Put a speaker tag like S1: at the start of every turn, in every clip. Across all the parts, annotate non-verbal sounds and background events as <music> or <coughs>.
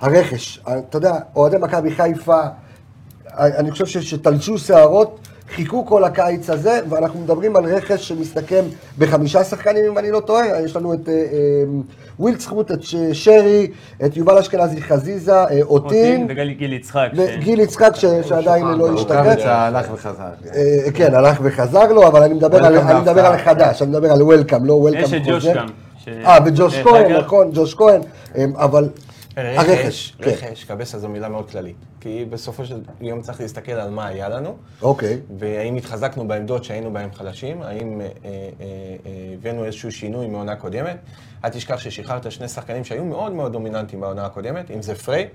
S1: הרכש, אה, אתה יודע, אוהדי מכבי חיפה, אה, אני חושב ש- שתלשו שערות, חיכו כל הקיץ הזה, ואנחנו מדברים על רכש שמסתכם בחמישה שחקנים, אם אני לא טועה, יש לנו את אה, אה, ווילדסחוט, את ש- שרי, את יובל אשכנזי חזיזה, אה,
S2: אותין
S1: אוטין,
S2: וגיל יצחק. כן. ש-
S1: וגיל יצחק ש- שעדיין לא השתחרר.
S3: רוקאביצה הלך וחזר.
S1: אה, כן, הלך וחזר לו, אבל אני מדבר על-
S3: Welcome
S1: אני מדבר על
S3: להפתעה.
S1: החדש, אני מדבר על וולקאם, לא וולקאם
S2: יש
S1: חוזר.
S2: את ג'וש גם. ש-
S1: אה, וג'וש
S2: דרך
S1: כהן,
S2: אגב,
S1: נכון, ג'וש כהן, אמ, אבל
S4: אה,
S1: הרכש, כן,
S4: רכש, קבסה זו מילה מאוד כללית. כי בסופו של יום צריך להסתכל על מה היה לנו,
S1: אוקיי.
S4: והאם התחזקנו בעמדות שהיינו בהן חלשים, האם אה, אה, אה, הבאנו איזשהו שינוי מעונה קודמת. אל תשכח ששחררת שני שחקנים שהיו מאוד מאוד דומיננטיים בעונה הקודמת, אם זה פריי,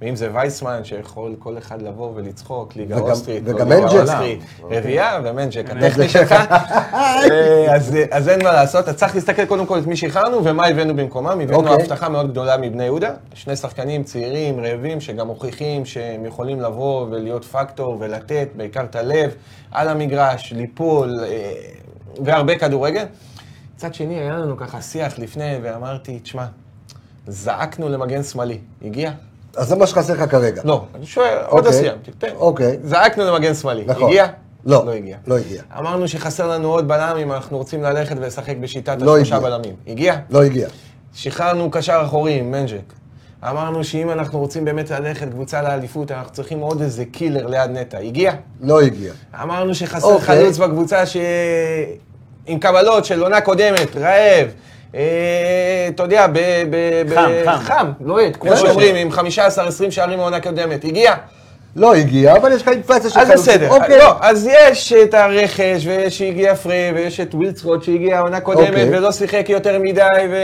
S4: ואם זה וייסמן, שיכול כל אחד לבוא ולצחוק, ליגה
S1: וגם-
S4: אוסטרית, לא
S1: וגם
S4: ליגה
S1: מנג'ק. אוקיי.
S4: אוסטרית, רביעייה ומנג'ק, הטכני שלך. אה, אז- אז אין מה לעשות, אתה צריך להסתכל קודם כל את מי שחררנו ומה הבאנו במקומם, הבאנו
S1: אוקיי.
S4: הבטחה. הבטחה מאוד גדולה מבני יהודה. שני שחקנים צעירים, רעבים, שגם מוכיחים שהם יכולים לבוא ולהיות פקטור ולתת, בעיקר את הלב, על המגרש, ליפול, אה, והרבה כדורגל. מצד שני, היה לנו ככה שיח לפני, ואמרתי, תשמע, זעקנו למגן שמאלי. הגיע?
S1: אז זה מה שחסר לך כרגע.
S4: לא. אני שואל, עוד לא
S1: אוקיי.
S4: סיימתי. תן.
S1: אוקיי.
S4: זעקנו למגן שמאלי.
S1: נכון.
S4: הגיע?
S1: לא,
S4: לא הגיע.
S1: לא הגיע.
S4: אמרנו שחסר לנו עוד בלם אם אנחנו רוצים ללכת ולשחק בשיטת
S1: לא
S4: השלושה
S1: הגיע.
S4: בלמים. הגיע?
S1: לא הגיע.
S4: שחררנו קשר אחורי עם מנג'ק. אמרנו שאם אנחנו רוצים באמת ללכת קבוצה לאליפות, אנחנו צריכים עוד איזה קילר ליד נטע. הגיע?
S1: לא הגיע.
S4: אמרנו שחסר okay.
S1: אוקיי.
S4: חלוץ בקבוצה ש... עם קבלות של עונה קודמת, רעב. אה, אתה יודע, ב... ב, ב
S2: חם, חם.
S4: חם, לוהט, כמו
S1: כן.
S2: כושר.
S4: שאומרים, עם 15-20 שערים מעונה קודמת. הגיע?
S1: לא הגיע, אבל יש לך אינפלציה של
S4: אז
S1: חלוצים.
S4: בסדר.
S1: אוקיי.
S4: לא, אז יש את הרכש, ויש שהגיע פריי, ויש את ווילצרוט שהגיע עונה קודמת,
S1: אוקיי.
S4: ולא שיחק יותר מדי, ו...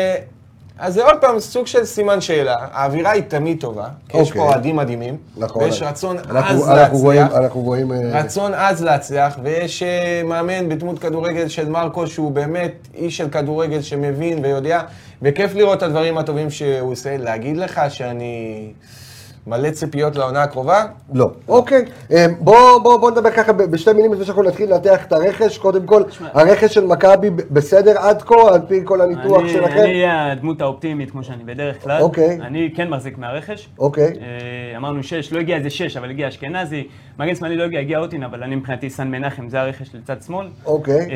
S4: אז זה עוד פעם סוג של סימן שאלה. האווירה היא תמיד טובה, כי יש פה
S1: אוקיי.
S4: אוהדים מדהימים,
S1: נכון.
S4: ויש רצון
S1: אנחנו-
S4: עז
S1: אנחנו רואים-
S4: להצליח.
S1: אנחנו רואים... אה,
S4: רצון עז להצליח, ויש אה, מאמן בדמות כדורגל של מרקו, שהוא באמת איש של כדורגל שמבין ויודע, וכיף לראות את הדברים הטובים שהוא עושה. להגיד לך שאני מלא ציפיות לעונה הקרובה?
S1: לא. אוקיי. אמ, בוא בוא- בוא נדבר ככה ב- בשתי מילים לפני שאנחנו נתחיל לנתח את הרכש. קודם כל, הרכש של מכבי ב- בסדר עד כה, על פי כל הניתוח
S2: אני-
S1: שלכם?
S2: אני אהיה הדמות האופטימית, כמו שאני בדרך כלל.
S1: אוקיי.
S2: אני כן מחזיק מהרכש.
S1: אוקיי.
S2: אה, אמרנו שש, לא הגיע איזה שש, אבל הגיע אשכנזי. מגן שמאלי לא הגיע, הגיע אוטין, אבל אני מבחינתי סן מנחם, זה הרכש לצד שמאל.
S1: אוקיי.
S2: אה,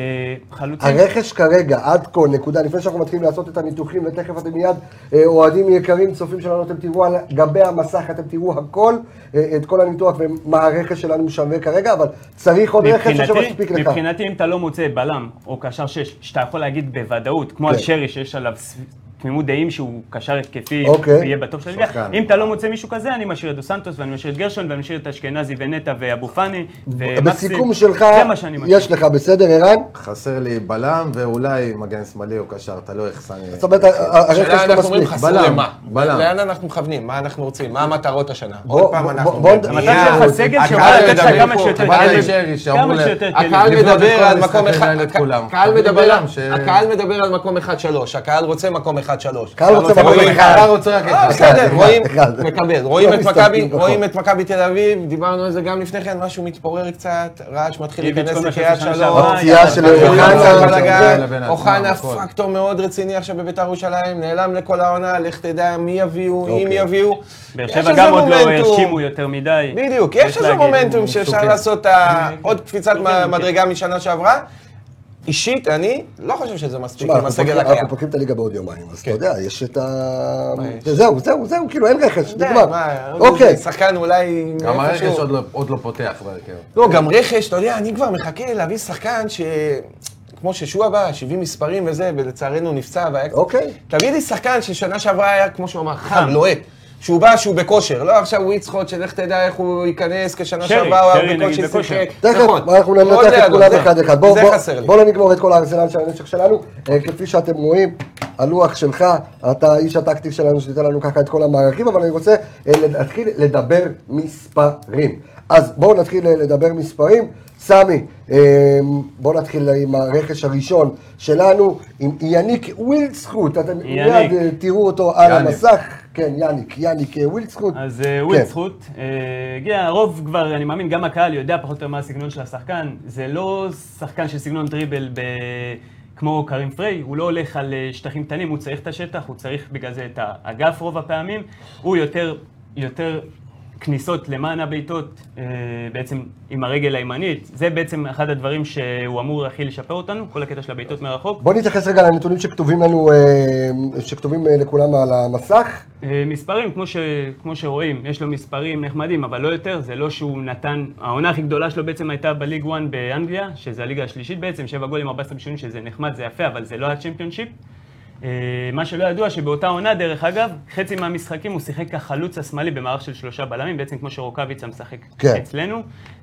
S2: חלוצים.
S1: הרכש כרגע, עד כה, נקודה, לפני שאנחנו מתחילים לעשות את הניתוחים, ותכף אתם מיד, אה, אוהדים יקרים, צופים שלנו, אתם תראו על גבי המסך, אתם תראו הכל, אה, את כל הניתוח ומה הרכש שלנו שווה כרגע, אבל צריך עוד רכש
S2: מבחינתי,
S1: שמספיק לך.
S2: מבחינתי, אם אתה לא מוצא בלם או קשר שש, שאתה יכול להגיד בוודאות, כמו
S1: כן.
S2: על שרי, שיש עליו ס- תמימות דעים שהוא קשר התקפי,
S1: אוקיי.
S2: יהיה בטופ של הליגה,
S3: שחקן.
S2: אם אתה לא מוצא מישהו כזה, אני משאיר את דו סנטוס, ואני משאיר את גרשון, ואני משאיר את אשכנזי ונטע ואבו פאני, ומקסים.
S1: אה, בסיכום שלך,
S2: אה, זה מה שאני משאיר.
S1: יש לך, בסדר, ערן?
S3: חסר לי בלם ואולי מגן שמאלי או קשר, תלוי איך שאני...
S1: זאת אומרת, ה- ה- הרכש
S4: השאלה
S1: לא
S4: אנחנו אומרים
S1: מספיק.
S4: חסר
S3: בלם,
S4: למה?
S3: בלם.
S4: לאן אנחנו מכוונים? מה אנחנו רוצים? מה המטרות השנה?
S1: בוא-
S4: עוד פעם
S1: בוא-
S4: אנחנו...
S1: בוא-
S4: בבנייה,
S1: בוא-
S2: המטרה שלך
S3: יאו,
S2: סגל
S4: הקהל
S2: שיכול לתת לך
S4: מדבר
S2: כמה
S4: פה,
S2: שיותר
S4: קיבלת
S2: כלים.
S3: את שרי, שאמרו
S2: כמה
S3: ל-
S2: שיותר כלים.
S4: הקהל
S3: לבנות את
S4: מדבר
S3: כל
S4: על מקום
S3: המשחק
S4: אחד,
S3: הזה לכולם.
S4: הקהל
S3: תביא
S4: מדבר,
S3: בלם ש-
S4: הקהל מדבר על מקום אחד שלוש, הקהל רוצה מקום אחד שלוש.
S1: קהל רוצה
S4: רואים-
S1: מקום אחד.
S3: אתה רוצה רק
S4: אה,
S3: אחד.
S4: בסדר,
S1: אחד,
S3: <laughs>
S4: רואים,
S1: אחד.
S4: מקבל, רואים
S1: לא
S4: את מכבי,
S1: מסתפקים, נכון.
S4: רואים את מכבי תל אביב, דיברנו על זה גם לפני כן, משהו מתפורר קצת, רעש מתחיל
S2: איביץ',
S4: להיכנס
S2: כל מה
S4: לקריית
S2: שעשה שנה
S4: שלום,
S2: שעברה,
S1: הפציעה
S2: יאללה,
S1: של
S2: יאללה,
S1: אוחנה,
S2: יאללה,
S4: אוחנה,
S1: יאללה,
S4: בלגן,
S3: לבין עצמם,
S4: אוחנה
S3: הכל.
S4: פקטור מאוד רציני עכשיו בביתר ירושלים, נעלם לכל העונה, לך תדע מי יביאו, אם
S1: אוקיי.
S4: יביאו.
S2: באר
S4: יש
S2: שבע
S4: איזה
S2: גם עוד לא
S4: מומנטום.
S2: האשימו יותר מדי.
S4: בדיוק, יש איזה
S2: להגיד,
S4: מומנטום שאפשר
S3: מסוכן.
S4: לעשות את ה- עוד קפיצת
S2: מסוכן,
S4: מ-
S2: כן.
S4: מדרגה משנה שעברה. אישית, אני לא חושב שזה מספיק
S1: תשמע,
S4: עם
S1: אנחנו
S4: הסגל
S1: פותחים-
S4: הקיים.
S1: אנחנו פותחים את הליגה בעוד יומיים, אז אתה
S4: כן.
S1: יודע, יש את ה...
S4: יש?
S1: זהו, זהו, זהו, כאילו אין רכש,
S4: די,
S1: נגמר.
S4: מה, עוד
S1: אוקיי,
S4: איזה שחקן אולי...
S3: גם
S1: אה,
S4: מאיפשהו.
S3: הרכש עוד לא- עוד לא פותח בהרכב.
S4: לא, גם רכש, אתה יודע, אני כבר מחכה להביא שחקן ש... כמו ששועה בא, 70 מספרים וזה, ולצערנו נפצע והיה...
S1: אוקיי.
S4: תביא לי שחקן ששנה שעברה היה, כמו שהוא אמר, חם, לוהט. שהוא בא, שהוא בכושר. לא עכשיו הוא יצחוט, שלך תדע איך הוא ייכנס, כשנה
S2: שרי,
S4: שעברה הוא
S2: שרי,
S4: היה
S2: נגיד,
S4: בקושי
S2: בכושר.
S4: שיחק.
S1: תכף,
S4: נכון.
S1: אנחנו
S4: מאוד
S1: ננתח את
S4: לידו,
S1: כולם
S4: זה-
S1: אחד אחד. בוא,
S4: זה
S1: בוא,
S4: חסר לי.
S1: בוא לא נגמור את כל הארסנל של הנשק שלנו. אה, כפי שאתם רואים, הלוח שלך, אתה האיש הטקטי שלנו, שתיתן לנו ככה את כל המערכים, אבל אני רוצה אה, להתחיל לדבר מספרים. אז בואו נתחיל אה, לדבר מספרים. סמי, אה, בואו נתחיל עם הרכש הראשון שלנו, עם יניק ווילדסחוט. אתם
S2: יניק.
S1: מיד אה, תראו אותו על
S3: יניק.
S1: המסך. כן, יניק, יניק אה, ווילדסחוט.
S2: אז
S1: כן.
S2: וויל זכות, אה, הגיע, הרוב כבר, אני מאמין, גם הקהל יודע פחות או יותר מה הסגנון של השחקן. זה לא שחקן של סגנון דריבל ב... כמו קרים פריי, הוא לא הולך על אה, שטחים קטנים, הוא צריך את השטח, הוא צריך בגלל זה את האגף רוב הפעמים. הוא יותר יותר כניסות למען הבעיטות, אה, בעצם עם הרגל הימנית. זה בעצם אחד הדברים שהוא אמור הכי לשפר אותנו, כל הקטע של הבעיטות מרחוק.
S1: בוא נתייחס רגע לנתונים שכתובים לנו, אה, שכתובים אה, לכולם על המסך.
S2: אה, מספרים, כמו, ש, כמו שרואים, יש לו מספרים נחמדים, אבל לא יותר, זה לא שהוא נתן, העונה הכי גדולה שלו בעצם הייתה בליג 1 באנגליה, שזה הליגה השלישית בעצם, 7 גולים, 14 בישולים, שזה נחמד, זה יפה, אבל זה לא הצ'מפיונשיפ. אה, מה שלא ידוע, שבאותה עונה, דרך אגב, חצי מהמשחקים הוא שיחק כחלוץ השמאלי במערך של שלושה בלמים, בעצם כמו שרוקאביצה משחק
S1: כן.
S2: אצלנו.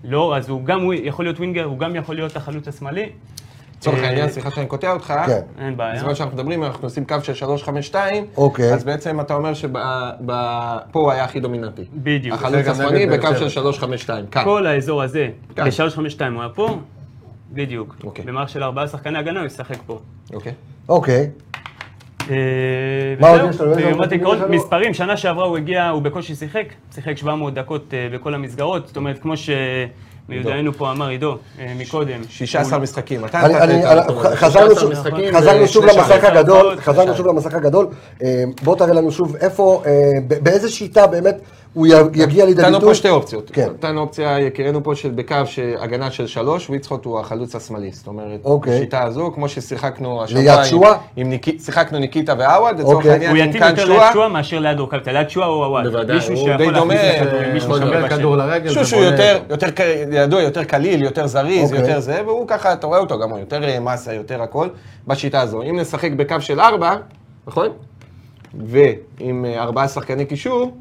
S2: לא, אז הוא גם הוא יכול להיות ווינגר, הוא גם יכול להיות החלוץ השמאלי.
S4: לצורך
S2: אה,
S4: העניין, סליחה שאני קוטע אותך,
S1: כן.
S2: אין בעיה.
S4: בזמן שאנחנו מדברים, אנחנו עושים קו של 352,
S1: אוקיי.
S4: אז בעצם אתה אומר שפה הוא היה הכי דומיננטי.
S2: בדיוק.
S4: החלוץ
S3: זה גם
S4: השמאלי
S3: נגד באר
S4: בקו
S3: שבע.
S4: של 352, כאן.
S2: כל האזור הזה,
S4: כן.
S2: ב-352 הוא היה פה, בדיוק.
S4: אוקיי.
S2: במערך של ארבעה שחקני הגנה הוא ישחק פה.
S4: אוקיי.
S1: אוקיי.
S2: אה,
S1: מה עוד
S2: וזהו.
S1: יש לנו? איזה עוד נתונים
S2: לעומת עיקרון,
S1: יש לנו?
S2: מספרים, שנה שעברה הוא הגיע, הוא בקושי שיחק, שיחק 700 דקות אה, בכל המסגרות, זאת אומרת, כמו שמיודענו פה אמר עידו אה, מקודם.
S4: 16 משחקים, אתה
S1: אני-
S4: נתת
S1: אני-
S4: את
S1: אני-
S4: הנתון הזה.
S1: חזרנו
S4: 16
S1: שוב-
S4: משחקים
S1: חזרנו
S4: ושני
S1: שוב
S4: שערים.
S1: למשחק הגדול,
S2: שערים.
S1: חזרנו שוב למשחק הגדול. אה, בוא תראה לנו שוב איפה, אה, ב- באיזה שיטה באמת הוא י- יגיע לידי
S4: נתנו פה
S1: ביטוי.
S4: שתי אופציות.
S1: כן.
S4: נתנו אופציה, יקירנו פה, של בקו של הגנה של שלוש, ויצחוט הוא החלוץ השמאלי. זאת אומרת,
S1: אוקיי.
S4: בשיטה הזו, כמו ששיחקנו
S1: ליד
S4: השבוע, עם-
S1: שועה?
S4: עם ניק- שיחקנו ניקיטה ועווד, לצורך
S1: אוקיי.
S4: העניין,
S2: הוא
S4: עם
S2: יתאים
S4: כאן
S2: יותר ליד
S4: שועה.
S2: שואה מאשר ליד רוקאביצה, ליד שואה הוא הוואד.
S4: בוודאי,
S2: מישהו
S4: הוא
S2: שיכול
S4: די
S2: להכניס
S4: דומה,
S2: את הכדורים, מישהו
S4: הוא
S2: שמקבל
S3: מקבל
S2: בשם.
S3: כדור לרגל.
S4: מישהו שהוא
S3: ובונה.
S4: יותר, יותר ק- ידוע, יותר קליל, יותר זריז,
S1: כן. אוקיי.
S4: יותר זה, והוא ככה, אתה רואה אותו גם, הוא יותר אה, מסה, יותר הכל, בשיטה הזו. אם נשחק בקו של ארבע, נכון? ועם אה, ארבעה שחקני קישור,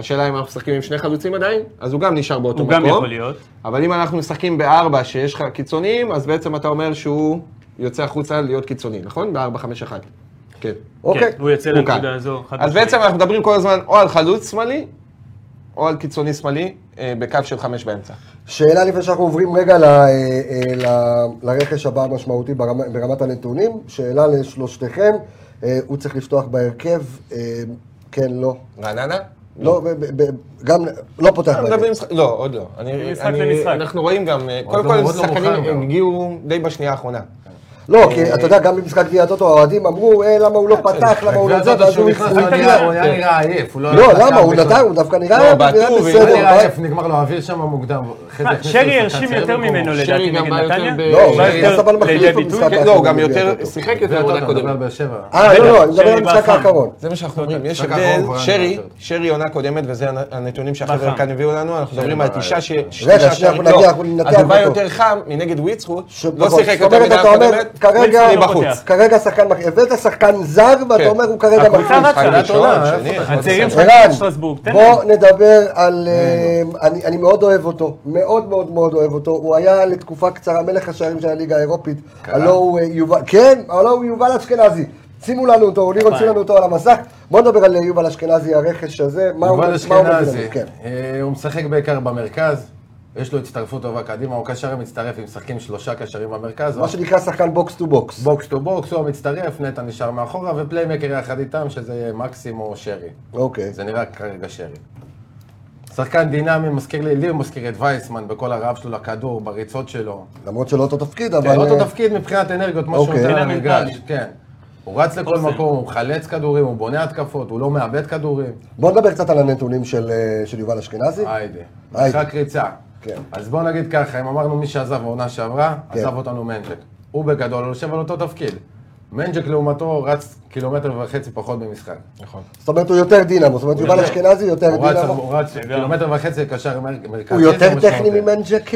S4: השאלה אם אנחנו משחקים עם שני חלוצים עדיין, אז הוא גם נשאר באותו
S2: הוא
S4: מקום.
S2: גם יכול להיות.
S4: אבל אם אנחנו משחקים בארבע שיש לך קיצוניים, אז בעצם אתה אומר שהוא יוצא החוצה להיות קיצוני, נכון? בארבע, חמש, אחת. כן.
S1: אוקיי.
S2: כן, הוא יוצא
S4: הוא כאן.
S2: לנקודה הזו. חד
S4: אז
S2: משמעית.
S4: בעצם אנחנו מדברים כל הזמן או על חלוץ שמאלי, או על קיצוני שמאלי, אה, בקו של חמש באמצע.
S1: שאלה לפני שאנחנו עוברים רגע ל- אה, אה, ל- לרכש הבא המשמעותי ברמה- ברמת הנתונים. שאלה לשלושתכם, אה, הוא צריך לפתוח בהרכב, אה, כן, לא.
S4: רעננה?
S1: לא, ב- ב- ב- גם לא פותח
S4: אנחנו
S1: בהרכב.
S4: מדברים משחק- לא, עוד לא. אני-
S2: משחק
S4: אני-
S2: למשחק.
S4: אנחנו רואים גם, אה, קודם
S3: לא-
S4: כל הם
S3: עוד לא
S4: שחקנים
S3: מוכן
S4: הם
S3: גם.
S4: הגיעו די בשנייה האחרונה.
S1: לא, כי אתה יודע, גם במשחק גביע הטוטו האוהדים אמרו, אה, למה
S4: כן,
S1: הוא לא פתח, למה הוא לא זה, ואז הוא
S3: כשהוא נכנס, הוא
S1: הצטרף.
S3: היה הוא היה נראה עייף. הוא
S1: לא,
S3: לקח
S1: למה? הוא
S3: בכלל.
S1: נתן, הוא דווקא נראה
S4: לא,
S1: היה
S4: בעטו,
S1: בסדר.
S4: והוא
S3: הוא היה
S1: הוא
S3: נראה
S1: היה-
S3: עייף, נגמר לו האוויר שם מוקדם. אחרי זה
S2: מה,
S3: הכניס
S2: אה, שרי
S3: לו
S2: הרשים
S3: שחקן
S2: יותר
S3: צעיר
S2: ממנו
S3: במקומו.
S4: שרי
S2: לדעתי
S4: גם
S2: נגד
S4: בא יותר
S2: נתניה.
S4: ב-
S1: לא,
S2: בא
S1: שרי
S2: יותר
S1: עשה בלם מחליף
S2: לידי
S1: במשחק
S2: ביטוי.
S1: ככה,
S4: כן, לא, הוא
S1: הוא
S4: גם
S1: מגיע
S4: יותר
S1: יותר טוב.
S4: שיחק יותר
S3: ואתה,
S4: בעונה
S3: אתה לא, מדבר
S4: קודמת.
S3: על באר שבע.
S1: אה, לא,
S2: רגע,
S1: לא, אני מדבר
S2: שרי
S1: על המשחק
S2: בחם.
S1: האחרון.
S4: זה מה שאנחנו אומרים,
S1: לא
S4: יש
S3: רק
S4: הבדל,
S3: האחרון,
S4: שרי,
S3: האחרון.
S4: שרי עונה קודמת, וזה הנ- הנתונים
S2: בחם.
S4: שהחבר'ה כאן הביאו לנו, אנחנו מדברים על
S3: ברק.
S4: תשעה ש...
S1: שנייה, אנחנו נגיע, אנחנו ננתח
S4: אז הוא בא
S1: אותו.
S4: יותר חם מנגד וויצחוט,
S1: ש-
S4: לא
S1: נכון.
S4: שיחק
S1: זאת
S4: יותר
S1: אומרת,
S4: מדי
S1: אתה אומר,
S4: הקודמת,
S1: כרגע-
S4: וויצחוט
S1: לא
S4: בחוץ.
S2: פותח.
S1: כרגע שחקן, מח- הבאת שחקן זר, ואתה
S4: כן.
S1: אומר, הוא כרגע
S2: הקבוצה
S1: מחליף.
S2: רצה.
S4: משחק
S2: עונה,
S4: ראשון,
S3: איפה
S4: שני,
S3: אתה?
S4: עוד
S2: הצעירים
S4: בסדר.
S2: שלך
S1: ערן,
S2: שטרסבורג, תן
S1: בוא נדבר על... אה,
S3: לא.
S1: אני אני מאוד אוהב אותו, מאוד מאוד מאוד אוהב אותו. הוא היה לתקופה קצרה מלך השערים של הליגה האירופית. הלא הוא אה, יובל... כן, הלא הוא יובל אשכנזי. שימו לנו אותו, לירון, שימו לנו אותו על המסך. בוא נדבר על אה, יובל אשכנזי, הרכש הזה. מה הוא-
S3: יובל
S1: מה הוא מביא לנו,
S3: אשכנזי,
S1: כן.
S3: אה, הוא משחק בעיקר במרכז, יש לו הצטרפות טובה קדימה, הוא קשר מצטרף, הם משחקים שלושה קשרים במרכז,
S1: מה שנקרא שחקן בוקס טו בוקס.
S3: בוקס טו בוקס, הוא המצטרף, נטע נשאר מאחורה, ופליימקר יחד איתם, שזה מקסים או שרי.
S1: אוקיי.
S3: זה נראה כרגע שרי. שחקן דינמי, מזכיר לי, לי הוא מזכיר את וייסמן בכל הרעב שלו לכדור, בריצות שלו.
S1: למרות שלא אותו תפקיד, אבל...
S3: כן, לא
S1: אה,
S3: אותו תפקיד מבחינת אנרגיות, מה שהוא
S1: אוקיי.
S3: נותן
S2: דינמי
S3: למגרש,
S2: מנטלי.
S3: כן. הוא רץ לכל
S2: אוסם.
S3: מקום, הוא מחלץ כדורים, הוא בונה התקפות, הוא לא מאבד כדורים.
S1: בוא נדבר קצת על הנתונים של, אה, של יובל אשכנזי.
S3: היידה.
S1: היידה.
S3: משחק ריצה.
S1: כן.
S3: אז בואו נגיד ככה, אם אמרנו מי שעזב העונה שעברה,
S1: כן.
S3: עזב אותנו מנג'ק. הוא בגדול יושב על אותו תפקיד. מנג'ק לעומתו רץ קילומטר וחצי פחות במשחק.
S4: נכון.
S1: זאת אומרת, הוא יותר דינמו, זאת אומרת, יובל
S3: יותר-
S1: אשכנזי יותר
S3: הוא רץ-
S1: דינמו.
S3: הוא רץ קילומטר וחצי לקשר מר- מרכזי.
S1: הוא
S3: זה
S1: יותר
S3: משמעותי.
S1: טכני ממנג'ק,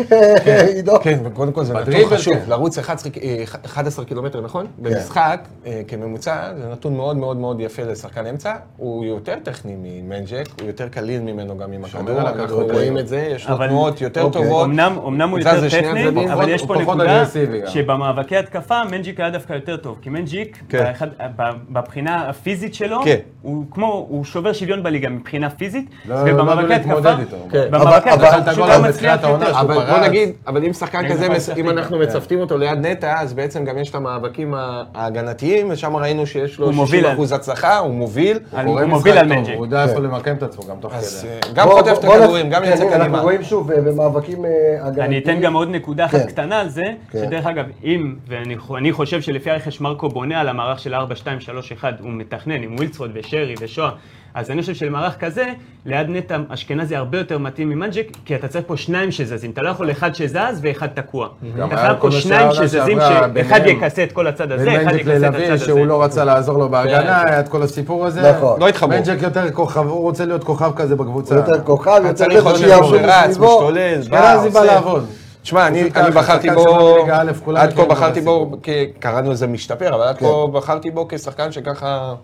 S1: <laughs> עידו.
S4: כן, וקודם כל זה נתון
S3: בדריבל,
S4: חשוב,
S3: כן.
S4: לרוץ 11 ק- אה, 11 קילומטר, נכון?
S1: כן.
S4: במשחק, אה, כממוצע, זה נתון מאוד מאוד מאוד יפה לשחקן אמצע. הוא יותר טכני ממנג'ק, הוא יותר קליל ממנו גם עם
S3: שומר
S4: הכדור,
S3: על
S4: אנחנו
S3: הכדור,
S4: רואים
S3: כן.
S4: את זה, יש לו
S2: אבל-
S4: תנועות יותר
S1: אוקיי.
S4: טובות.
S2: אמנם, אמנם הוא
S4: זז
S2: יותר
S4: לשני הצדדים.
S2: טכני, אבל
S3: פחות-
S2: יש פה
S3: הוא פחות
S2: נקודה
S3: אגרסיבי גם.
S2: שבמאבקי התקפה מנג'יק היה דווקא יותר טוב, כי מנג'יק,
S4: כן.
S2: באחד- ב- בבחינה הפיזית שלו,
S4: כן.
S2: הוא כמו, הוא שובר שוויון בליגה מבחינה פיזית,
S3: לא- לא ידעו
S2: ובמאבקי
S3: להתמודד
S2: התקפה,
S3: איתו.
S4: כן.
S2: במאבקי
S1: אבל-
S2: התקפה
S1: אבל-
S2: הוא פשוט
S3: אבל-
S2: לא מצליח
S3: בתחילת העונה
S2: יותר.
S3: שהוא
S4: אבל בוא
S3: פרץ.
S4: נגיד, אבל אם שחקן
S2: כן,
S4: כזה,
S2: הוא
S4: מס-
S2: פרץ
S4: אם
S2: שחקן,
S4: אנחנו
S2: כן.
S4: מצוותים אותו ליד נטע, אז בעצם גם יש את המאבקים ה- ההגנתיים, ושם ראינו שיש
S2: הוא
S4: לו
S2: מוביל אה.
S4: 60 אחוז הצלחה, הוא מוביל.
S2: על-
S3: הוא
S2: הוא
S3: רואה
S2: מוביל
S3: משחק
S2: על
S3: טוב,
S2: מנג'ק.
S3: הוא יודע איפה למקם את עצמו גם תוך
S4: כן. אז
S3: כדי.
S4: אה, גם
S1: בוא-
S4: חוטף את
S1: בוא- בוא
S4: הכדורים,
S1: נ-
S4: גם
S1: כן,
S4: יוצא
S1: הנה,
S4: קדימה.
S1: אנחנו רואים שוב אה, במאבקים אה, הגנתיים.
S2: אני אתן גם עוד נקודה אחת
S1: כן.
S2: קטנה על זה,
S1: כן.
S2: שדרך אגב, אם, ואני חו- אני חושב שלפי הרכש מרקו בונה על המערך של 4-2-3-1, הוא מתכנן עם ווילצרוד ושרי ושואה. אז אני חושב שלמערך כזה, ליד נטע אשכנזי הרבה יותר מתאים ממנג'ק, כי אתה צריך פה שניים שזזים. אתה לא יכול אחד שזז ואחד תקוע.
S3: גם
S2: אתה
S3: היה
S2: חייב
S3: כל
S2: פה שניים
S3: השערה
S2: שזזים,
S3: שעברה
S2: שאחד
S3: ביניהם.
S2: יכסה את כל
S4: אה,
S2: הצד הזה, אחד
S3: ומנג'ק
S2: יכסה את הצד
S3: ללוי,
S2: הזה.
S3: שהוא לא רצה לעזור לו
S4: כן.
S3: בהגנה, היה את כל הסיפור הזה.
S1: נכון.
S4: לא התחברו.
S3: מנג'ק יותר כוכב, הוא רוצה להיות כוכב כזה
S1: הוא
S3: בקבוצה.
S1: יותר כוכב, יותר
S4: צריך עוד
S1: זה
S4: שיעור,
S1: שיעבדו
S4: רץ,
S1: מסביבו.
S4: משתולל,
S3: כן, אז היא באה
S4: אה, עושה.
S3: לעבוד.
S4: תשמע, אני,
S3: פשוט
S4: אני
S3: ככה,
S4: בחרתי
S3: שחקן
S4: בו,
S3: שמגיע לליגה א', כולם
S4: עד כה
S3: מכירים
S4: בחרתי בו,
S3: בסיפור.
S4: כ- קראנו לזה משתפר, אבל עד כה בחרתי בו כשחקן שככה...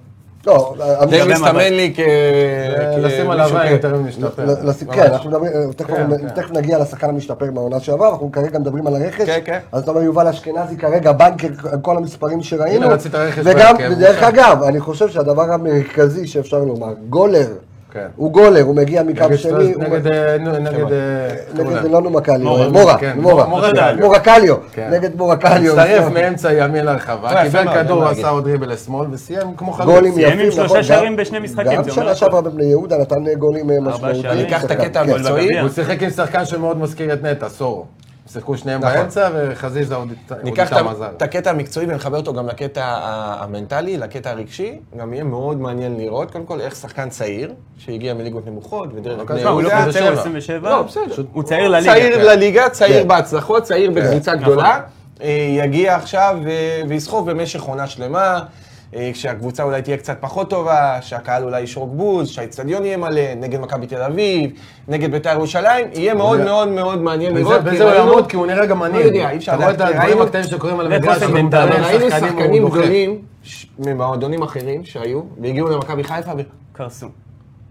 S1: לא,
S4: די
S1: המ-
S4: מסתמן לי כ... כ-
S3: אה,
S4: אה,
S3: לשים
S4: מישהו כן.
S3: עליו עין
S4: כ-
S3: יותר משתפר.
S1: ל- לס- כן, אנחנו מדברים, אה, תכף אנחנו- תכף נגיע לשחקן המשתפר מהעונה שעברה, אנחנו כרגע מדברים על הרכש.
S4: כן, כן.
S1: אז אתה אומר יובל אשכנזי כרגע בנקר, כל המספרים שראינו.
S3: הנה, רצית רכש
S1: וגם,
S3: בהרכב,
S1: דרך
S4: נכון.
S3: בבקשה.
S1: אגב, אני חושב שהדבר המרכזי שאפשר לומר, גולר.
S3: כן.
S1: הוא גולר, הוא מגיע
S3: נגד
S1: מקו שני.
S3: סטרס-
S1: הוא- כן.
S3: נגד... אה, נו, נגד... אה,
S1: נגד
S3: קורונה.
S1: אילונו מקליו,
S2: מורה,
S1: אה, מורה,
S3: כן,
S1: מורה,
S3: מורה
S2: קליו.
S1: מורה קליו,
S3: כן.
S1: נגד מורה קליו,
S3: הצטרף מאמצע ימין
S4: אה,
S3: לרחבה,
S4: יפה מאוד,
S3: קיבל
S4: אין
S3: כדור,
S4: מה להגיד.
S3: עשה עוד ריבל לשמאל, וסיים כמו חלוץ.
S1: גולים
S2: סיים עם
S1: יפים,
S2: שלושה
S1: נכון,
S2: שערים
S1: גם-
S2: בשני משחקים,
S1: גם
S2: זה
S1: שנה
S2: אומר
S1: שעברה בבני יהודה נתן אה, גולים אה, משמעותיים.
S2: שערים.
S4: אני אקח את
S1: שחקן,
S4: הקטע
S1: כן.
S4: המקצועי,
S2: בגביע.
S3: הוא שיחק עם שחקן שמאוד מזכיר את נטע, סורו. שיחקו שניהם
S4: נכון.
S3: באמצע, וחזיזה עוד איתה- עוד
S4: ניקח את
S3: איתם
S4: ה-
S3: עזר.
S4: את הקטע המקצועי ונחבר אותו גם לקטע ה- המנטלי, לקטע הרגשי. גם יהיה מאוד מעניין לראות, קודם כל, איך שחקן צעיר, שהגיע מליגות נמוכות, ודרך בני
S2: תשמע, הוא לא
S4: יהודה,
S2: כזה צעיר,
S4: צעיר-
S2: 27.
S4: לא, בסדר.
S2: הוא צעיר לליגה.
S4: צעיר לליגה, צעיר
S1: כן.
S4: בהצלחות, צעיר בקבוצה
S2: נכון.
S4: גדולה. אה, יגיע עכשיו אה, ויסחוב במשך עונה שלמה, אה, כשהקבוצה אולי תהיה קצת פחות טובה, שהקהל אולי ישרוק בוז, שהאיצטדיון יהיה מלא, נגד מכבי תל אביב, נגד בית"ר ירושלים, יהיה מאוד
S3: וזה-
S4: מאוד מאוד מעניין
S3: וזה-
S4: לראות. כי
S3: וזה הוא
S4: ראינו-
S3: יעמוד, כי הוא נראה גם עניין.
S4: יודע, אי אפשר
S3: אתה רואה את
S4: לדעת, כי
S3: הדברים
S4: ראינו-
S3: הקטנים שקורים על
S2: זה
S3: המגרש,
S2: חוסר
S3: הוא
S2: מנטלי.
S3: מדבר עם
S4: ראינו
S3: שחקנים, הוא
S4: שחקנים
S3: דוחף.
S4: גדולים ש- ממועדונים אחרים שהיו, והגיעו למכבי חיפה, ו-
S2: קרסו.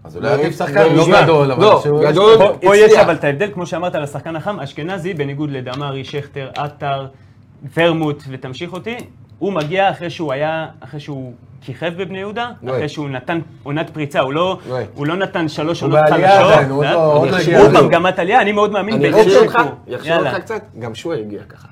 S3: אז אולי עדיף שחקן
S4: לא
S3: לא
S4: גדול,
S3: גדול, אבל
S4: לא,
S3: שהוא...
S4: גדול. <laughs>
S2: פה פה
S4: הצליח.
S2: יש אבל את ההבדל, כמו שאמרת, על השחקן החם, אשכנזי, בניגוד לדמרי, שכטר, עטר, ורמוט, ותמשיך אותי, הוא מגיע אחרי שהוא היה, אחרי שהוא כיכב בבני יהודה,
S4: לא.
S2: אחרי שהוא נתן עונת פריצה, הוא לא-
S4: לא.
S2: הוא לא נתן שלוש
S3: הוא
S2: עונות
S3: בעלייה עדיין, הוא עוד
S2: ואז-
S3: לא- עוד
S4: לא הגיע
S2: הוא
S4: לזה.
S2: במגמת עלייה, אני מאוד מאמין
S4: אני
S2: בזה
S4: אחשיר
S2: שהוא-
S4: אותך, יחשיר
S2: יאללה.
S4: אותך קצת, גם שועה הגיע ככה.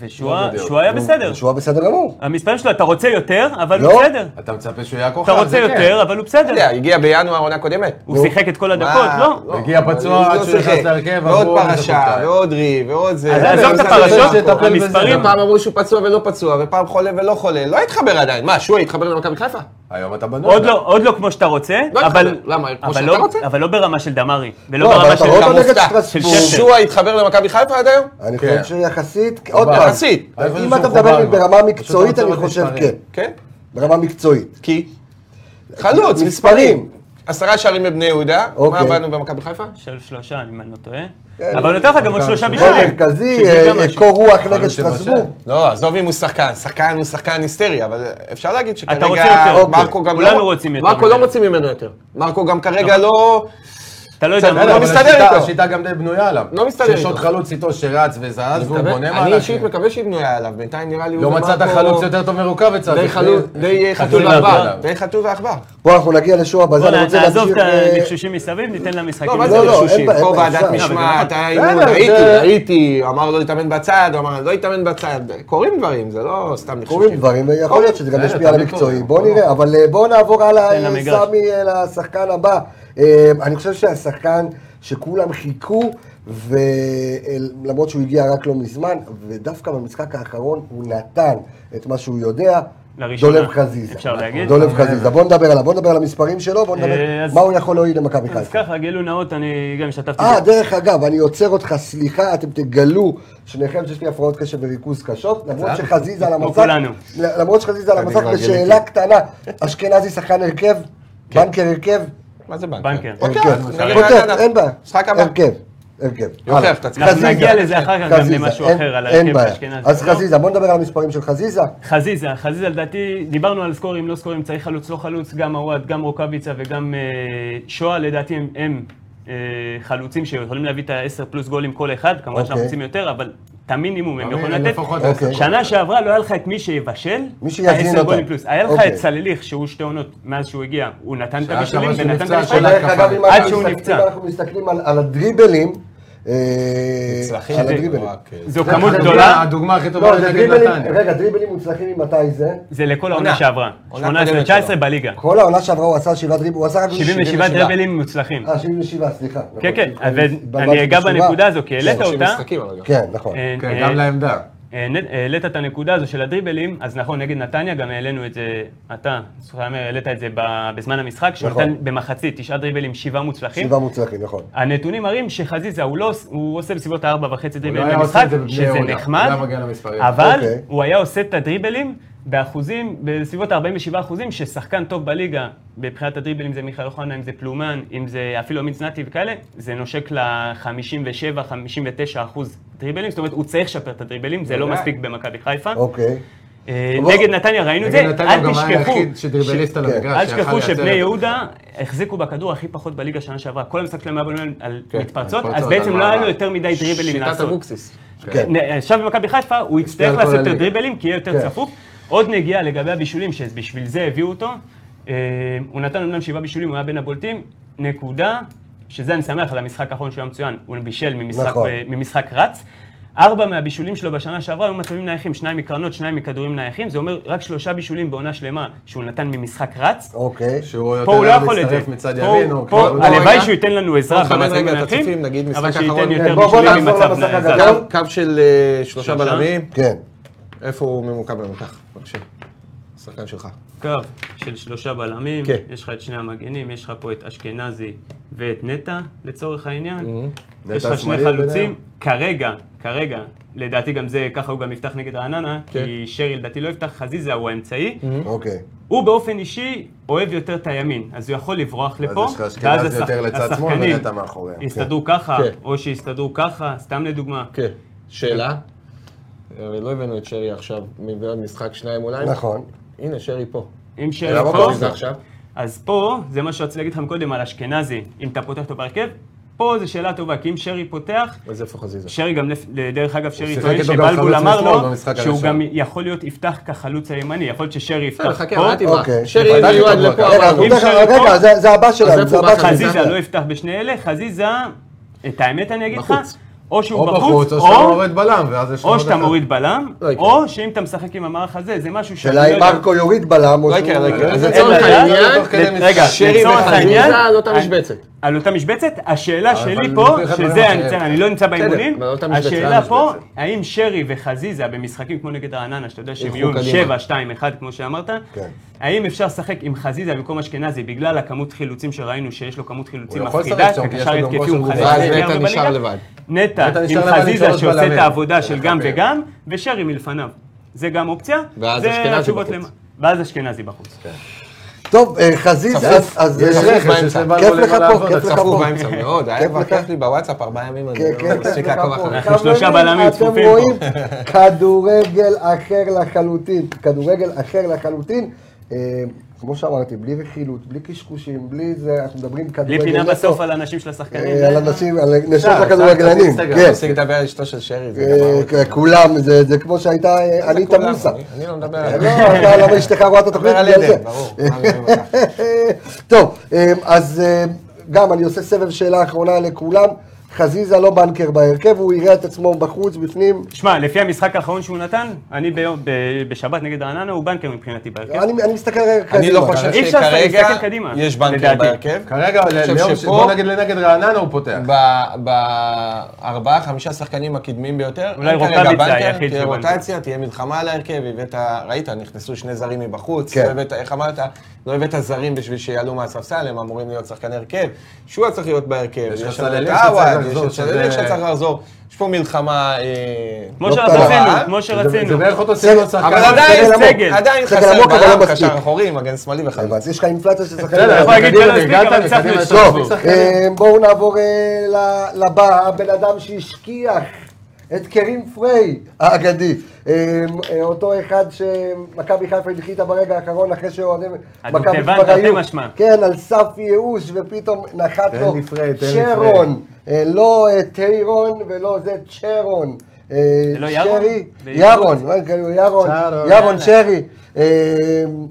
S4: לא
S2: ושועה שועה היה בסדר.
S1: שהוא היה בסדר גמור.
S2: המספרים שלו, אתה רוצה יותר, אבל הוא
S1: לא.
S2: בסדר.
S3: אתה מצפה שהוא יהיה
S2: אתה
S4: לא,
S3: כוכב,
S2: רוצה
S3: זה כן.
S2: יותר, אבל הוא
S4: אתה לא יודע,
S2: בסדר.
S4: הגיע בינואר עונה קודמת.
S2: הוא שיחק את כל הדקות, לא.
S3: הגיע פצוע
S4: אבל
S3: עד
S4: לא
S3: שהוא נכנס
S4: שיחק.
S3: להרכב,
S4: ועוד
S3: אמרו, "איזה
S4: פרשה,
S3: חוצה".
S4: ועוד רי, ועוד זה.
S2: אז
S4: אבל
S2: עזוב את
S4: זה
S2: הפרשות,
S3: זה טפל בזה.
S2: המספרים,
S4: פעם אמרו שהוא פצוע ולא פצוע, ופעם חולה ולא חולה, לא התחבר עדיין. מה, שועה התחבר למכבי חיפה?
S3: היום אתה בנוי.
S2: עוד לא, עוד לא כמו שאתה רוצה,
S4: לא
S2: אבל...
S4: התחבר. למה? כמו
S2: אבל
S4: שאתה
S2: לא-
S4: רוצה?
S2: אבל לא ברמה של דמרי, ולא
S1: לא, אבל
S2: ברמה
S1: אתה
S2: של...
S1: רואה אותו
S4: אתה
S1: נגד
S4: מופתע.
S2: של
S1: סטרסבורג.
S2: שכטר.
S4: שועה התחבר למכבי חיפה עד היום?
S1: אני
S3: כן.
S1: חושב שיחסית, עוד
S3: אבל-
S1: פעם,
S4: יחסית.
S3: אני חושב
S1: אם אתה
S3: שהוא
S1: מדבר
S3: חובר.
S1: ברמה
S3: פשוט
S1: מקצועית,
S3: לא
S1: אני
S3: רוצה
S1: חושב
S3: עוד
S1: כן.
S3: מספרים.
S4: כן.
S1: ברמה מקצועית.
S4: כי? חלוץ, מספרים. עשרה שערים בבני יהודה, מה
S1: אוקיי.
S4: עבדנו במכבי חיפה?
S2: של שלושה, אם אני לא טועה.
S1: כן.
S2: אבל נותן לך גם עוד
S3: גם
S2: שלושה
S3: שלושה.
S2: בישולים.
S1: מרכזי,
S2: שזה גם
S1: אה,
S2: משהו.
S1: קור רוח נגד
S3: שבשל.
S1: שטרסבורג.
S4: לא, עזוב אם הוא שחקן, שחקן הוא שחקן היסטרי, אבל אפשר להגיד
S2: אתה רוצה
S4: שכרגע
S2: יותר.
S3: אוקיי.
S4: מרקו גם
S2: כולנו
S4: לא...
S2: רוצים יותר
S4: מרקו
S2: ממנו.
S4: לא מוצאים ממנו יותר. מרקו גם כרגע לא...
S2: אתה לא יודע
S4: בסדר,
S2: מה...
S3: בסדר,
S4: לא
S3: אבל
S4: מסתדר
S3: השיטה-
S4: איתו.
S3: השיטה גם די בנויה עליו.
S4: לא מסתדר
S3: שיש עוד
S4: איתו.
S3: חלוץ איתו שרץ וזז, והוא
S4: מקווה-
S3: בונה
S4: אני
S3: מהלכים.
S4: אישית מקווה שיבנויה עליו, בינתיים נראה לי
S3: לא
S4: הוא
S3: מצאת
S4: ומרקו
S3: חלוץ יותר טוב מרוקאביצה.
S4: די חלוץ, די חתול
S3: לא
S4: ועכבר,
S3: ועכבר.
S4: די חתול ועכבר.
S1: בוא, אנחנו נגיע לשועה בזה,
S2: בוא
S1: אני רוצה
S2: נעזוב
S1: להמשיך...
S2: את
S1: אה,
S2: הלחשושים מסביב, ניתן למשחקים.
S4: לא, מה
S1: לא,
S4: זה
S1: לא, אין
S4: לחשושים?
S1: בעיה,
S4: פה
S1: אין בעיה,
S4: ועדת
S1: אפשר.
S2: לא,
S4: משמעת, אה, היה
S3: בסדר,
S4: אימון,
S3: זה-
S4: ראיתי, ראיתי, אמר לא להתאמן בצד, הוא אמר אני לא להתאמן בצד. קורים דברים, זה לא סתם
S1: קורים
S4: לחשושים.
S1: דברים, ויכול להיות שזה גם
S3: בסדר,
S1: ישפיע על
S3: תמיד
S1: המקצועי.
S3: קורה.
S1: בוא נראה, אבל אה, בוא נעבור הלאה,
S2: כן,
S1: אה,
S2: למגרש.
S1: סמי, אה, לשחקן הבא. אה, אני חושב שהשחקן שכולם חיכו, ולמרות שהוא הגיע רק לא מזמן, ודווקא במשחק האחרון הוא נתן את מה שהוא יודע.
S2: לראשונה,
S1: דולב חזיזה.
S2: אפשר להגיד.
S1: דולב חזיזה. בוא נדבר עליו, בוא נדבר על המספרים שלו, בוא נדבר
S2: אה, אז-
S1: מה הוא יכול להועיל למכבי חיפה.
S2: אז ככה, גילוי נאות, אני גם השתתפתי.
S1: אה,
S2: ב-
S1: דרך אגב, אני עוצר אותך, סליחה, אתם תגלו שניכם שיש לי הפרעות קשב וריכוז קשות, למרות שחזיזה על
S2: כמו
S1: המסך,
S2: לא כולנו. לא
S1: למרות שחזיזה על
S3: אני
S1: המסך,
S3: כבר
S1: ושאלה
S3: גיליתי.
S1: קטנה, אשכנזי שחקן הרכב,
S2: כן.
S1: בנקר הרכב,
S4: מה זה בנקר?
S2: בנקר.
S4: פותח,
S1: הרכב,
S4: נראה
S1: פותח,
S4: מה-
S1: אין בעיה,
S4: משחק הבא.
S1: הרכב, הרכב.
S4: יוכיח,
S1: הלאה.
S4: אתה צריך-
S2: אנחנו
S1: חזיזה.
S2: נגיע לזה אחר כך גם
S1: חזיזה,
S2: למשהו
S1: אין-
S2: אחר, על
S1: אין
S2: ההרכב
S1: בעיה.
S2: האשכנזי.
S1: אז
S2: לא?
S1: חזיזה, בוא נדבר על המספרים של חזיזה.
S2: חזיזה, חזיזה לדעתי, דיברנו על סקורים, לא סקורים, צריך חלוץ, לא חלוץ, גם עווד, גם רוקאביצה וגם אה, שואה, לדעתי הם, הם אה, חלוצים שיכולים להביא את ה-10 פלוס גולים כל אחד, כמובן שאנחנו
S1: אוקיי.
S2: רוצים יותר, אבל את המינימום הם יכולים לתת.
S3: לפחות
S1: אוקיי.
S3: עשר.
S2: שנה שעברה לא היה לך את מי שיבשל,
S1: מי שיזין
S2: ה-10
S1: אותם.
S2: גולים פלוס. היה לך
S1: אוקיי.
S2: את סלליך, שהוא שתי עונות מאז שהוא הגיע, הוא נתן את
S3: שהיה
S2: הבישולים
S3: שם שהוא
S2: ונתן את
S3: נפצע,
S2: הבישולים.
S3: שנה
S1: דרך אגב, אם
S3: עד
S1: אנחנו
S2: שהוא
S1: מסתכלים-
S2: נפצע.
S1: אם אנחנו מסתכלים על על הדריבלים, אה,
S4: מוצלחים,
S1: על
S4: זה
S1: הדריבלים.
S4: רק, אה,
S2: זו
S3: זה
S2: כמות
S3: הדוגמה-
S2: גדולה,
S3: הדוגמה הכי
S1: לא,
S3: טובה
S1: זה
S3: זה נגד
S1: דריבלים,
S3: נתניה.
S1: רגע, דריבלים מוצלחים ממתי זה?
S2: זה לכל העונה
S4: עונה.
S2: שעברה.
S4: עונה קודמת
S2: 18-19
S4: שלו.
S2: בליגה.
S1: כל העונה שעברה הוא עשה שבעה דריבלים, הוא עשה רק
S2: 77 דרבלים מוצלחים.
S1: אה, 77, סליחה.
S2: כן, כן,
S1: נכון,
S2: אבל
S1: התבלבלתי
S2: אני אגע
S1: בשורה.
S2: בנקודה הזו, כי העלית
S4: שלושים
S2: אותה.
S4: משחקים, אבל גם.
S1: כן, נכון.
S2: אה,
S3: כן,
S2: אה,
S3: גם לעמדה.
S2: אה, נ- העלית את הנקודה הזו של הדריבלים, אז נכון, נגד נתניה גם העלינו את זה, אתה, סוכרמר, העלית את זה ב- בזמן המשחק, שהוא
S1: נכון.
S2: נתן במחצית תשעה דריבלים, שבעה מוצלחים.
S1: שבעה מוצלחים, נכון.
S2: הנתונים מראים שחזיזה, הוא, לא, הוא עושה בסביבות הארבע וחצי דריבלים
S3: לא היה
S2: במשחק,
S3: עושה את זה בבני
S2: שזה
S3: יהודה.
S2: נחמד,
S3: הוא היה מגיע למספרים.
S2: אבל
S1: אוקיי.
S2: הוא היה עושה את הדריבלים באחוזים, בסביבות 47 אחוזים, ששחקן טוב בליגה, מבחינת הדריבלים זה מיכאל אוחנה, אם זה פלומן, אם זה אפילו עמית זנתי וכאלה, זה נושק ל-57-59 אחוז דריבלים, זאת אומרת, הוא צריך לשפר את הדריבלים, זה לא
S3: בוודאי.
S2: מספיק במכבי חיפה.
S1: אוקיי.
S2: אה,
S1: אבל-
S2: נגד נתניה ראינו את זה,
S3: נגד
S2: אל
S3: נתניה הוא גם
S2: תשכחו.
S3: היה היחיד שדריבליסט על
S1: כן.
S3: המגרש.
S2: אל
S3: שיכל
S2: תשכחו
S3: לייצר
S2: שבני
S3: את-
S2: יהודה החזיקו בכדור הכי פחות בליגה שנה שעברה. כל המשחק שלהם היה בנוי על
S3: כן,
S2: מתפרצות, אז
S3: מתפרצות,
S2: בעצם
S3: על
S2: לא היה
S3: מעבר.
S2: לו יותר מדי דריבלים
S3: שיטת
S2: לעשות.
S3: אבוקסיס.
S1: כן.
S2: נ- עכשיו במכבי חיפה הוא יצטרך
S3: על כל
S2: לעשות יותר
S3: הליגה.
S2: דריבלים, כי יהיה יותר
S1: כן.
S2: צפוף. עוד נגיעה לגבי הבישולים, שבשביל זה הביאו אותו. אה, הוא נתן אומנם שבעה בישולים, הוא היה בין הבולטים. נקודה, שזה אני שמח על המשחק האחרון שהוא היה מצוין, הוא בישל ממשחק-
S1: נכון.
S2: ממשחק רץ. ארבע מהבישולים שלו בשנה שעברה היו מצבים נייחים, שניים מקרנות, שניים מכדורים נייחים, זה אומר רק שלושה בישולים בעונה שלמה שהוא נתן ממשחק רץ.
S1: אוקיי.
S3: שהוא
S2: פה הוא
S3: יותר
S2: לא יכול את זה.
S3: מצטרף מצד
S2: פה-
S3: ימין. הוא
S2: פה
S3: כבר-
S2: הלוואי
S4: רגע.
S2: שהוא ייתן לנו עזרה
S4: בוא נכבד
S2: במצבים
S4: רגע את
S2: נייחים,
S4: הצופים, נגיד
S2: אבל
S4: משחק
S2: שייתן
S4: אחרון.
S2: יותר
S1: כן, בוא- בוא
S2: בישולים
S1: נחזור
S2: ממצב
S1: למשחק
S2: נייח.
S1: הגדול.
S4: קו- קו של אה, שלושה
S2: שלושה?
S4: בלמים,
S1: כן.
S4: איפה הוא ממוקם במתח? בבקשה. שחקן שלך.
S2: קו של שלושה בלמים,
S4: כן.
S2: יש לך את שני המגנים, יש לך פה את אשכנזי ואת נטע לצורך העניין, יש
S3: נטע
S2: לך שני
S3: שמאלי
S2: חלוצים,
S3: ביניהם.
S2: כרגע, כרגע, לדעתי גם זה, ככה הוא גם יפתח נגד רעננה,
S4: כן.
S2: כי שרי לדעתי לא יפתח, חזיזה הוא האמצעי,
S1: אוקיי.
S2: הוא באופן אישי אוהב יותר את הימין, אז הוא יכול לברוח לפה,
S3: יש לך אשכנזי יותר לצד שמאל
S2: השחקנים
S3: ונטע מאחוריהם.
S2: יסתדרו ככה,
S4: כן.
S2: או שיסתדרו ככה, סתם לדוגמה.
S4: כן. שאלה? אבל לא הבאנו את שרי עכשיו מבעוד משחק שניים אולי.
S1: נכון.
S4: הנה, שרי פה.
S2: אם שרי
S3: לא
S4: למה
S2: פה,
S4: קוראים לזה עכשיו?
S2: אז פה, זה מה שרציתי להגיד לכם קודם על אשכנזי, אם אתה פותח אותו בהרכב, פה זו שאלה טובה, כי אם שרי פותח,
S4: אז איפה חזיזה?
S2: שרי גם, לפ- דרך אגב, שרי
S3: שיחק
S2: טוען
S3: איתו גם
S2: שבלבול
S3: חלוץ
S2: אמר
S3: משמאל
S2: לו,
S3: במשחק
S2: שהוא
S3: הראשון.
S2: גם יכול להיות יפתח כחלוץ הימני, יכול להיות ששרי
S4: בסדר,
S2: יפתח
S4: חכה,
S2: פה,
S4: אל תברח.
S1: אוקיי.
S4: שרי
S3: בדקנו
S4: מיועד
S3: כבר.
S4: לפה,
S1: רגע, אנחנו
S4: אמרנו.
S2: אם
S1: תכף-
S2: שרי פה-
S1: רגע, זה- זה הבא שלנו.
S4: איפה
S1: זה
S4: הוא
S1: הבא
S4: בא?
S1: שלנו.
S2: חזיזה לא יפתח בשני אלה, חזיזה, את האמת אני אגיד לך,
S4: בחוץ.
S2: או שהוא
S3: או בחוץ, או שאתה מוריד בלם, ואז יש לך
S2: או
S3: עוד
S2: שאתה
S3: אחד.
S2: מוריד בלם,
S4: לא יקרה.
S2: או שאם אתה משחק עם המערך הזה, זה משהו שאני
S1: שאלה אם
S2: לא יודע-
S1: מרקו יוריד בלם או
S4: לא
S1: שהוא...
S4: יקרה, לא יקרה.
S1: זה-
S2: אין
S4: לצורך
S2: בעיה.
S4: העניין,
S2: רגע,
S4: שרי
S2: לצורך העניין,
S4: וחזיזה על אותה
S2: אני-
S4: משבצת.
S2: על אותה משבצת, השאלה שלי
S3: אבל
S2: פה,
S3: כל אחד דברים
S2: שזה, אני
S3: אחרים.
S2: מצטער, אני לא נמצא באימונים,
S4: על אותה משבצת, על
S2: השאלה
S4: המשבצת.
S2: פה, האם שרי וחזיזה במשחקים כמו נגד רעננה, שאתה יודע שהם
S4: ילכו
S2: יהיו עם
S4: קדימה.
S2: 7, 2, 1, כמו שאמרת,
S1: כן.
S2: האם אפשר לשחק עם חזיזה במקום אשכנזי בגלל הכמות חילוצים שראינו שיש לו כמות חילוצים
S3: הוא יכול
S2: מפחידה,
S3: לשחק שם, כי יש לו
S2: כקשר
S3: גם
S2: התקפי
S3: כושר
S2: הוא מחלק
S3: גופני.
S2: את זה
S4: נטע
S2: הרבה
S4: נשאר
S2: בליגה.
S4: לבד.
S2: נטע
S3: נטע
S2: עם
S3: נשאר לבד עם
S2: חזיזה
S3: שלוש
S2: שעושה את
S3: בלמים.
S2: העבודה של
S3: זה
S2: גם
S3: מחבר.
S2: וגם, ושרי מלפניו. זה גם אופציה,
S4: ואז
S2: זה
S4: אשכנזי
S2: התשובות
S4: בחוץ.
S2: למה- ואז אשכנזי בחוץ.
S1: כן. טוב, אה, חזיזה, אז- אז...
S3: יש
S1: אז-
S3: רכש, יש
S1: כיף
S3: לבלבול
S1: לך
S3: למה
S1: פה,
S3: לעבוד,
S1: כיף לך
S4: צפו
S1: פה. כן,
S4: באמצע מאוד, היה
S1: כיף
S4: כבר
S1: לך.
S4: כיף לי בוואטסאפ ארבעה ימים, אני
S1: כן, כן,
S4: לא מספיק לעקוב אחריך. <laughs>
S2: אנחנו שלושה בלמים צפופים
S1: אתם רואים
S2: פה.
S1: כדורגל אחר לחלוטין, כדורגל אחר לחלוטין. אה, כמו שאמרתי, בלי רכילות, בלי קשקושים, בלי זה, אנחנו מדברים כדורגל.
S2: בלי פינה
S1: נטו.
S2: בסוף כן. על האנשים של השחקנים.
S1: אה, על אנשים, על נשות
S3: שם, שם את
S1: הכדורגלנים,
S3: האינסטגרם,
S1: כן.
S4: תפסיק לדבר על אשתו של שרי, זה
S1: אה,
S4: דבר.
S1: כולם, זה זה כמו שהייתה אה, אניטה
S4: כולם,
S1: מוסה.
S4: אני- אני לא מדבר
S1: לא,
S4: על
S1: אתה- למה אשתך רואה את התוכנית?
S4: מדבר על
S1: בגלל זה.
S4: עדן, ברור. מה אני אוהב אותך.
S1: טוב, אה, אז אה, גם אני עושה סבב שאלה אחרונה לכולם. חזיזה לא בנקר בהרכב, הוא יראה את עצמו בחוץ, בפנים.
S2: שמע, לפי המשחק האחרון שהוא נתן, אני ביום- ב- בשבת נגד רעננה, הוא בנקר מבחינתי בהרכב.
S1: לא, אני אני מסתכל קדימה.
S4: אני לא חושב
S2: אי אפשר
S4: שכרגע
S2: להסתכל קדימה,
S4: יש בנקר
S2: לדעתי.
S4: בהרכב.
S3: כרגע,
S4: אני חושב
S3: ליום ש-
S4: שפה-
S3: בוא נגיד לנגד רעננה הוא פותח.
S4: בארבעה, חמישה שחקנים הקדמיים ביותר.
S2: אולי
S4: אין כרגע
S2: רוקאביצה
S4: בנקר,
S2: היחיד
S4: תהיה
S2: שבנקר.
S4: רוטציה, תהיה מלחמה על ההרכב, הבאת, ראית, נכנסו שני זרים מבחוץ.
S1: כן.
S4: לא הבאת, איך אמרת? לא הבאת זרים בשביל שיעלו מהספסל, הם אמורים להיות שחקני הרכב. שועה צריך להיות בהרכב.
S3: יש לך
S4: לנו את
S3: צלליך שצריך
S4: עווד,
S3: לחזור,
S4: יש את צלליך
S3: שזה-
S4: שצריך לחזור. יש פה מלחמה... אה,
S2: כמו
S1: לא
S2: שרצינו,
S4: קרה.
S2: כמו
S3: זה- זה לא
S2: שרצינו.
S3: בערך אותו סגל שחקן.
S4: אבל
S1: סגל
S4: עדיין,
S1: עמוק.
S4: סגל, עדיין
S1: סגל
S4: חסר
S1: עמוק, אבל לא
S4: בלם,
S1: מספיק.
S4: קשר אחורי, מגן שמאלי וחלוץ.
S1: הבנתי, יש לך אינפלציה של שחקנים.
S3: בסדר,
S2: יכול להגיד
S3: קדימה,
S2: שלא הספיק,
S3: הגעת,
S2: אבל ניצחנו
S3: קדימה,
S2: את
S3: יש לנו
S1: טוב,
S3: שני שחקנים.
S1: אה, בואו נעבור אה, ל- לבא, הבן אדם שהשכיח את קרים פריי האגדי. אה, אה, אותו אחד שמכבי חיפה הנחיתה ברגע האחרון אחרי שאוהדים
S2: הדובדבן,
S1: מכבי כבר
S2: תרתי
S1: היו.
S2: משמע.
S1: כן, על סף ייאוש, ופתאום נחת
S3: תן
S1: לו
S3: לי פריי, תן לי
S1: שרון. אה, לא אה, טיירון ולא זה צ'רון. אה,
S2: לא ירון?
S1: שרי,
S2: בעברית?
S1: ירון, אוי, כאילו, ירון,
S3: צ'רון.
S1: ירון שרי, אה,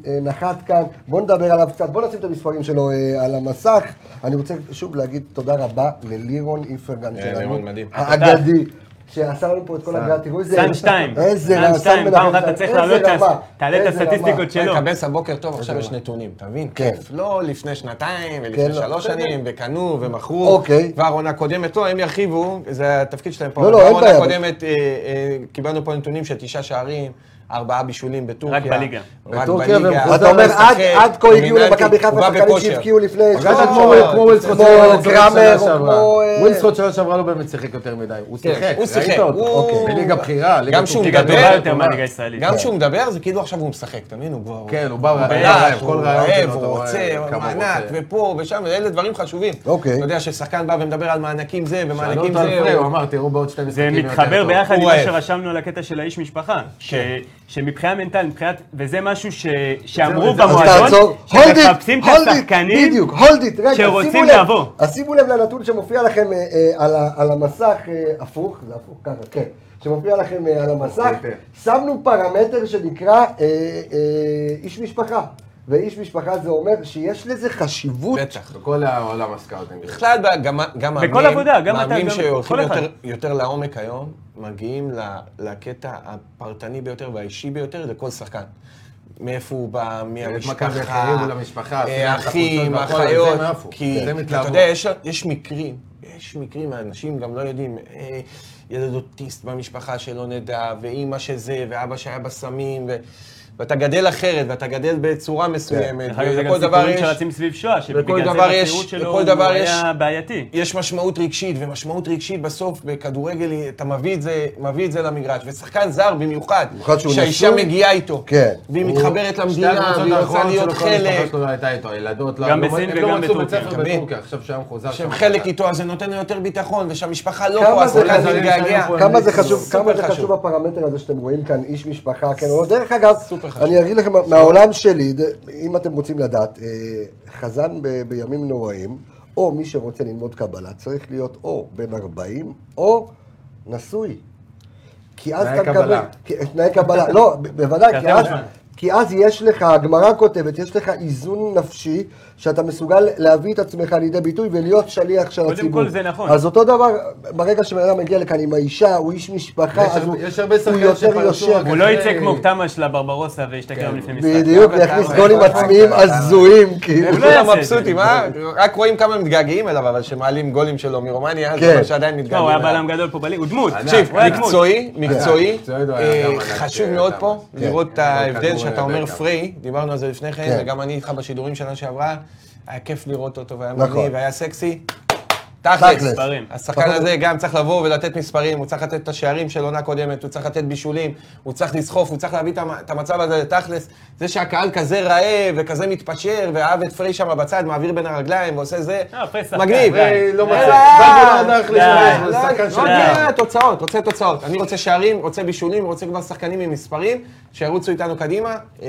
S1: אה, נחת כאן, בואו נדבר עליו קצת, בואו נשים את המספרים שלו אה, על המסך. אני רוצה שוב להגיד תודה רבה ללירון איפרגן
S4: אה,
S1: שלנו,
S4: לירון מדהים.
S1: האגדי. שעשה לנו פה את כל
S3: סאן.
S1: הגעה, תראו איזה...
S2: סאן שתיים.
S1: איזה
S2: סאן
S1: רע, סאן
S2: שתיים,
S1: מנחם
S2: פעם אחת
S1: סאן,
S2: אתה צריך
S1: איזה
S2: להעלות, את ה-
S1: רמה,
S2: תעלה את
S1: איזה רמה.
S2: הסטטיסטיקות שלו.
S4: מקבץ הבוקר טוב, עכשיו יש נתונים, אתה מבין?
S1: אוקיי. כן.
S4: כיף. לא לפני שנתיים,
S1: כן,
S4: ולפני
S1: לא,
S4: שלוש
S1: בסדר.
S4: שנים, וקנו ומכרו.
S1: אוקיי.
S4: כבר עונה קודמת, לא, הם ירחיבו, זה התפקיד שלהם פה.
S1: לא,
S4: אבל
S1: לא,
S4: כבר
S1: אין
S4: עונה
S1: בעיה, אבל-
S4: קודמת, אה, אה, קיבלנו פה נתונים של תשעה שערים, ארבעה בישולים בטורקיה.
S2: רק בליגה.
S4: רק
S3: בטורקיה,
S4: בליגה.
S3: והם
S1: אתה
S3: חוזר
S1: אומר, עד-
S4: משחק,
S1: עד כה הגיעו
S4: דומיננטי,
S1: למכבי
S4: הוא
S1: חיפה
S4: בא
S1: שחקנים
S4: בכושר.
S1: שהבקיעו לפני...
S4: פגשת
S1: שנה,
S3: פגשת
S4: כמו-
S3: כמו כמו ווילסקוט
S1: כמו
S3: שהיה
S4: לא
S3: בצרפת שנה
S1: גראמר, או
S3: שעברה.
S1: כמו, אה,
S3: ווילסקוט שנה שעברה לא באמת שיחק יותר מדי, הוא
S4: כן,
S3: שיחק,
S4: הוא שיחק,
S3: ראית אותו,
S4: הוא-
S3: אוקיי. בליגה בכירה, ליגה
S4: גם שהוא
S3: טורקית,
S2: ליגה
S4: מדבר,
S2: טובה
S4: אה,
S2: יותר
S4: טוב,
S2: מהליגה הישראלית.
S4: גם כשהוא מדבר, זה כאילו עכשיו הוא משחק, אתה מבין? הוא כבר...
S3: כן, הוא בא
S4: הוא
S3: רעב,
S4: בלח,
S3: כל
S4: הוא
S3: רעיון
S4: רעב,
S3: שלו,
S4: הוא
S3: הוא
S4: רוצה,
S3: רעב, כמה הוא
S4: מענק,
S3: רוצה.
S4: ופה ושם, אלה דברים חשובים.
S1: אוקיי.
S4: אתה יודע ששחקן בא ומדבר על מענקים זה,
S3: שאלו
S4: ומענקים
S3: אותו על
S4: זה,
S3: פריי,
S4: הוא-
S3: הוא אמר, תראו בעוד שתי משחקים
S4: כן,
S2: זה
S3: יותר
S2: מתחבר
S3: טוב."
S2: ביחד עם
S4: הוא
S2: מה
S4: אוהב.
S2: שרשמנו על הקטע של האיש משפחה, ש-
S4: כן.
S2: שמבחינה מנטלית, מבחינת, וזה משהו ש-
S3: זהו,
S2: שאמרו
S3: זהו. אז
S1: אז
S2: במועדון,
S1: תעצור, הולד איט,
S2: שמחפשים את
S1: הולד
S2: השחקנים,
S1: איט, בדיוק, הולד איט, רגע,
S2: שרוצים
S1: שימו לב,
S2: לבוא.
S1: אז שימו לב לנתון שמופיע לכם אה, אה, על ה- על המסך, אה, הפוך, זה הפוך ככה, כן, שמופיע לכם אה, על
S2: כן,
S1: המסך,
S3: יותר.
S1: שמנו פרמטר שנקרא אה, אה, איש משפחה, ואיש משפחה זה אומר שיש לזה חשיבות,
S4: בטח.
S3: בכל העולם הסקאוטינג.
S4: בכלל, ב- גם- גם מאמנים,
S2: בכל עבודה, גם אתה,
S4: מאמנים
S2: גם-
S4: שהולכים
S2: כל אחד.
S4: יותר- יותר לעומק היום, מגיעים ל- לקטע הפרטני ביותר והאישי ביותר לכל שחקן. מאיפה הוא בא,
S3: מכבי החריבו
S4: מהמשפחה, אה,
S3: למשפחה, עשו להם את
S4: אחים,
S3: החולצות והכל,
S4: אחיות,
S3: זה הם עפו.
S4: כי
S3: זה הם
S4: אתה
S3: התלהבו.
S4: יודע, יש- יש מקרים, יש מקרים, האנשים גם לא יודעים, אה, ילד אוטיסט במשפחה שלא נדע, ואימא שזה, ואבא שהיה בסמים, ו- ואתה גדל אחרת, ואתה גדל בצורה מסוימת,
S2: דרך אגב, כן. זה גם
S4: ולכל דבר
S2: סיפורים
S4: יש...
S2: שרצים סביב שואה,
S4: לכל
S2: שבגלל זה
S4: דבר
S2: בצעירות
S4: יש-
S2: שלו
S4: לכל
S2: הוא
S4: דבר
S2: היה בעייתי.
S4: יש משמעות רגשית, ומשמעות רגשית בסוף בכדורגל, היא- אתה מביא את זה, מביא את זה למגרש. ושחקן זר במיוחד,
S1: במיוחד שהוא
S4: שהאישה
S1: נשוי,
S4: מגיעה איתו,
S1: כן.
S4: והיא
S1: הוא-
S4: מתחברת
S3: שתי
S4: למדינה,
S3: הקבוצות
S4: והיא רוצה
S3: האחרונות
S4: להיות
S3: שלו, כל המשפחה
S4: חלק,
S3: שלו לא הייתה איתו, הילדות, לא-
S2: גם
S3: לא-
S2: בסין
S3: הם
S2: וגם
S3: לא מצאו בית
S2: בטורקיה.
S3: ספר
S4: אתה מבין?
S3: בטורקיה, עכשיו שהיה מחוזר.
S4: שהם
S3: שם.
S4: חלק איתו, אז זה נותן לו יותר ביטחון, ושהמשפחה לא
S1: כמה
S4: פה,
S1: זה-
S4: השחקן
S3: כל הזרים
S4: מתגעגע.
S3: שלנו
S1: כן,
S3: פה
S1: כמה זה
S3: סופר
S1: חשוב, כמה זה
S4: חשוב.
S1: חשוב הפרמטר הזה שאתם רואים כאן, איש משפחה, כן או לא. דרך אגב,
S4: סופר חשוב.
S1: אני אגיד לכם מהעולם שלי, ד- אם אתם רוצים לדעת, אה, חזן ב- בימים נוראים, או מי שרוצה ללמוד קבלה, צריך להיות או בן 40 או נשוי. כי אז
S3: תנאי
S1: אתה מקבל...
S3: קבלה.
S1: כי- תנאי קבלה. לא, ב- בוודאי, כי
S2: יותר
S1: אז...
S2: משמעתי.
S1: כי אז יש לך, הגמרא כותבת, יש לך איזון נפשי, שאתה מסוגל להביא את עצמך לידי ביטוי ולהיות שליח של
S2: קודם
S1: הציבור.
S2: כל זה נכון.
S1: אז אותו דבר, ברגע שבן אדם מגיע לכאן עם האישה, הוא איש משפחה,
S3: יש
S1: אז
S3: הרבה-
S1: הוא
S3: יש הרבה
S1: הוא
S3: שחקנים
S1: יותר
S3: שפרשו
S1: יושב.
S3: רק
S4: כן.
S2: הוא לא
S3: אחרי-
S2: יצא כמו תמה של הברברוסה וישתגע לפני משחק.
S1: בדיוק,
S4: אבל אתה-
S1: להכניס
S4: אבל
S1: גולים
S4: אתה-
S3: <laughs>
S1: עצמיים
S4: אתה-
S1: הזויים, כאילו.
S2: הוא לא יעשה
S4: כולם
S2: את זה.
S4: מבסוטים, אה? רק רואים כמה הם מתגעגעים אליו, אבל שמעלים גולים שלו מרומניה,
S1: כן.
S4: זה מה שעדיין מתגעגעים
S2: לא,
S4: אליו.
S2: הוא היה בלם גדול פה בליגה, הוא דמות.
S4: תקשיב,
S2: הוא היה דמות.
S4: מקצועי, מקצועי,
S3: כן. מקצועי הוא
S4: אה,
S3: היה גם ענק,
S4: חשוב
S3: אה,
S4: מאוד
S3: גם.
S4: פה
S3: כן.
S4: לראות את
S3: כן, כדורגל
S4: ההבדל שאתה אומר
S3: גם.
S4: פריי, דיברנו על זה לפני
S1: כן.
S4: כן, וגם אני איתך בשידורים שנה שעברה, היה כיף לראות אותו והיה
S1: נכון.
S4: מגניב והיה סקסי.
S1: תכלס.
S4: תכלס,
S2: מספרים.
S4: השחקן הזה גם צריך לבוא ולתת מספרים, הוא צריך לתת את השערים של עונה קודמת, הוא צריך לתת בישולים, הוא צריך לסחוף, הוא צריך להביא את המ- את המצב הזה לתכלס. זה שהקהל כזה רעב וכזה מתפשר, ואהב את פריי שם בצד, מעביר בין הרגליים ועושה זה,
S2: אה, פריי שחקן,
S4: מגניב.
S2: פריי
S3: לא
S4: אה,
S3: מצא,
S4: אה,
S3: בא בלעד האחלה שלו,
S4: לא,
S3: זה שחקן
S4: לא,
S3: שלו.
S4: יודע, תוצאות, רוצה תוצאות. אני רוצה שערים, רוצה בישולים, רוצה כבר שחקנים עם מספרים, שירוצו איתנו קדימה. אה, אה,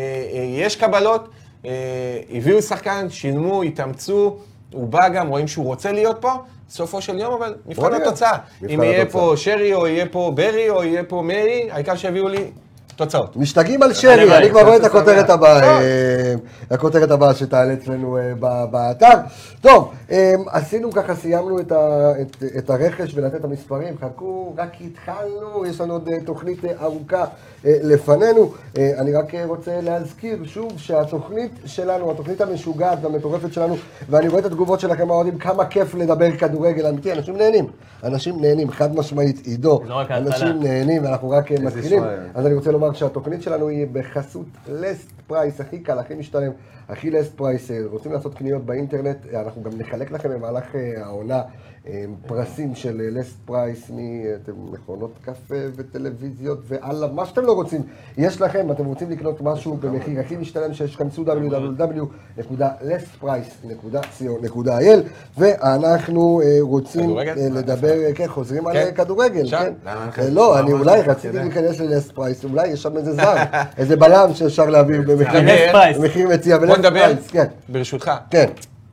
S4: יש קבלות, אה, הביאו שחקן, שילמו, התאמצו, הוא בא גם, רואים שהוא רוצה להיות פה. סופו של יום, אבל
S1: בוא
S4: מבחן
S1: נראה.
S4: התוצאה.
S1: מבחן
S4: אם יהיה
S1: התוצאה.
S4: פה שרי, או יהיה פה ברי, או יהיה פה מאירי, העיקר שיביאו לי תוצאות.
S1: משתגעים על שרי, אני
S2: הלוואי,
S1: כבר רואה את
S3: זה
S1: הכותרת
S3: שמח.
S1: הבאה, אה, הכותרת הבאה שתעלה אצלנו אה, ב- באתר. טוב, אה, עשינו ככה, סיימנו את ה- את- את הרכש ולתת את המספרים, חכו, רק התחלנו, יש לנו עוד אה, תוכנית אה, ארוכה אה, לפנינו. אה, אני רק אה, רוצה להזכיר שוב שהתוכנית שלנו, התוכנית המשוגעת והמטורפת שלנו, ואני רואה את התגובות שלכם, האוהדים, כמה כיף לדבר כדורגל אמיתי, אנשים נהנים, אנשים נהנים, חד משמעית, עידו,
S2: זה רק ההתחלה.
S1: אנשים נהנים, ואנחנו רק אה, מתחילים.
S3: ישראל.
S1: אז אני רוצה לומר שהתוכנית שלנו היא בחסות לסט פרייס, הכי קל, הכי משתלם, הכי לסט פרייס. אה, רוצים לעשות קניות באינטרנט, אה, אנחנו גם נחלק לכם במהלך אה, העונה אה, פרסים של אה, לסט פרייס ממכונות אה, קפה וטלוויזיות והלאה, מה שאתם לא רוצים. יש לכם, אתם רוצים לקנות משהו במחיר הכי משתלם שיש, כנסו www.lestprice.co.il ואנחנו אה, רוצים
S4: כדורגל?
S1: אה, לדבר, אה, כן, חוזרים על אה, כדורגל,
S4: אפשר?
S1: כן.
S3: למה אין לך
S1: אה, לא, אני
S3: ממש
S1: אולי
S3: כדאי.
S1: רציתי להיכנס ללסט פרייס, אולי יש שם איזה זר, איזה בלם שאפשר להעביר במחיר
S2: לסט פרייס.
S1: במחיר מציע.
S4: בוא
S1: ולסט
S4: נדבר,
S1: פרייס, כן,
S4: ברשותך,
S1: כן.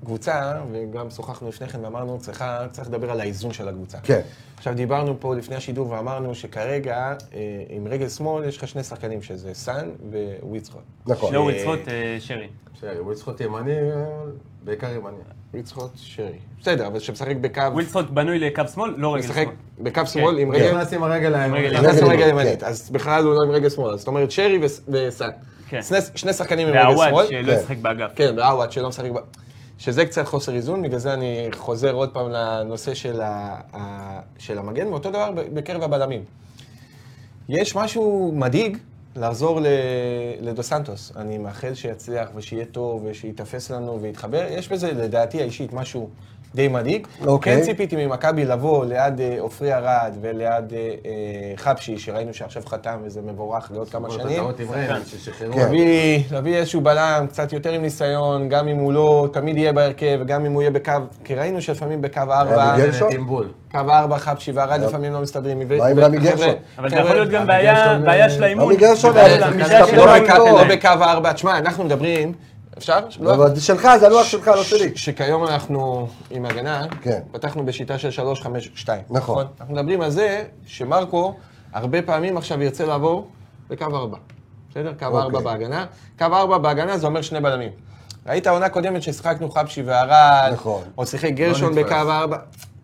S4: קבוצה, וגם שוחחנו לפני כן ואמרנו, צריכה, צריך לדבר על האיזון של הקבוצה.
S1: כן.
S4: עכשיו, דיברנו פה לפני השידור ואמרנו שכרגע, אה, עם רגל שמאל, יש לך שני שחקנים, שזה סאן וויצחוט.
S1: נכון.
S2: לא, הוא יצחוט אה, שרי.
S3: שרי, הוא יצחוט ימני, אבל בעיקר ימני.
S4: וויצחוט, שרי. בסדר, אבל שמשחק בקו...
S2: ווילספוט בנוי לקו שמאל, לא רגל
S4: משחק
S2: שמאל.
S4: בקו שמאל עם רגל...
S3: נכנס עם הרגל הימנית.
S2: רגל
S4: נכנס עם רגל
S1: כן.
S4: ימנית, אז בכלל הוא לא עם רגל שמאל. אז זאת אומרת, שרי וס- וסאן.
S2: כן.
S4: שני- שני שחקנים עם רגל שמאל.
S2: והוואד שלא
S1: כן.
S2: ישחק באגף.
S4: כן, ועווד שלא משחק ב... שזה קצת חוסר איזון, בגלל זה אני חוזר עוד פעם לנושא של, ה... ה... של המגן, ואותו דבר ב- בקרב הבלמים. יש משהו מדאיג לחזור ל... לדו סנטוס. אני מאחל שיצליח ושיהיה טוב ושיתפס לנו ויתחבר. יש בזה, לדעתי האישית, משהו די מדאיג.
S1: אוקיי.
S4: כן ציפיתי ממכבי לבוא ליד אה, עופרי ארד וליד אה, אה, חבשי, שראינו שעכשיו חתם וזה מבורך לעוד כמה
S3: כל
S4: שנים.
S3: הטעות עם רן, ששחררו.
S1: כן.
S4: להביא, להביא איזשהו בלם קצת יותר עם ניסיון, גם אם הוא לא תמיד יהיה בהרכב, וגם אם הוא יהיה בקו, כי ראינו שלפעמים בקו ארבע,
S1: רמי גרשון? אה.
S3: טימבול.
S4: קו ארבע, חפשי והרד לפעמים לא מסתדרים. ו-
S1: מה עם
S4: ו-
S1: רמי
S4: חבר'ה,
S1: גרשון?
S2: אבל זה
S4: חבר'ה,
S2: יכול להיות גם
S3: רמי
S2: בעיה
S3: גרשון,
S2: בעיה
S3: אה,
S2: של האימון.
S1: רמי גרשון,
S2: בעיה
S1: אבל
S2: של
S1: המשחק
S2: המשחק
S4: לא
S1: שלו
S2: שלהם.
S4: בקו- לא
S1: שלהם.
S4: בקו ארבע, תשמע, אנחנו מדברים, אפשר? לא?
S1: אבל זה שלך, זה הלוח שלך, לא שלי.
S4: ש- שכיום אנחנו עם הגנה,
S1: כן.
S4: פתחנו בשיטה של 3-5-2.
S1: נכון.
S4: אנחנו מדברים על זה שמרקו הרבה פעמים עכשיו ירצה לעבור בקו 4. בסדר? קו
S1: אוקיי.
S4: 4 בהגנה. קו 4 בהגנה זה אומר שני בלמים. ראית העונה קודמת ששיחקנו חבשי והרד,
S1: נכון.
S4: או שיחק גרשון
S3: נתפס.
S4: בקו 4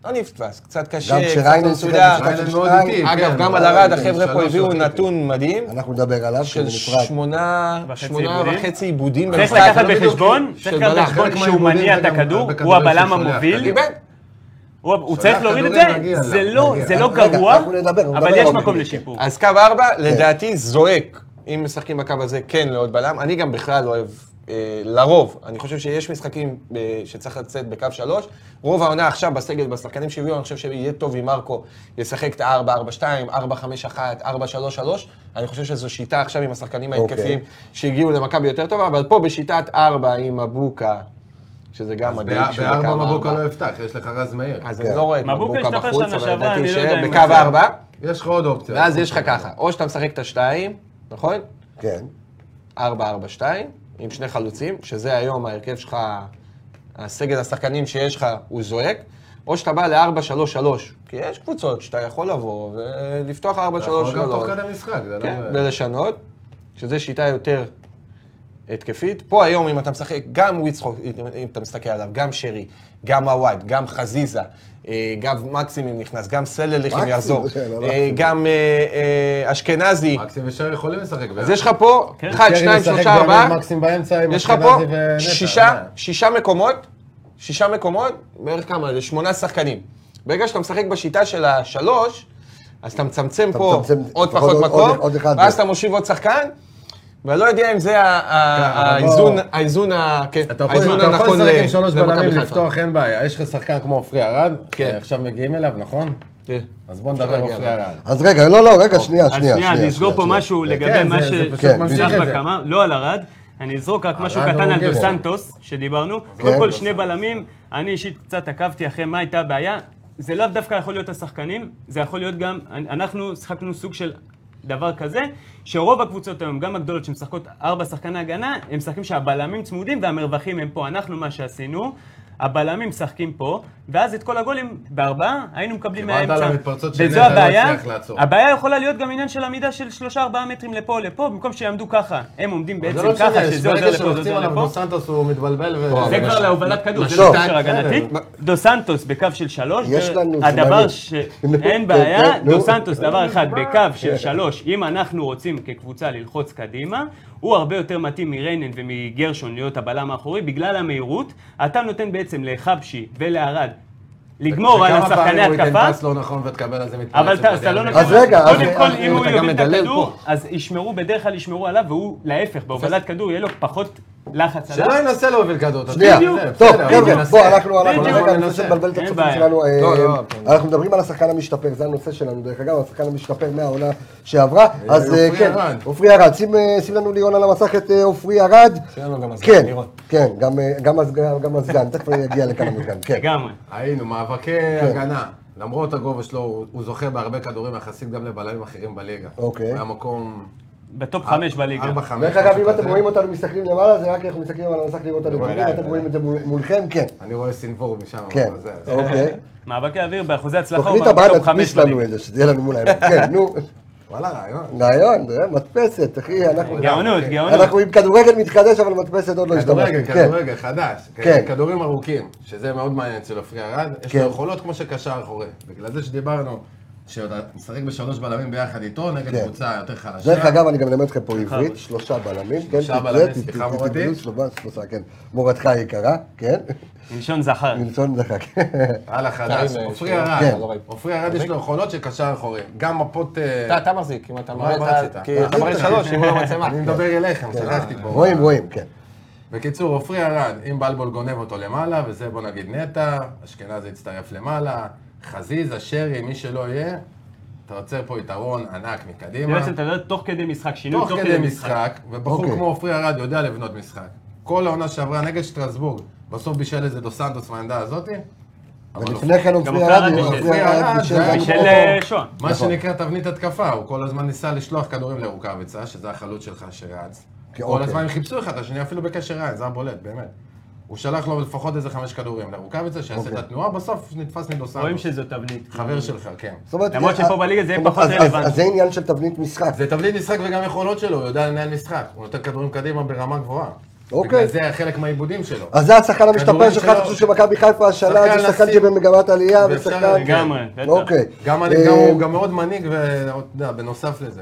S4: לא נתפס, קצת קשה,
S1: גם
S4: קצת
S1: כשריינן שיחק
S4: מסודר.
S1: במשחק של
S3: ריינה מאוד
S1: שתיים,
S3: איטי.
S4: אגב,
S3: כן,
S4: גם על
S3: ריינה
S4: ארד
S3: עם
S4: החבר'ה פה
S3: שלוש
S4: הביאו
S3: שחקנים.
S4: נתון מדהים.
S1: אנחנו נדבר עליו,
S4: של
S1: שבנפרד.
S4: שמונה
S2: וחצי
S4: שמונה
S2: עיבודים.
S4: וחצי עיבודים
S2: צריך
S4: במשחק.
S2: לקחת
S4: לא בדיוק
S2: בחשבון,
S4: של
S2: צריך לקחת
S4: בלם.
S2: בחשבון
S3: חלק
S2: שהוא
S3: מהאימונים
S2: מניע
S3: זה
S2: את
S3: גם
S2: הכדור,
S3: בכדורגל
S2: הוא הבלם
S3: ששולח,
S2: המוביל.
S3: קדימה.
S4: איבד.
S2: הוא הוא צריך להוריד את זה,
S3: להגיע
S2: זה
S3: אליו,
S2: לא-
S3: להגיע.
S2: זה לא
S1: רגע,
S2: גרוע,
S1: אנחנו נדבר, נדבר
S2: אבל
S1: על
S2: יש
S1: אורי.
S2: מקום לשיפור.
S4: אז קו ארבע, לדעתי, זועק. אם משחקים בקו הזה, כן לעוד בלם. אני גם בכלל לא אוהב, אה, לרוב, אני חושב שיש משחקים אה, שצריך לצאת בקו שלוש. רוב העונה עכשיו בסגל, בשחקנים שהביאו, אני חושב שיהיה טוב אם מרקו ישחק את ה-4-4-2, 4-5-1, 4-3-3. אני חושב שזו שיטה עכשיו עם השחקנים
S1: אוקיי.
S4: ההתקפיים שהגיעו למכבי יותר טובה, אבל פה בשיטת ארבע עם מבוקה, שזה גם מדהים. שזה קו
S3: בארבע
S4: ארבע.
S3: מבוקה לא יפתח, יש לך רז מאיר.
S4: אז
S1: כן.
S4: אני לא רואה את
S2: מבוקה
S4: מבוקה
S2: השתפר
S4: בחוץ,
S2: שנה
S4: אבל
S2: שעברה,
S4: לדעתי
S2: אני לא
S4: יישאר
S2: יודע אם
S4: בקו
S2: הוא-
S4: ארבע.
S3: יש לך עוד אופציה.
S4: ואז יש לך
S3: אוקיי.
S4: ככה, או שאתה משחק את השתיים, נכון?
S1: כן.
S4: 4-4-2, עם שני חלוצים, שזה היום ההרכב שלך, הסגל השחקנים שיש לך, הוא זועק, או שאתה בא ל-4-3-3, כי יש קבוצות שאתה יכול לבוא ולפתוח 4-3-3,
S3: אתה יכול גם תוך כדי משחק, זה לא...
S4: כן, ולשנות, שזה שיטה יותר התקפית. פה היום, אם אתה משחק, גם וויצחוק, אם- אם אתה מסתכל עליו, גם שרי, גם עוואד, גם חזיזה, אה, גם מקסים אם נכנס, גם סלליך אם
S1: מקסים,
S4: יחזור,
S1: כן, לא
S4: אה,
S1: מקסים.
S4: גם אה, אה, אשכנזי.
S3: מקסים ושרי יכולים לשחק ביחד.
S4: אז יש לך פה,
S2: כן.
S4: אחד,
S3: שרי
S4: שניים,
S3: משחק
S4: שלושה,
S3: בימין,
S4: ארבעה,
S3: מקסים באמצע עם
S4: יש לך פה
S3: אשכנזי ונטע,
S4: שישה,
S3: אה.
S4: שישה מקומות, שישה מקומות, בערך כמה, זה שמונה שחקנים. ברגע שאתה משחק בשיטה של השלוש, אז אתה מצמצם
S1: אתה
S4: פה
S1: מצמצם
S4: עוד
S1: לפחות
S4: פחות
S1: עוד-
S4: מקום,
S1: עוד- עוד אחד.
S4: ואז אתה מושיב עוד שחקן, ואני לא יודע אם זה ה- ה-
S3: אבל
S4: האיזון,
S3: לא-
S4: האיזון ה- כן,
S3: אתה
S4: האיזון
S3: יכול אתה יכול
S4: הנכון
S3: לשחק
S4: ל-
S3: עם אה, שלוש
S4: למכבי
S3: בלמים,
S4: חיפה.
S3: לפתוח, אין בעיה. יש לך שחקן כמו עופרי ארד,
S4: כן.
S3: אה, עכשיו מגיעים אליו, נכון?
S4: כן.
S3: אז בוא נדבר
S4: להגיע
S2: כן.
S3: עופרי ארד.
S1: אז רגע, לא, לא, רגע, שנייה,
S2: אז
S1: שנייה.
S2: שנייה, אני אסגור פה
S1: שנייה.
S2: משהו לגבי
S3: כן,
S2: מה
S3: זה-
S2: ש...
S3: זה פשוט
S1: כן,
S3: ממשיך
S2: שחר
S3: את זה.
S2: אמר, לא על ארד, אני אזרוק רק משהו
S3: ארד
S1: אה,
S2: קטן על
S1: אוקיי.
S3: הוא
S2: דו
S3: גבר.
S2: סנטוס, שדיברנו.
S1: כן.
S2: קודם כל שני בלמים, אני אישית קצת עקבתי אחרי מה הייתה הבעיה. זה לאו דווקא יכול להיות השחקנים, זה יכול להיות גם, אנחנו שיחקנו סוג של דבר כזה, שרוב הקבוצות היום, גם הגדולות שמשחקות ארבע שחקני הגנה, הם משחקים שהבלמים צמודים והמרווחים הם פה. אנחנו מה שעשינו, הבלמים משחקים פה, ואז את כל הגולים בארבעה היינו מקבלים
S3: קיבלת
S2: מהאמצע.
S3: על המתפרצות של
S2: וזו
S3: נטע, לא
S2: הבעיה,
S3: הצליח לעצור.
S2: הבעיה יכולה להיות גם עניין של עמידה של שלושה ארבעה מטרים לפה לפה, במקום שיעמדו ככה. הם עומדים
S3: זה
S2: בעצם
S3: לא
S2: ככה,
S3: משנה,
S2: שזה עוזר
S3: ברגע
S2: לפה, זה
S3: שלוחצים
S2: עוזר
S3: עליו, דו
S2: לפה.
S3: סנטוס הוא מתבלבל ו...
S2: זה כבר
S4: משל-
S2: להובלת כדור, זה
S1: משל-
S2: לא קשר
S1: בסדר,
S3: אה,
S2: הגנתי. דו סנטוס בקו של שלוש,
S1: יש
S2: דרך-
S1: לנו
S2: הדבר
S1: זמנים.
S3: <laughs>
S2: ש...
S1: נו,
S2: אין
S1: כן,
S2: בעיה,
S1: נו.
S2: דו סנטוס, דבר אחד,
S3: כן.
S2: בקו של שלוש, אם אנחנו רוצים כקבוצה ללחוץ קדימה, הוא הרבה יותר מתאים מריינן ומגרשון להיות הבלם האחורי, בגלל המהירות. אתה נותן בעצם לחבשי ולערד לגמור על השחקני
S3: וכמה פעמים הוא
S2: התקפה.
S3: ייתן פס לא נכון ותקבל על זה מתפרצת.
S2: אבל אתה אתה לא
S3: בדרך.
S2: נותן...
S1: אז רגע, אז-
S2: קודם
S1: אז-
S2: כל, אם הוא
S4: אתה
S2: יוביל
S4: גם
S2: את
S4: מדלל
S2: הכדור,
S4: פה.
S2: אז ישמרו, בדרך כלל ישמרו עליו, והוא להפך, בהובלת כדור יהיה לו פחות לחץ עליו.
S3: שלא ינסה לא להוביל כדור. אתה
S1: שנייה,
S3: יודע, זה
S1: טוב,
S3: בסדר, הוא
S1: חבר'ה,
S3: מנסה.
S1: בוא, אנחנו
S2: בדיוק.
S1: אנחנו רגע, אני
S3: מנסה.
S1: רוצה לבלבל את
S2: אין
S1: הצופים
S2: בעיה.
S1: שלנו. אה,
S4: לא, לא,
S1: אנחנו מדברים על השחקן המשתפר, זה הנושא שלנו, דרך אגב, השחקן המשתפר מהעונה שעברה. אז אה,
S3: עופרי
S1: כן,
S3: ארד.
S1: עופרי ארד, שים, אה, שים לנו לירון על המסך את אה, עופרי ארד.
S4: שים
S3: לא,
S4: לנו גם הסגן,
S1: כן,
S4: לירון.
S1: כן, גם, אה, גם הסגן, גם הסגן, תכף נגיע לכאן המסגן, כן.
S2: לגמרי.
S3: היינו, מאבקי הגנה. למרות הגובה שלו, הוא- הוא זוכה בהרבה כדורים יחסית גם לבלמים אחרים בליגה.
S1: אוקיי.
S3: הוא היה מקום
S2: בטופ חמש בליגה.
S3: ארבע, חמש.
S1: דרך אגב, אם
S3: משהו
S1: אתם
S3: כזה.
S1: רואים אותנו מסתכלים למעלה, זה רק אנחנו מסתכלים על המסך לראות את הנתונים,
S3: בוודאי,
S1: אתם
S3: בוודאי.
S1: רואים את זה מול- מולכם, כן,
S3: אני רואה סנוור משם.
S1: כן,
S3: אבל זה-
S1: אוקיי.
S2: מאבקי אוויר באחוזי הצלחה
S1: תוכנית
S2: הוא
S1: הבאה
S2: בטופ חמש
S1: נדפיס לנו
S2: בליגה.
S1: את זה, שזה יהיה לנו מול העיניים. כן, נו,
S3: וואלה, רעיון.
S1: רעיון, זה מדפסת, אחי, אנחנו...
S2: גאונות, גאונות.
S1: אוקיי. אנחנו עם כדורגל מתחדש, אבל מדפסת עוד לא
S3: כדורגל,
S1: השתמשתי. כן.
S3: כדורגל, חדש.
S1: כן.
S3: כדורים ארוכים, שזה מאוד מעניין אצל עופרי ארד. יש
S1: כן.
S3: לו יכולות כמו שקשר אחורי. בגלל זה שדיברנו, שאתה משחק בשלוש בלמים ביחד איתו, נגד
S1: כן.
S3: קבוצה יותר חלשה.
S1: דרך אגב, אני גם אלמד אתכם פה עברית, שלושה בלמים, כן,
S3: שלושה
S1: תתלה,
S3: בלמים,
S1: תת-
S3: סליחה,
S1: תת-
S3: מורתי.
S1: תתלו שלושה, שלושה, כן. מורתך היקרה,
S3: <laughs>
S1: כן,
S2: מלשון זכר.
S1: מלשון כן. זחק.
S3: הלאה חדש.
S4: טעים,
S3: עופרי
S4: כן.
S3: ארד,
S1: כן.
S3: עופרי ארד יש לו יכולות של קשר אחורי. גם מפות... אה,
S4: אתה, אתה מחזיק, אם אתה
S3: מה
S4: מראה את
S3: רצית?
S4: ה... כי כן. אתה מראה שלוש, אם הוא לא מצלמה.
S3: כן. אני מדבר אליכם,
S4: כן.
S3: שכחתי פה.
S1: רואים, רואים, כן.
S3: בקיצור, עופרי ארד, אם בלבול גונב אותו למעלה, וזה בוא נגיד נטע, אשכנזי יצטרף למעלה, חזיזה, שרי, מי שלא יהיה, אתה יוצר פה יתרון ענק
S2: זה
S3: מקדימה.
S2: בעצם אתה יודע, תוך כדי משחק, שינוי
S3: תוך כדי משחק, ובחור
S1: אוקיי.
S3: כמו עופרי ארד יודע לבנות משחק. כל העונה שעברה נגד שטרסבורג, בסוף בישל איזה דו סנטוס מהעמדה הזאתי. אבל
S1: ולפני כן עופרי
S2: אופיר
S1: ארד,
S2: ארד בישל.
S1: עופרי ארד בישל
S3: ארד
S1: גם
S2: בישל,
S1: פה.
S2: אה, שואה.
S3: מה
S1: נכון.
S3: שנקרא תבנית התקפה, הוא כל הזמן ניסה לשלוח כדורים לרוקאביצה, שזה החלוץ שלך שרץ.
S1: אוקיי,
S3: כל
S1: אוקיי.
S3: הזמן הם חיפשו אחד את השני, אפילו בקשר עין, זה היה בולט, באמת. הוא שלח לו לפחות איזה חמש כדורים לרוקאביצה, שיעשה את
S1: אוקיי.
S3: התנועה, בסוף נתפס
S2: רואים
S3: מדוסנטוס.
S2: שזו תבנית.
S3: חבר שלך, כן.
S1: זאת אומרת,
S2: למרות
S1: אה,
S2: שפה בליגה זה יהיה
S1: זאת אומרת, אז-
S2: פחות
S1: אז-
S2: רלוונטי.
S1: אז זה עניין של תבנית משחק.
S3: זה תבנית משחק וגם יכולות שלו, הוא יודע לנהל משחק. הוא נותן כדורים קדימה ברמה גבוהה.
S1: אוקיי. אה,
S3: בגלל זה היה חלק מהעיבודים שלו.
S1: אז זה השחקן המשתפר
S3: כדורים
S1: שלך,
S3: שלו.
S1: אתה חושב שמכבי חיפה השנה
S3: שחקן
S1: זה שחקן
S3: לשים.
S1: שבמגמת עלייה,
S3: ואפשר
S1: ושחקן...
S2: לגמרי, בטח.
S1: אוקיי.
S3: גם אני,
S1: אה,
S3: גם הוא גם מאוד מנהיג, ואתה יודע, בנוסף לזה.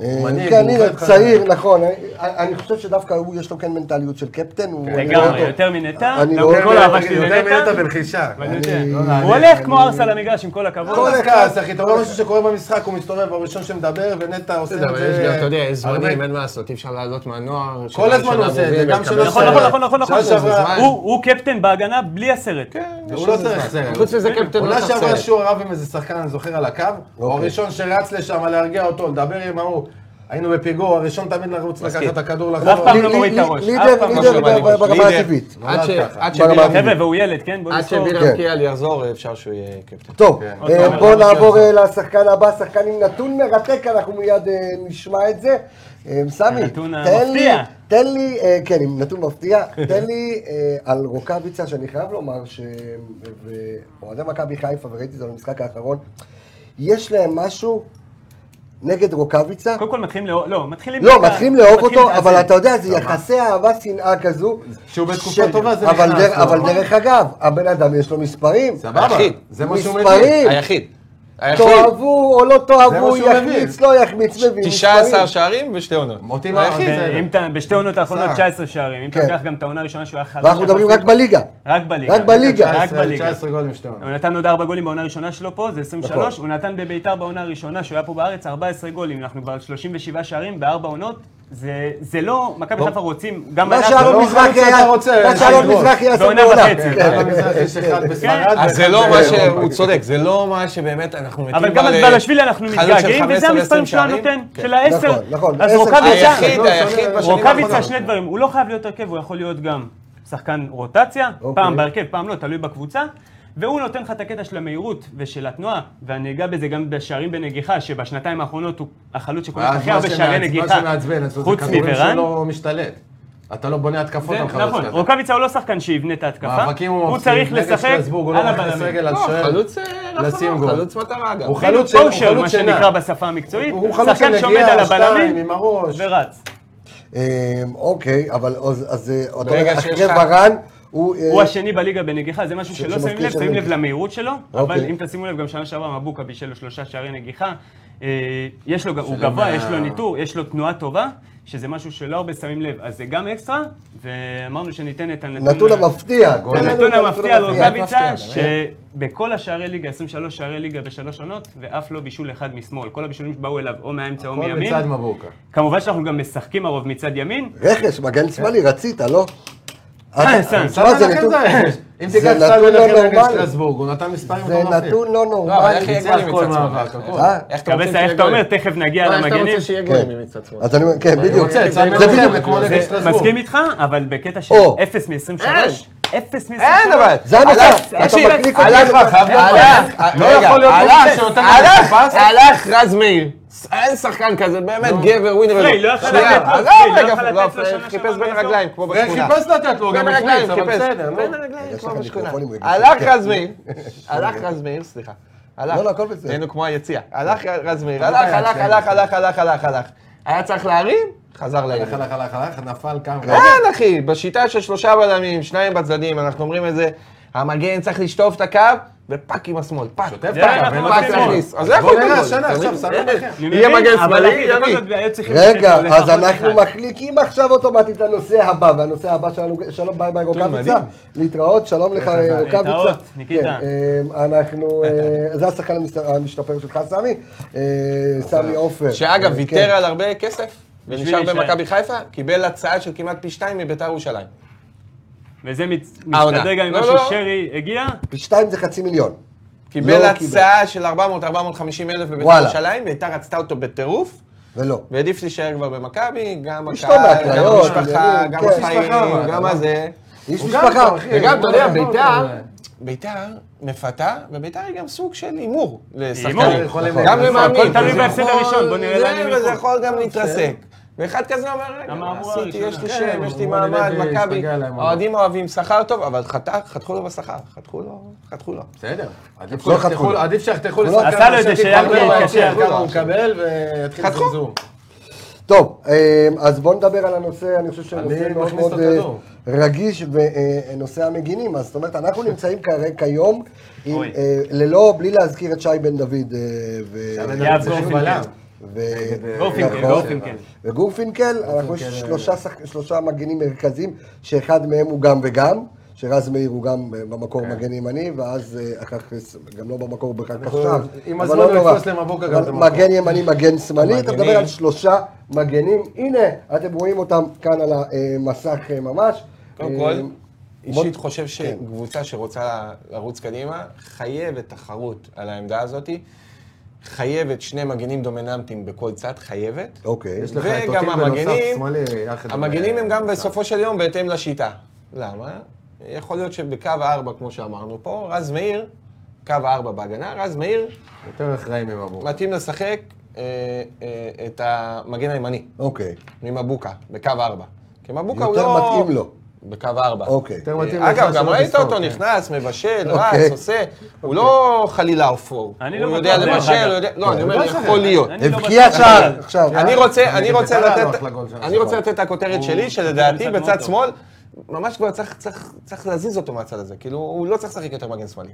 S1: אה,
S3: מנהיג,
S1: כן,
S3: הוא
S1: הנה,
S3: עובד
S1: צעיר, נכון. אני- אני חושב שדווקא הוא, יש לו כן מנטליות של קפטן. הוא- אני רואה
S2: לגמרי,
S1: אותו.
S2: יותר מנטע,
S1: אני
S2: גם
S1: רואה-
S2: כל האהבה
S3: אוקיי, אני
S2: שלי
S3: יודע מי אתה
S2: לנטע.
S3: בלחישה.
S2: ואני יודע.
S1: אני-
S2: הוא
S3: אני-
S2: הולך כמו ארס על המגרש, עם כל הכבוד.
S3: כל הכעס, אחי, אתה רואה משהו שקורה במשחק, הוא מסתובב, הראשון שמדבר, ונטע עושה את
S4: אבל יש
S3: זה.
S4: גם, אתה יודע, יש זמנים,
S3: הרבה.
S4: אין מה לעשות, אי אפשר לעלות מהנוער.
S3: כל הזמן הוא עושה את זה, גם שנה
S2: נכון, נכון, נכון, נכון,
S3: שנה שעברה,
S2: הוא- הוא קפטן בהגנה בלי הסרט.
S1: כן.
S3: הוא לא צריך סרט.
S4: חוץ מזה קפטן לא
S3: עונה
S4: צריך
S3: שעברה
S4: סרט.
S3: שהוא הרב עם איזה שחקן, אני זוכר, על הקו,
S2: אוקיי.
S3: הוא הראשון שרץ לשם להרגיע אותו, לדבר עם ההוא. היינו בפיגור, הראשון תמיד לרוץ לקחת את הכדור
S2: הוא אף
S3: לחזור.
S2: פעם
S1: לי-
S2: לא מוריד את
S1: לי-
S2: הראש.
S1: לידר-
S2: אף פעם לא
S1: לידר
S2: מוריד את
S1: ב-
S2: הראש.
S1: ברמה
S4: לידר.
S1: הטבעית.
S4: עד ש-
S3: נולד ככה.
S4: עד
S1: ברמה
S4: שבילם-
S1: הטבעית.
S2: חבר'ה, והוא ילד, כן? בוא
S4: עד
S2: נזכור.
S1: כן.
S4: שבירם קיאל יחזור, אפשר שהוא יהיה קפטן.
S1: טוב,
S3: כן.
S1: אה,
S3: אוקיי,
S1: בואו
S3: אבל
S1: נעבור
S3: לא
S1: אה, לשחקן הבא, שחקן עם נתון מרתק, אנחנו מיד אה, נשמע את זה. אה, סמי,
S2: הנתון
S1: תן לי,
S2: המפתיע.
S1: תן לי, אה, כן, עם נתון מפתיע, תן לי אה, על רוקאביצה, שאני חייב לומר שאוהדי מכבי חיפה, וראיתי את זה במשחק האחרון, יש להם משהו נגד רוקאביצה.
S2: קודם כל מתחילים לאהוב, לא, מתחילים...
S1: לא,
S2: את ה-
S1: מתחילים לאהוב אותו,
S2: את
S1: אבל
S2: הזה.
S1: אתה יודע, זה יחסי אהבה-שנאה כזו.
S3: שהוא בתקופה
S1: ש-
S3: טובה, זה
S1: אבל
S3: נכנס,
S1: דרך-
S3: לא?
S1: אבל דרך אגב, הבן אדם יש לו מספרים.
S3: סבבה,
S4: אחי,
S3: זה מה שהוא
S1: מספרים.
S3: מבין.
S4: היחיד. היחיד.
S1: תאהבו או לא תאהבו,
S3: שהוא מבין.
S1: יחמיץ, לא יחמיץ, מבין.
S4: 19
S1: מספרים.
S4: שערים ושתי עונות.
S3: אותי לא
S4: היחיד.
S3: אחי, זה...
S2: אם אתה, כן, בשתי עונות האחרונות
S3: סער.
S2: 19 שערים, אם אתה
S1: כן.
S2: לוקח גם את העונה הראשונה שהוא היה חלש...
S1: ואנחנו מדברים רק בליגה.
S2: רק בליגה.
S1: רק בליגה.
S2: רק בליגה.
S3: 19 גולים שתי עונות.
S2: הוא נתן עוד 4 גולים בעונה הראשונה שלו פה, זה 23,
S1: נכון.
S2: הוא נתן בביתר בעונה הראשונה שהוא היה פה בארץ 14 גולים, אנחנו כבר על 37 שערים בארבע עונות, זה זה לא, מכבי חיפה רוצים, גם
S1: מה
S2: אנחנו...
S1: שאלון
S3: לא
S1: מזרחי
S3: חלוץ
S1: היה,
S3: שאתה רוצה,
S1: מה שאלון
S3: שידרוש.
S1: מזרחי עשה
S2: בעונה
S1: בעונה.
S2: וחצי.
S1: כן.
S3: אבל במזרח יש אחד בספרד
S4: אז זה
S3: ואחד
S4: לא מה
S3: ב-
S4: שהוא צודק, זה לא מה שבאמת אנחנו מתים
S2: אבל גם על
S4: ל-
S2: בלשווילי אנחנו
S4: חלוץ של
S2: מתגעגעים,
S4: 15
S2: וזה המספרים שהוא היה
S4: שערים.
S2: נותן,
S4: כן.
S2: של העשר.
S1: נכון, נכון,
S2: אז
S1: עשר.
S2: רוקאביצה,
S3: לא,
S4: היחיד, היחיד בשנים
S2: רוקאביצה,
S4: האחרונות.
S2: שני דברים, הוא לא חייב להיות הרכב, הוא יכול להיות גם שחקן רוטציה,
S1: אוקיי.
S2: פעם בהרכב, פעם לא, תלוי בקבוצה. והוא נותן לך את הקטע של המהירות ושל התנועה, ואני אגע בזה גם בשערים בנגיחה, שבשנתיים האחרונות הוא החלוץ שקולט הכי הרבה שערי
S3: שמעצ- אה, מה
S2: נגיחה,
S3: שמעצבן, אצלו זה
S2: חוץ
S3: כדורים
S2: מברן.
S3: שלא משתלט. אתה לא בונה התקפות
S2: זה-
S3: על חלוץ
S2: נכון,
S3: כזה.
S2: רוקאביצה הוא לא שחקן שיבנה את ההתקפה,
S3: מאבקים הוא
S2: הוא
S3: מפסיד.
S2: צריך
S3: נגד
S2: לשחק
S3: שטרסבורג הוא
S2: על
S3: לא מכניס
S2: הבלמים.
S3: רגל על
S4: לא,
S3: שוער.
S4: חלוץ, אה, לא
S3: לשים
S4: חלוץ,
S3: גול.
S4: חלוץ מטרה גם. לא,
S3: הוא
S2: בדיוק
S3: חלוץ של- הוא
S2: כושר,
S3: חלוץ
S2: מה
S3: שינה.
S2: שנקרא בשפה המקצועית,
S3: הוא חלוץ
S2: שחקן
S3: של
S2: שעומד
S3: נגיעה,
S2: על
S3: שתיים,
S2: הבלמים
S3: עם אה, הראש.
S2: ורץ.
S1: אמ, אוקיי, אבל אז- אז אה, אתה
S4: ברגע
S1: אומר,
S4: שיש
S1: אחרי
S4: לך-
S1: ורן, הוא... אה,
S2: הוא השני בליגה בנגיחה, זה משהו שלא
S1: שמבקיע
S2: שמים לב,
S1: שערי
S2: שמים לב
S1: נגיחה.
S2: למהירות שלו, אבל
S1: אוקיי.
S2: אם תשימו לב, גם שנה שעברה מבוקה בישל לו שלושה שערי נגיחה. אה, יש לו, הוא גבוה, יש לו ניטור, יש לו תנועה טובה, שזה משהו שלא הרבה שמים לב, אז זה גם אקסטרה, ואמרנו שניתן את הנתון...
S1: נתון המפתיע. כן.
S2: את
S1: תן לנו את
S2: הנתון כן, המפתיע על רוקאביצה,
S4: מפתיע,
S2: שבכל השערי ליגה, 23 שערי ליגה בשלוש עונות, ואף לא בישול אחד משמאל. כל הבישולים שבאו אליו או מהאמצע או
S3: הכל
S2: מימין.
S3: מצד מבוקה.
S2: כמובן שאנחנו גם משחקים הרוב מצד ימין,
S1: רכש, מגן שמאלי, רצית, לא?
S2: אה,
S1: אתה-
S2: סן,
S1: תשמע, זה נתון-
S3: אם
S1: זה
S3: תיקח
S1: נתון
S3: סל
S1: לא
S3: ולכן נגד
S1: נורמלי.
S3: שטרסבורג, הוא נתן מספרים
S1: זה
S3: מטורפים.
S1: נתון לא
S4: לא, אבל
S1: נורמלי.
S4: איך יהיה
S3: ניצח
S4: גולים
S3: כל
S4: מצד
S3: מאבק,
S4: שמאל?
S3: הכל.
S1: אה?
S4: איך אתה
S2: קבסה,
S4: רוצה
S2: איך
S4: שיהיה
S2: אתה אומר?
S4: גולים?
S2: תכף נגיע
S4: לא, איך אתה
S2: למגנים.
S4: רוצה שיהיה
S1: כן.
S4: גולים מצד שמאל?
S1: אז אני אומר, כן, בדיוק.
S3: רוצה, צד
S1: זה
S3: מלחמת,
S1: בדיוק.
S3: כמו נגד
S2: זה-
S3: שטרסבורג.
S2: מסכים איתך, אבל בקטע של
S1: או.
S2: 0 מ-23, אפס משחק.
S4: אין אבל.
S1: זה המצב.
S4: הלך,
S1: אתה
S4: תקשיב,
S1: מקליק אותי.
S4: הלך,
S1: אתה-
S4: חייב להיות
S1: הלך.
S4: פס.
S3: לא
S4: אה, רגע,
S3: יכול להיות
S4: הלך,
S3: מומחה שנותן לך
S4: הלך,
S3: את הפס.
S4: הלך רז מאיר. אין שחקן כזה, באמת גבר, ווינר.
S2: פריי, לא יכול
S4: שנייה,
S2: לתת לו,
S4: עזוב
S2: פריי, לא
S4: רגע,
S2: יכול
S4: לא,
S2: לתת לו שנה
S4: חיפש
S2: שעברה
S4: בין
S2: באזור.
S4: הרגליים, כמו בשכונה.
S3: חיפס לתת לו, הוא
S4: בין
S3: גם
S4: הרגליים,
S3: החליץ, אבל
S4: חיפש.
S3: בסדר, נו.
S4: בין הרגליים,
S1: יש
S4: כמו
S1: לך
S4: בשכונה.
S1: מיקרופונים רגישים.
S4: הלך
S1: כן.
S4: רז מאיר, הלך רז מאיר, סליחה. הלך.
S1: לא, לא, הכל בסדר. כן.
S4: היינו כמו היציע. הלך רז מאיר,
S3: אבל
S4: הלך,
S3: בעיה,
S4: הלך,
S3: כן.
S4: הלך, הלך, הלך, הלך, הלך. היה צריך להרים, חזר
S3: הלך,
S4: ליריב.
S3: הלך, הלך, הלך, נפל כמה.
S1: אה,
S4: אין, אה, אחי, בשיטה של שלושה בלמים, שניים בצדדים, אנחנו אומרים את זה, המגן צריך לשטוף את הקו, ופאק עם השמאל, פאק.
S3: שוטף
S4: פאק,
S3: את הקו, אין לו
S4: פאק
S3: שמאל.
S4: להכניס. אז
S3: אז
S4: לא יכול
S3: בוא נראה
S4: להיות
S3: השנה,
S4: גול.
S3: עכשיו, שחקן אחר.
S1: אה,
S2: אני
S4: יהיה
S2: מבין,
S4: מגן
S2: אבל
S4: שמאלי,
S2: אחי, בכל
S4: ימין.
S2: זאת היו צריכים
S3: <laughs>
S1: רגע,
S2: לתת לו
S3: נכון.
S1: אז
S2: לפחות
S1: אנחנו
S2: אחד.
S1: מחליקים עכשיו אוטומטית לנושא הבא, והנושא הבא שלנו, שלום ביי ביי רוקאביצה,
S4: מדהים.
S1: להתראות, שלום לך
S2: חזר?
S1: רוקאביצה.
S2: להתראות, ניקיטה.
S1: כן, אה, אנחנו, אה, זה השחקן המסת- המשתפר שלך, סמי,
S3: אוקיי.
S1: אה, סמי עופר.
S4: שאגב,
S3: כן.
S1: אה,
S4: ויתר על הרבה כסף, ונשאר
S2: להישאר.
S4: במכבי חיפה, קיבל הצעה של כמעט פי שתיים מביתר ירושלים.
S2: וזה מצ-
S4: העונה.
S2: מסתדר גם עם
S4: לא,
S2: מה
S4: לא.
S2: ששרי הגיע.
S1: כן. פי שתיים זה חצי מיליון.
S4: קיבל
S1: לא
S4: הצעה של 400-450 אלף בביתר
S1: וואלה.
S4: ירושלים, ביתר רצתה אותו בטירוף,
S1: ולא.
S4: והעדיף להישאר כבר במכבי, גם
S1: אשתו
S4: הקהל, גם
S1: בהקריות,
S4: המשפחה,
S1: עניינים,
S4: גם
S1: כן.
S4: החיים,
S3: אה, משפחה,
S4: גם
S3: אבל.
S4: הזה.
S1: איש
S3: הוא גם
S1: משפחה.
S3: טוב, אחי.
S4: וגם, אתה יודע,
S3: הוא גם טוב,
S4: ביתר,
S3: אבל-
S4: ביתר מפתה, וביתר היא גם סוג של הימור לשחקנים.
S2: הימור,
S3: יכולים
S4: גם
S3: להיכנס,
S4: למאמין.
S2: הכל תלוי
S4: זה
S2: בהפסד
S4: יכול-
S2: הראשון, בוא נראה לאן הם
S4: זה, וזה
S2: ילכו.
S4: יכול גם להתרסק. ואחד כזה אומר, רגע,
S2: המהמורה
S4: עשיתי, יש לי
S2: הראשונה.
S4: שם,
S3: כן,
S4: יש לי
S3: בוא נראה
S4: מעמד,
S3: ויסתגל
S4: מכבי,
S3: להם.
S4: האוהדים אוהבים שכר טוב, אבל חתך, חתכו לו בשכר, חתכו לו, חתכו לו.
S3: בסדר. עדיף
S1: לא
S3: שיחתכו-
S1: חתכו לו.
S3: עדיף שיחתכו
S1: לא,
S3: לשחקן
S2: עשה לו את זה,
S3: מאשר
S2: שיהיה
S3: שיתפרנס
S2: לו
S3: וימשיך
S2: קשה.
S3: כמה הוא מקבל ויתחיל
S4: חתכו.
S3: זיזור.
S1: טוב, אה, אז בואו נדבר על הנושא, אני חושב שהנושא
S3: אני
S1: מאוד
S3: מכניס את
S1: מאוד אה,
S3: הכדור.
S1: רגיש, ונושא המגינים. אז זאת אומרת, אנחנו נמצאים כרי- כיום, עם,
S2: אוי.
S1: אה, ללא, בלי להזכיר את שי בן דוד. אה, ו-
S2: יאב גורפינקל.
S1: ו-
S2: גורפינקל,
S1: נכון.
S2: גורפינקל.
S1: וגורפינקל, אנחנו יש שלושה שח- שלושה מגנים מרכזיים, שאחד מהם הוא גם וגם. שרז מאיר הוא גם אה, במקור מגן ימני, ואז אה, אחר כך גם לא במקור בהכרח עכשיו.
S3: עם
S1: אבל
S3: הזמן
S1: לא
S3: הוא
S1: נורא.
S3: יתפוס למבוקה גם את
S1: אבל
S3: המקום.
S1: מגן ימני, מגן שמאלי, אתה מדבר
S4: המגנים.
S1: על שלושה מגנים. הנה, אתם רואים אותם כאן על המסך אה, ממש.
S4: קודם
S1: אה,
S4: כל,
S1: בוא-
S4: אישית חושב
S3: כן.
S4: שקבוצה שרוצה לרוץ קדימה, חייבת תחרות על העמדה הזאת, חייבת שני מגנים דומיננטיים בכל צד, חייבת.
S1: אוקיי.
S3: יש לך את
S4: וגם
S3: אותי בנוסף,
S4: המגנים-
S3: שמאלי, יחד.
S4: המגנים הם גם בסופו של יום בהתאם לשיטה. למה? יכול להיות שבקו הארבע, כמו שאמרנו פה, רז מאיר, קו הארבע בהגנה, רז מאיר
S3: יותר אחראים ממבוקה.
S4: מתאים לשחק אה, אה, את המגן הימני,
S1: אוקיי.
S4: ממבוקה, בקו הארבע. כי מבוקה הוא לא...
S1: יותר מתאים לו.
S4: בקו הארבע.
S1: אוקיי.
S3: יותר מתאים
S4: אה, אגב,
S3: לזמן
S4: גם
S3: שלו
S4: ראית
S3: לספוג,
S4: אותו
S3: כן.
S4: נכנס, מבשל,
S1: אוקיי.
S4: רץ, עושה. הוא לא חלילה אפור.
S2: אני
S4: הוא
S2: לא
S4: יודע
S2: בטוח, דרך
S4: לבשל,
S2: אגב.
S4: הוא יודע...
S1: אה,
S4: לא, אני אומר,
S3: הוא יודע
S4: יכול
S3: לשחק.
S4: להיות.
S2: אני לא
S1: הבקיע
S2: בטוח.
S1: שער עכשיו.
S4: אני רוצה, אני
S3: גם
S4: רוצה
S3: בביתר היה לו
S4: לתת,
S3: אחלה גול שנה
S4: אני רוצה
S3: שעברה.
S4: לתת את הכותרת
S2: הוא-
S4: שלי,
S2: הוא
S4: שלדעתי
S2: שחקן
S4: בצד
S2: מאוד
S4: שמאל, ממש כבר צריך- צריך- צריך להזיז אותו מהצד הזה, כאילו, הוא לא צריך לשחק יותר מגן שמאלי.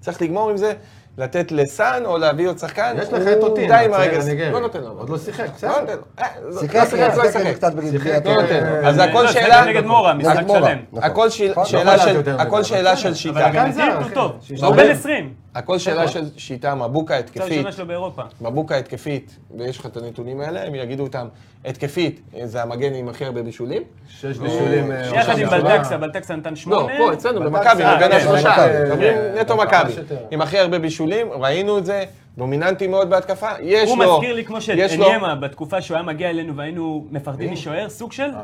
S4: צריך לגמור עם זה, לתת לסאן או להביא עוד שחקן,
S3: יש לך את
S4: הוא
S3: אותי,
S4: די עם הרגל, לא נותן לו.
S3: עוד לא שיחק,
S4: לא
S3: בסדר.
S4: נותן לו. אה, לא-
S1: שיחק,
S4: לא שיחק, לא
S1: שיחק
S4: ישחק.
S1: קצת בגלל...
S4: לא נותן לו. אז
S2: אה,
S4: הכל
S2: לא, זה
S4: שאלה,
S2: נגד מורה, משחק
S1: נגד מורה.
S2: שלם.
S4: הכל שאל-
S1: נכון.
S4: שאלה
S3: יכול להיות
S4: של-
S3: לא יותר
S4: הכל
S3: מדי, אבל נכון.
S4: שאלה
S3: בסדר.
S4: של
S2: אבל
S4: שיטה.
S2: גם
S3: שיטה.
S2: הגיע הוא טוב.
S3: שישה.
S2: הוא בן 20.
S4: הכל שאלה של שיטה, מבוקה
S2: זו
S4: התקפית.
S2: הראשונה שלו באירופה.
S4: מבוקה התקפית, ויש לך את הנתונים האלה, הם יגידו אותם, התקפית, אה, זה המגן עם הכי הרבה בישולים.
S3: שש בישולים. אה,
S2: יחד
S3: שלושה
S2: עם
S3: בישולים.
S2: בלטקסה, בלטקסה נתן
S4: לא,
S2: שמונה.
S4: פה אצלנו,
S3: בטקס,
S4: במכבי,
S2: אה,
S4: מבין
S2: כן,
S4: השלושה,
S3: במכבי,
S4: מדברים
S3: אה,
S4: נטו
S3: במכבי
S4: מכבי,
S3: שיותר.
S4: עם הכי הרבה בישולים, ראינו את זה, דומיננטי מאוד בהתקפה, יש
S2: הוא
S4: לו,
S2: מזכיר לי כמו
S4: יש לו-
S2: שאליאמה, בתקופה שהוא היה מגיע אלינו והיינו מפחדים משוער, סוג של...
S4: אה.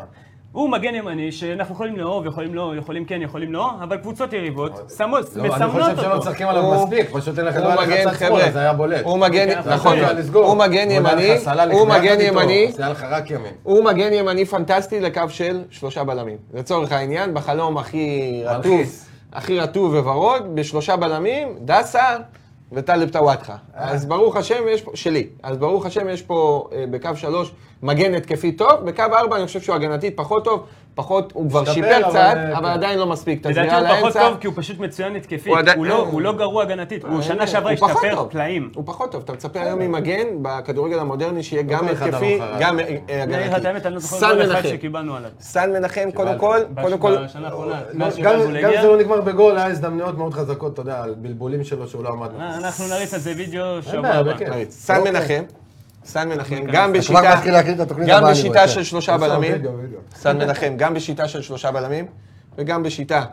S2: הוא מגן ימני, שאנחנו יכולים לאהוב, יכולים לא, יכולים כן, יכולים לא, אבל קבוצות יריבות שמות-
S3: לא, אני
S2: מסמנות
S3: חושב שלא
S2: אותו.
S3: משחקים עליו
S4: הוא-
S3: מספיק, פשוט אין לך לא
S4: הוא מגן, חבר'ה,
S3: זה היה בולט. כן,
S4: הוא מגן,
S2: לוקח
S4: נכון,
S2: אחריות,
S3: לסגור.
S4: הוא מגן
S3: נתן לך
S4: ימני,
S3: סלל
S4: הוא
S3: לפני,
S4: מגן
S3: אתה איתו.
S4: ימני,
S3: אז היה לך רק ימין.
S4: הוא מגן ימני פנטסטי לקו של שלושה בלמים. לצורך העניין, בחלום הכי רטוב,
S3: מלחיץ.
S4: הכי רטוב וורוד, בשלושה בלמים, דסה וטלב
S2: אה.
S4: טוואטחה. אז ברוך השם, יש פה, שלי, אז ברוך השם יש פה אה, בקו שלוש מגן התקפי טוב, בקו ארבע אני חושב שהוא הגנתית פחות טוב, פחות, הוא כבר
S3: השתפר,
S4: שיפר
S3: אבל,
S4: קצת,
S3: אה,
S4: אבל
S3: כן.
S4: עדיין לא מספיק. את
S2: לדעתי
S4: הסגירה
S2: הוא פחות
S4: לאמצע,
S2: טוב כי הוא פשוט מצוין התקפית.
S4: הוא עדיין- אה,
S2: הוא לא- הוא לא גרוע הגנתית, הוא שנה שעברה
S4: כן, הוא פחות
S2: השתפר
S4: טוב.
S2: פלאים.
S4: הוא פחות טוב, אתה מצפה היום ממגן בכדורגל המודרני שיהיה גם
S3: כל אחד
S4: התקפי,
S3: אמר לך.
S4: גם אה, אה,
S2: אני אגיד לך את האמת, אני לא
S4: הגנתי.
S2: זוכר
S4: סן
S2: גול אחד
S4: מנחם.
S2: שקיבלנו עליו.
S4: סן מנחם, קודם כל, קודם כל,
S2: בשנה האחרונה,
S3: גם
S2: מאז שרזול
S3: גם
S2: הגיע.
S3: זה לא נגמר בגול, היה הזדמנויות מאוד חזקות, אתה יודע, על בלבולים שלו שהוא לא עמד.
S2: אה,
S4: אה,
S2: אנחנו נריץ על זה וידאו שבוע
S3: בעיה,
S2: הבא.
S3: בכיף.
S4: נריץ. סן מנחם, סן מנחם, גם
S1: כבר
S4: בשיטה,
S1: מתחיל להכין את התוכנית
S4: גם
S1: הבאה, אני רואה,
S4: בשיטה
S1: כן.
S4: של שלושה בלמים,
S3: וידאו, וידאו.
S4: סן מנחם, גם בשיטה של שלושה בלמים, וגם בשיטה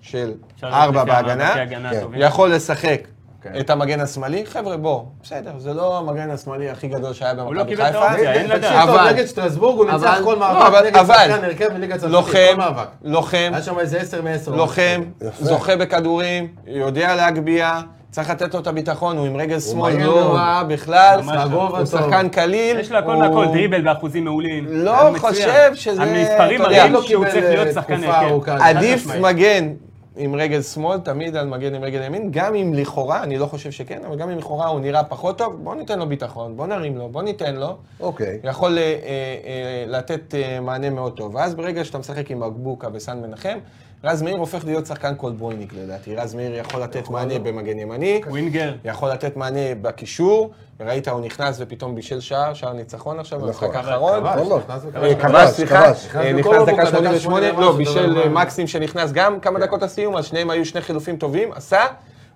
S4: של
S2: אפשר לראות
S4: ארבע
S2: לפי המאבקי
S4: בהגנה,
S2: הגנה
S1: כן.
S2: הטובים.
S4: יכול לשחק
S3: כן.
S4: את המגן השמאלי, חבר'ה, בוא, בסדר, זה לא המגן השמאלי הכי גדול שהיה
S2: לא
S4: במכבי
S2: קיבל את
S4: חיפה.
S2: האופציה, אין לדעת.
S3: תקשיב, טוב,
S4: אבל-
S3: נגד שטרסבורג הוא ניצח
S4: אבל-
S3: כל
S4: לא,
S3: מאבק
S4: אבל-
S3: נגד
S4: אבל-
S3: שחקן הרכב בליגה הצרפתית,
S4: לוחם,
S3: כל מאבק.
S4: לוחם,
S3: היה שם איזה 10 מ-10.
S4: לוחם, זוכה בכדורים, יודע להגביה, צריך לתת לו את הביטחון, הוא עם רגל שמאל
S3: מהיר
S4: לא
S3: מאוד.
S4: רע בכלל,
S3: ממש לא.
S4: הוא
S3: טוב.
S4: שחקן קליל.
S2: יש לו הכל
S4: כאילו, הוא-
S2: מהכל, דריבל באחוזים מעולים.
S4: לא
S2: היה מצוין.
S4: חושב שזה-
S2: המספרים
S4: אתה יודע,
S2: מראים שהוא צריך להיות שחקן הרכב.
S4: עדיף מגן עם רגל שמאל, תמיד על מגן עם רגל ימין, גם אם לכאורה, אני לא חושב שכן, אבל גם אם לכאורה הוא נראה פחות טוב, בוא ניתן לו ביטחון, בוא נרים לו, בוא ניתן לו.
S1: אוקיי.
S4: יכול אה, אה, אה, לתת אה, מענה מאוד טוב. ואז ברגע שאתה משחק עם בקבוקה וסן מנחם, רז מאיר הופך להיות שחקן קולבויניק לדעתי. רז מאיר יכול לתת מענה במגן ימני,
S2: ווינגר.
S4: יכול לתת מענה בקישור, ראית, הוא נכנס ופתאום בישל שער, שער ניצחון עכשיו, במשחק האחרון.
S3: כבש,
S1: לא, לא.
S3: נכנס וכבש.
S4: אה,
S1: כבש,
S4: כבש, סליחה,
S1: כבש.
S4: אה,
S3: נכנס
S4: נכנס
S3: בקולבוקה,
S4: דקה
S3: דקה
S4: 88,
S3: 88,
S4: לא,
S3: משהו,
S4: בישל
S3: דבר
S4: אה,
S3: מה.
S4: מקסים שנכנס גם, כמה דקות הסיום, אז שניהם היו שני חילופים טובים, עשה,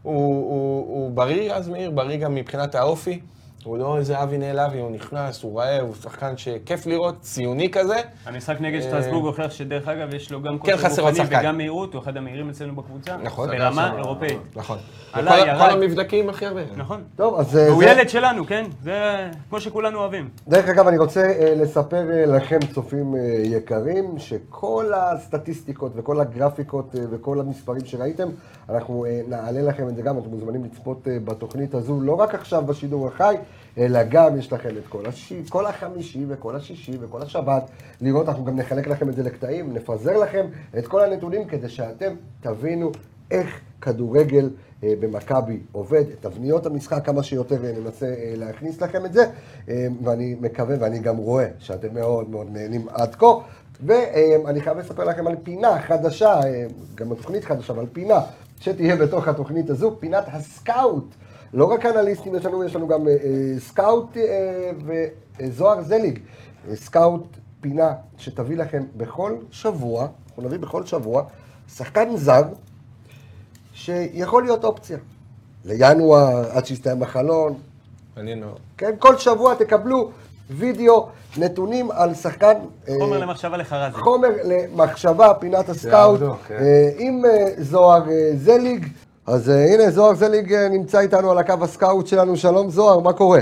S4: הוא- הוא הוא בריא אז מאיר, בריא גם מבחינת האופי, הוא לא איזה אבי נעלבי, הוא נכנס, הוא רעב, הוא שחקן שכיף לראות, ציוני כזה,
S2: המשחק נגד שטרסבורג הוכיח שדרך אגב, יש לו גם
S4: חסר עוד שחקן.
S2: וגם מהירות, הוא אחד המהירים אצלנו בקבוצה.
S4: נכון, סגר
S2: ברמה
S4: שם.
S2: אירופאית.
S4: נכון.
S2: עלה,
S4: וכל-
S2: ירד.
S4: כל המבדקים הכי הרבה.
S2: נכון.
S1: טוב, אז... אה,
S2: הוא
S1: זה-
S2: ילד שלנו, כן? זה כמו שכולנו אוהבים.
S1: דרך אגב, אני רוצה אה, לספר אה, לכם, צופים אה, יקרים, שכל הסטטיסטיקות וכל הגרפיקות אה, וכל המספרים שראיתם, אנחנו אה, נעלה לכם את זה גם, אתם מוזמנים לצפות אה, בתוכנית הזו, לא רק עכשיו בשידור החי, אלא גם יש לכם את כל, הש... כל החמישי וכל השישי וכל השבת, לראות, אנחנו גם נחלק לכם את זה לקטעים, נפזר לכם את כל הנתונים כדי שאתם תבינו איך כדורגל אה, במכבי עובד, את תבניות המשחק כמה שיותר אה, ננסה אה, להכניס לכם את זה, אה, ואני מקווה ואני גם רואה שאתם מאוד מאוד נהנים עד כה. ואני חייב לספר לכם על פינה חדשה, אה, גם תוכנית חדשה, אבל פינה שתהיה בתוך התוכנית הזו, פינת הסקאוט. לא רק אנליסטים יש לנו, יש לנו גם אה, אה, סקאוט אה, וזוהר זליג, אה, סקאוט פינה שתביא לכם בכל שבוע, אנחנו נביא בכל שבוע, שחקן זר שיכול להיות אופציה. לינואר, עד שיסתיים החלון,
S4: מעניין מאוד.
S1: כן? כל שבוע תקבלו וידאו, נתונים על שחקן... אה,
S2: חומר למחשבה לחרזי.
S1: חומר למחשבה, פינת הסקאוט,
S3: תעבדו, כן.
S1: אה, עם אה, זוהר אה, זליג. אז אה, הנה, זוהר זליג אה, נמצא איתנו על הקו הסקאוט שלנו. שלום זוהר, מה קורה?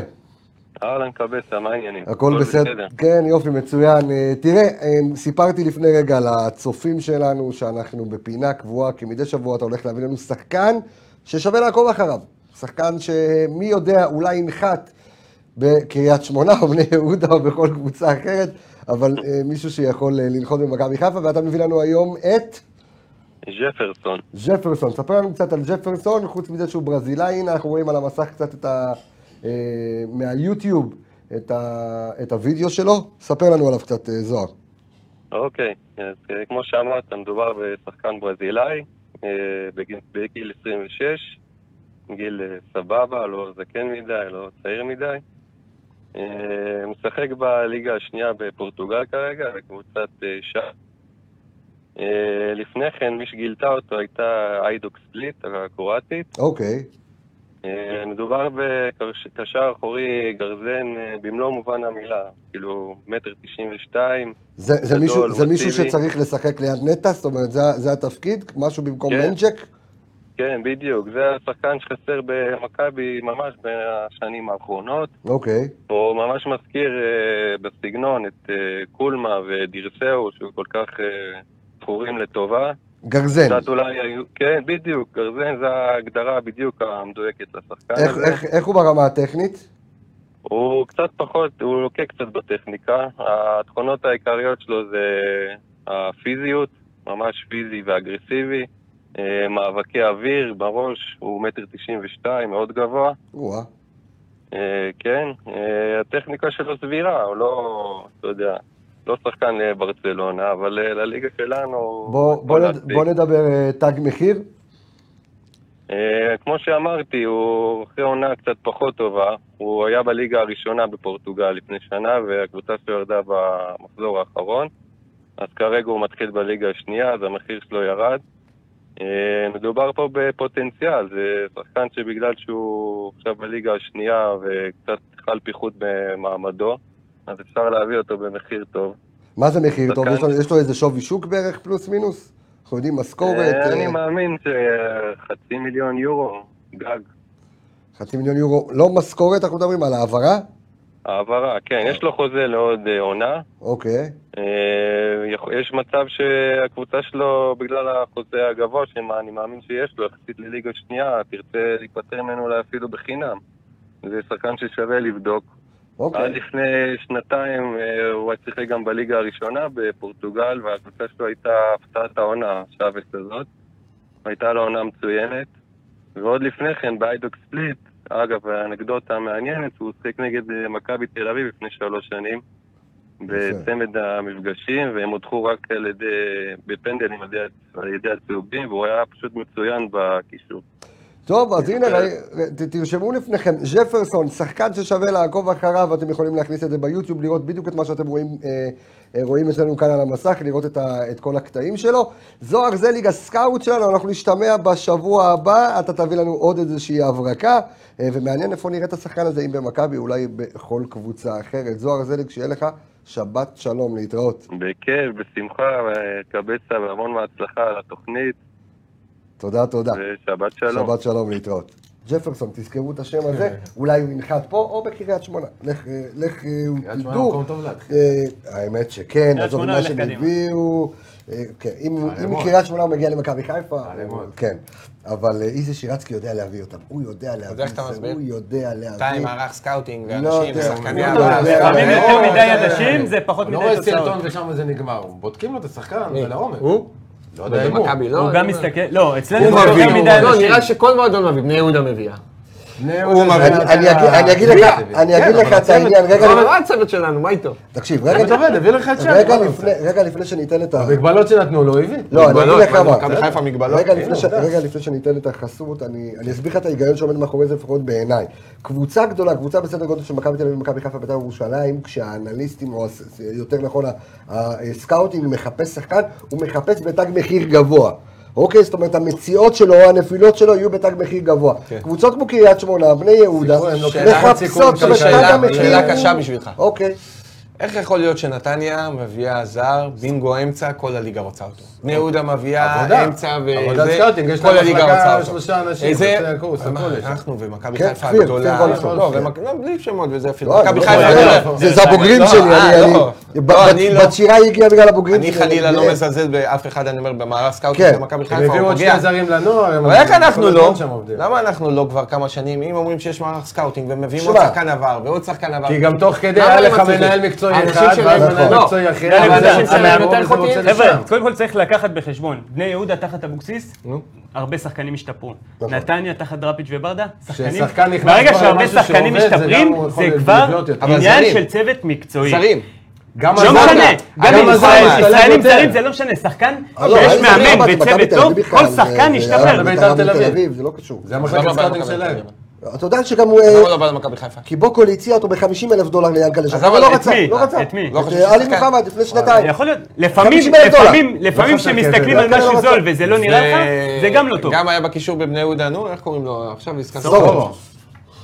S5: אהלן קבסה, מה העניינים?
S1: הכל בסדר. כן, יופי, מצוין. אה, תראה, אה, סיפרתי לפני רגע לצופים שלנו שאנחנו בפינה קבועה, כי מדי שבוע אתה הולך להביא לנו שחקן ששווה לעקוב אחריו. שחקן שמי יודע, אולי ינחת בקריית שמונה או בני יהודה או בכל קבוצה אחרת, אבל אה, מישהו שיכול אה, לנחות במכבי חיפה, ואתה מביא לנו היום את
S5: ג'פרסון.
S1: ג'פרסון. ספר לנו קצת על ג'פרסון, חוץ מזה שהוא ברזילאי, הנה אנחנו רואים על המסך קצת את ה... אה, מהיוטיוב, את, ה... את הוידאו שלו, ספר לנו עליו קצת, אה, זוהר.
S5: אוקיי, אז אה, כמו שאמרת, מדובר בשחקן ברזילאי, אה, בגיל- בגיל 26, גיל אה, סבבה, לא זקן מדי, לא צעיר מדי. אה, משחק בליגה השנייה בפורטוגל כרגע, בקבוצת אה, שעה. אה, לפני כן, מי שגילתה אותו הייתה איידוק ספליט, הקרואטית.
S1: אוקיי,
S5: אה, מדובר בקשר אחורי גרזן אה, במלוא מובן המילה, כאילו מטר תשעים ושתיים,
S1: זה, זה,
S5: גדול,
S1: מישהו, זה מישהו
S5: מסיבי.
S1: שצריך לשחק ליד נטע, זאת אומרת, זה, זה התפקיד? משהו במקום
S5: כן.
S1: מנג'ק?
S5: כן בדיוק, זה השחקן שחסר במכבי ממש בשנים האחרונות,
S1: אוקיי,
S5: הוא ממש מזכיר אה, בסגנון את אה, קולמה ודירסאו שהוא כל כך אה, זכורים לטובה,
S1: גרזן.
S5: קצת אולי היו, כן בדיוק, גרזן זה ההגדרה בדיוק המדויקת לשחקן
S1: איך,
S5: הזה.
S1: איך, איך הוא ברמה הטכנית?
S5: הוא קצת פחות, הוא לוקה קצת בטכניקה. התכונות העיקריות שלו זה הפיזיות, ממש פיזי ואגרסיבי. אה, מאבקי אוויר בראש, הוא מטר תשעים ושתיים, מאוד גבוה.
S1: וואה,
S5: אה, כן, אה, הטכניקה שלו סבירה, הוא לא, אתה יודע, לא שחקן אה, ברצלונה, אבל אה, לליגה שלנו... הוא
S1: בוא,
S5: יכול
S1: בוא, נד,
S5: להספיק.
S1: בוא נדבר אה, תג מחיר.
S5: אה, כמו שאמרתי, הוא אחרי עונה קצת פחות טובה. הוא היה בליגה הראשונה בפורטוגל לפני שנה, והקבוצה שלו ירדה במחזור האחרון. אז כרגע הוא מתחיל בליגה השנייה, אז המחיר שלו ירד. אה, מדובר פה בפוטנציאל, זה שחקן שבגלל שהוא עכשיו בליגה השנייה וקצת חל פיחות במעמדו, אז אפשר להביא אותו במחיר טוב.
S1: מה זה מחיר טוב?
S5: שחקן.
S1: יש לו, יש לו איזה שווי שוק בערך, פלוס מינוס? אה. אנחנו יודעים, משכורת...
S5: אה,
S1: אה,
S5: אני מאמין שחצי מיליון יורו, גג.
S1: חצי מיליון יורו, לא משכורת, אנחנו מדברים על העברה?
S5: העברה, כן, יש לו חוזה לעוד אה, עונה.
S1: אוקיי.
S5: אה, יכ- יש מצב שהקבוצה שלו, בגלל החוזה הגבוה, שאני מאמין שיש לו, יחסית לליגה שנייה, תרצה להיפטר ממנו אולי אפילו בחינם. זה שחקן ששווה לבדוק. עד
S1: אוקיי.
S5: לפני שנתיים אה, הוא היה שיחק גם בליגה הראשונה בפורטוגל, והקבוצה שלו הייתה הפתעת העונה, שווס הזאת. הייתה לו עונה מצוינת. ועוד לפני כן, באיידוק ספליט, אגב, האנקדוטה המעניינת, הוא שיחק נגד אה, מכבי תל אביב לפני שלוש שנים, בצמד המפגשים, והם הודחו רק על ידי, בפנדלים על ידי- על ידי הצהובים, והוא היה פשוט מצוין בקישור.
S1: טוב, אז הנה,
S5: כן.
S1: ראי- ת- תרשמו לפניכם, ג'פרסון, שחקן ששווה לעקוב אחריו, אתם יכולים להכניס את זה ביוטיוב, לראות בדיוק את מה שאתם רואים, אה, אה, רואים אצלנו כאן על המסך, לראות את, ה, את כל הקטעים שלו. זוהר זליג הסקאוט שלנו, אנחנו נשתמע בשבוע הבא, אתה תביא לנו עוד איזושהי הברקה, אה, ומעניין איפה נראה את השחקן הזה, אם במכבי, אולי בכל קבוצה אחרת. זוהר זליג, שיהיה לך שבת שלום, להתראות.
S5: בכיף, בשמחה, אה, קבצה והמון בהצלחה על התוכנית,
S1: תודה, תודה.
S5: ושבת שלום.
S1: שבת שלום להתראות. ג'פרסון, תזכרו את השם
S3: כן.
S1: הזה, אולי הוא ינחת פה או בקריית שמונה. לך, אה, לך, אה,
S3: קריית שמונה
S1: תדעו.
S3: מקום טוב להתחיל.
S1: אה, האמת שכן,
S2: קריית
S1: עזוב
S2: שמונה,
S1: מה
S2: לך
S1: שהם
S2: קדימה.
S1: הביאו. אה, כן, אם אם
S3: ערימות.
S1: מקריית שמונה הוא מגיע למכבי חיפה,
S3: ערימות.
S1: כן. אבל אה, איזי שירצקי יודע להביא אותם, הוא יודע להביא,
S4: איך אתה
S1: זה,
S4: מסביר?
S1: הוא יודע להביא.
S4: אתה עם מערך סקאוטינג
S1: לא
S4: ואנשים
S1: יודע,
S4: ושחקני
S1: לא
S4: הבא.
S1: יודע.
S2: לפעמים
S1: אה,
S2: יותר מדי
S3: אה,
S2: אנשים זה פחות
S3: הוא לא
S2: מדי
S3: רואה
S2: תוצאות.
S3: סרטון ושם זה נגמר, בודקים לו את השחקן
S4: מי?
S3: ולעומק.
S6: הוא?
S3: לא יודע אם הוא.
S6: במכבי, לא?
S2: הוא גם מסתכל, לא, אצלנו
S6: הוא
S2: זה
S6: מביא.
S2: יותר מדי
S6: לא, נראה
S2: אנשים.
S6: שכל מועדון מביא, בני יהודה מביאה.
S3: בני
S4: הוא
S3: יהודה
S4: מביא.
S3: זה
S1: אני- אני אגיד- אני אגיד
S3: ה-
S1: לך- אני אגיד
S3: כן,
S1: לך
S3: אבל
S1: את העניין, רגע,
S6: אבל
S1: אני-
S6: מה הצוות שלנו, מה איתו?
S1: תקשיב,
S3: זה
S1: רגע,
S3: עובד, הביא לך את שם.
S1: רגע לפני- רגע לפני שניתן את ה...
S3: המגבלות שנתנו לו, הוא הביא.
S1: לא, אני
S4: מגבלות,
S1: אגיד לך
S4: מה,
S1: מה.
S4: מכבי חיפה מגבלות? כן.
S1: רגע לפני ש- רגע לפני שניתן את החסות, אני אני אסביר לך את ההיגיון שעומד מאחורי זה, לפחות בעיניי. קבוצה גדולה, קבוצה בסדר גודל של מכבי תל אביב, מכבי חיפה, בית"ר ירושלים, כשהאנליסטים, או הס- יותר נכון, ה- הסקאוטים, מחפש שחקן, הוא מחפש בתג מחיר גבוה. אוקיי, זאת אומרת, המציאות שלו, או הנפילות שלו, יהיו בתג מחיר גבוה.
S4: כן.
S1: קבוצות כמו קריית שמונה, בני יהודה,
S3: סיכון, הם לוקחים
S1: מחפשות,
S3: סיכון,
S1: זאת אומרת,
S4: לא שאלה-
S1: תג המחיר...
S4: שאלה
S1: הוא-
S4: קשה בשבילך.
S1: אוקיי.
S4: איך יכול להיות שנתניה מביאה זר, בינגו אמצע, כל הליגה רוצה אותו? בני יהודה מביאה
S3: עבודה.
S4: אמצע וזה,
S3: עבודת סקאוטינג, יש להם
S4: כל הליגה
S3: מחלקה
S4: רוצה אותו.
S3: שלושה אנשים,
S4: איזה-
S3: חצי הקורס,
S4: מה,
S3: הכל יש.
S4: אנחנו ומכבי
S1: כן,
S4: חיפה
S1: כפיר,
S4: הגדולה,
S1: כפיר גולדשטיין,
S4: לא,
S1: כן.
S4: ומכ- לא, בלי שמות וזה אפילו,
S1: לא, אני
S4: מכבי
S1: לא
S4: חיפה
S1: יודע.
S4: הגדולה.
S1: זה זה הבוגרים
S4: לא,
S1: שלי,
S4: אה,
S1: אני- אני-
S4: לא.
S1: ב-
S4: לא,
S1: בת-
S4: אני לא.
S1: בת שירה הגיעה בגלל הבוגרים
S4: אני
S1: שלי, אה,
S4: חלילה לא
S1: גאה.
S4: מזלזל באף אחד, אני אומר, במערך סקאוטינג
S1: כן.
S4: של מכבי
S3: הם
S4: חיפה,
S3: הביאו
S4: הוא
S3: עוד
S4: פוגע.
S3: שני זרים לנוער. הם-
S4: אבל איך
S3: הם
S4: אנחנו
S3: כל
S4: לא?
S3: הזמן שם עובדים.
S4: למה אנחנו לא כבר כמה שנים? אם אומרים שיש מערך סקאוטינג ומביאים עוד
S1: שמע.
S4: שחקן עבר ועוד שחקן עבר.
S3: כי גם תוך כדי
S6: למה
S3: היה
S6: הם
S3: לך
S6: מצליחים?
S3: מנהל מקצועי
S6: האנשים
S3: אחד,
S6: שלהם-
S3: ואז
S6: לא.
S3: מנהל מקצועי אחר,
S6: לא,
S3: ואז
S6: האנשים
S3: אתה
S6: שלהם
S3: רוצה
S6: יותר
S3: לשם.
S6: איכותיים.
S2: חבר'ה, קודם כל צריך לקחת בחשבון, בני יהודה תחת אבוקסיס, הרבה שחקנים השתפרו. נתניה תחת דראפיץ' וברדה, שחקנים...
S3: כששחקן נכון. נכנס
S2: ברגע
S3: כבר
S2: שהרבה
S3: למשהו
S2: שחקנים
S3: שעובד, זה גם
S2: משתפרים,
S3: הוא יכול
S2: זה
S3: לבנות
S2: כבר
S3: יותר. אבל
S2: עניין
S4: זרים.
S2: של צוות מקצועי.
S4: זרים.
S3: גם
S2: לא
S3: הזר-
S2: משנה, גם אם
S3: הזר
S2: ישראל-
S3: משתלב
S2: ישראלים
S3: יותר.
S2: זרים זה לא משנה, שחקן
S1: לא,
S2: שיש
S1: אני
S2: מאמן
S1: אמרתי, מכבי
S2: וצוות
S1: תל
S2: טוב,
S1: אביב בכלל,
S2: כל
S1: זה-
S2: שחקן
S1: זה
S2: השתפר.
S1: היה
S3: בית"ר
S1: בתל
S3: תל אביב.
S1: אביב, זה לא קשור.
S3: זה המחלקת
S4: למה בא
S3: סקאוטינג
S4: מכבי
S3: שלהם.
S4: תל אביב?
S1: אתה יודע שגם הוא... אה,
S4: למה הוא לא בא למכבי חיפה?
S1: כי בוקול הציע אותו ב-50 אלף דולר ליענקל'ה שחר,
S4: אבל
S1: אבל לא
S4: את
S1: רצה,
S2: מי?
S1: לא רצה.
S2: את מי?
S4: לא
S1: את
S4: חושב שזה
S1: עלי
S4: שחקן. אה,
S1: מוחמד לפני שנתיים.
S2: יכול להיות, לפעמים,
S1: 50,000 דולר.
S2: לפעמים, לפעמים
S3: לא חשבתי
S2: כשמסתכלים
S3: על
S2: על
S1: זה.
S2: משהו
S1: לא
S2: זול
S1: חשבתי.
S2: וזה לא נראה לך, זה גם לא טוב.
S4: גם היה בקישור בבני יהודה, נו, איך קוראים לו? עכשיו נזכרתי.
S1: סורוב.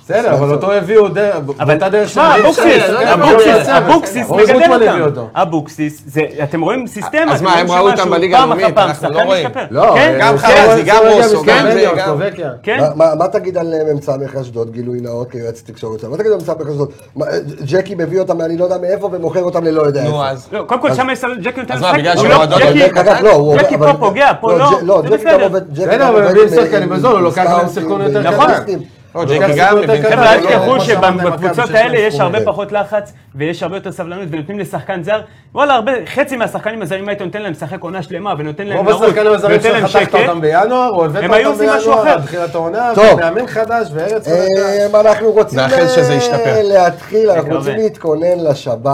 S3: בסדר, אבל אותו הביאו דרך, באותה
S2: אבל
S3: דרך כן,
S2: תשמע,
S3: של-
S2: אבוקסיס,
S3: של-
S2: אבוקסיס,
S3: של-
S2: אבוקסיס
S3: רוז
S2: מגדל
S3: גוטמן הביא
S2: אותם. אבוקסיס, זה- אתם רואים סיסטמה,
S4: אז
S2: אתם
S4: מה,
S2: רואים
S4: הם ראו אותם
S2: שמשהו
S4: בליגה
S2: פעם
S4: הלאומית,
S2: אחר פעם,
S4: אנחנו לא
S2: שחקן
S4: רואים.
S2: משתפר.
S3: לא,
S2: כן,
S3: אה,
S4: גם
S3: זה-
S4: חרזי,
S3: זה
S4: גם
S3: רגע
S4: רוסו,
S3: מסכן,
S4: גם זה,
S3: רגע,
S4: גם-
S3: סלובקיה.
S2: כן.
S1: מה- מה- מה תגיד על אה, מ"ס אשדוד, גילוי נאות כיועץ תקשורת שלו? מה תגיד על מ"ס אשדוד? מה, אה, ג'קי מביא אותם מאני לא יודע מאיפה ומוכר אותם ללא יודע
S4: נו,
S1: איפה.
S4: אז.
S2: לא, קודם כל שם יש ג'קי נותן
S4: אז מה, בגלל
S2: הוא
S4: שהוא
S2: לא-
S4: אדום,
S2: ג'קי-
S1: דרך אגב, לא, הוא-
S2: ג'קי
S1: אבל-
S2: פה פוגע, פה לא,
S1: ג'-
S2: זה
S1: ג'קי גם
S2: בסדר.
S1: עובד, ג'קי
S3: בסדר,
S1: גם
S3: אבל
S1: עובד
S3: מביאים
S1: עם- אה,
S3: שחקנים
S1: עם-
S3: בזול, הוא
S1: עם
S3: לוקח
S1: סקאוט,
S3: להם סיכון
S1: עם-
S3: יותר
S1: עם
S3: קטן.
S2: נכון.
S1: אנליסטים.
S4: לא,
S3: לוקח
S4: ג'קי גם
S3: סיכון יותר
S4: מבין.
S3: קטן.
S2: חבר'ה, אל
S3: לא,
S2: תשכחו
S3: כמו שאמרתם, מכבי
S2: שבקבוצות
S3: שיש
S2: האלה
S3: להם
S2: יש
S3: סכום
S2: הרבה
S3: גדול.
S2: פחות לחץ ויש הרבה יותר סבלנות ונותנים לשחקן זר. וואלה, הרבה, חצי מהשחקנים הזרים היית נותן להם לשחק עונה שלמה ונותן להם
S3: רוב
S2: לרוץ
S3: השחקנים הזרים
S2: ונותן להם
S3: שחתכת
S2: שקט.
S3: אותם בינואר, או הבאת
S2: הם היו
S3: אותם
S2: עושים משהו
S3: בינואר,
S2: אחר.
S3: עד תחילת העונה,
S1: טוב.
S3: ומאמן חדש, וארץ חדשה.
S1: אה, אנחנו רוצים
S4: נאחל
S1: אה,
S4: שזה ישתפר.
S1: להתחיל, אנחנו
S2: מקווה.
S1: רוצים להתכונן לשבת,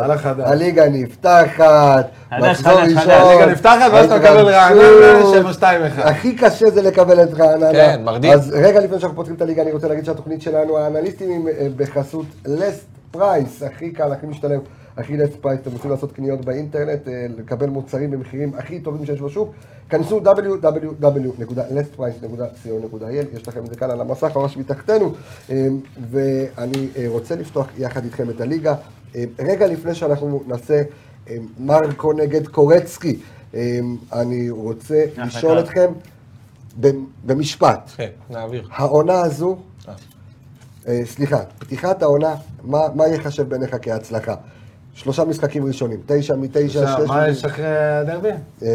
S3: על החדש.
S1: הליגה נפתחת,
S2: חדש,
S1: מחזור
S2: חדש,
S1: ראשון,
S2: חדש.
S3: הליגה אה, נפתחת, ואז
S1: אה,
S3: אתה מקבל רעננה,
S1: ההתרגשות.
S3: 7-2-1.
S1: הכי קשה זה לקבל את רעננה.
S4: כן, מרדים.
S1: אז רגע לפני שאנחנו פותחים את הליגה, אני רוצה להגיד שהתוכנית שלנו, האנליסטים הם אה, בחסות לסט פרייס, הכי קל, הכי משתלם. הכי לסט פרייס, אתם רוצים לעשות קניות באינטרנט, אה, לקבל מוצרים במחירים הכי טובים שיש בשוק, כנסו www.lestprice.co.il, יש לכם את זה כאן על המסך, ממש מתחתנו, אה, ואני אה, רוצה לפתוח יחד איתכם את הליגה. אה, רגע לפני שאנחנו נעשה אה, מרקו נגד קורצקי, אה, אני רוצה
S2: אחלה
S1: לשאול
S2: קרב.
S1: אתכם, במ- במשפט,
S4: כן, נעביר.
S1: העונה הזו אה, סליחה, פתיחת העונה, מה מה ייחשב בעיניך כהצלחה? שלושה משחקים ראשונים, תשע מתשע, שש...
S3: מה יש אחרי הדרבי?
S1: אה,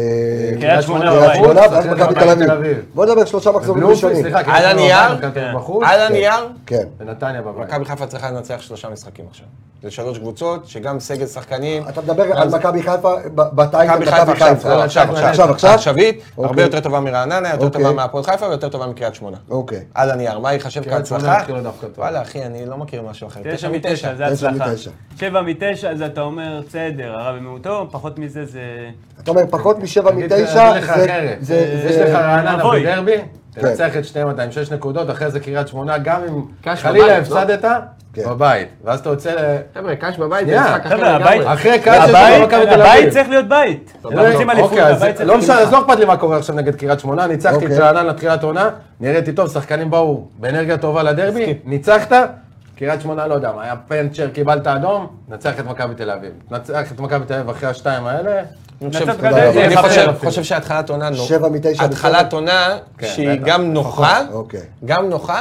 S2: קריית שמונה
S1: קריית
S2: בבית.
S1: שמונה ואז
S3: שחרר
S1: מכבי
S3: מכבי
S1: תל
S3: תל
S1: אביב.
S3: אביב.
S1: בוא נדבר שלושה מחזורים
S3: בבלומפילד,
S1: ראשונים.
S3: סליחה,
S4: על
S3: קריית שמונה
S4: הנייר?
S3: בבית,
S4: כן.
S3: בחוץ,
S4: על הנייר,
S1: כן.
S3: ונתניה בבית.
S4: מכבי חיפה צריכה לנצח שלושה משחקים עכשיו. זה שלוש קבוצות, שגם סגל שחקנים.
S1: אתה מדבר על
S4: אז-
S1: מכבי חיפה ב- בטייטל,
S4: מכבי חיפה עכשיו, עכשיו, עכשיו,
S1: עכשיו, עכשיו.
S4: עכשווית, הרבה
S1: אוקיי.
S4: יותר טובה מרעננה, יותר
S1: אוקיי.
S4: טובה מהפועל חיפה ויותר טובה מקריית שמונה.
S1: אוקיי.
S4: על הנייר, מה ייחשב
S3: קריית שמונה
S4: כהצלחה?
S3: התחילה דווקא טוב.
S4: וואלה, אחי, אני לא מכיר משהו אחר.
S2: תשע מתשע, זה
S1: תשע
S2: הצלחה.
S1: מתשע.
S2: שבע מתשע, אז אתה אומר, בסדר, הרע במיעוטו, פחות מזה זה...
S1: אתה אומר, פחות משבע
S3: תגיד,
S1: מתשע,
S3: אגיד לך
S1: זה-
S3: אחרת. אה,
S1: זה...
S3: יש
S1: זה-
S3: לך רעננה
S2: אבוי.
S3: בדרבי,
S1: כן.
S3: תנצח את שניהם אתה עם שש נקודות, אחרי זה קריית שמונה, גם אם
S7: קש
S3: חלילה
S7: בבית, לא?
S3: הפסדת,
S1: כן.
S3: בבית. ואז אתה יוצא ל...
S7: חבר'ה, קש בבית זה
S3: שנייה,
S7: משחק אחר
S2: חבר'ה, הבית-
S7: לגמרי.
S3: אחרי קש שזה
S2: הבית,
S3: מכבי תל אביב.
S2: הבית צריך להיות בית.
S3: לא,
S2: לא רוצים אליפות,
S3: אוקיי, אז
S2: הבית צריך
S3: לא
S2: להיות
S3: משנה, אז לא אכפת לי מה קורה עכשיו נגד קריית שמונה, ניצחתי את
S1: אוקיי.
S3: רעננה תחילת עונה, נראיתי טוב, שחקנים באו באנרגיה טובה לדרבי, ניצחת, קריית שמונה לא יודע מה, היה פנצ'ר, קיבלת אדום, נצח את מכבי תל אביב. נצח את מכבי תל אביב אחרי השתיים האלה,
S4: אני חושב-
S2: נצח את גדל,
S1: זה
S4: אני
S3: יחבר
S4: חושב-
S3: אפילו.
S4: חושב שהתחלת עונה נוחה.
S1: שבע מתשע
S4: התחלת עונה
S3: כן,
S4: שהיא
S3: בטח.
S4: גם נוחה,
S1: אוקיי.
S4: גם נוחה.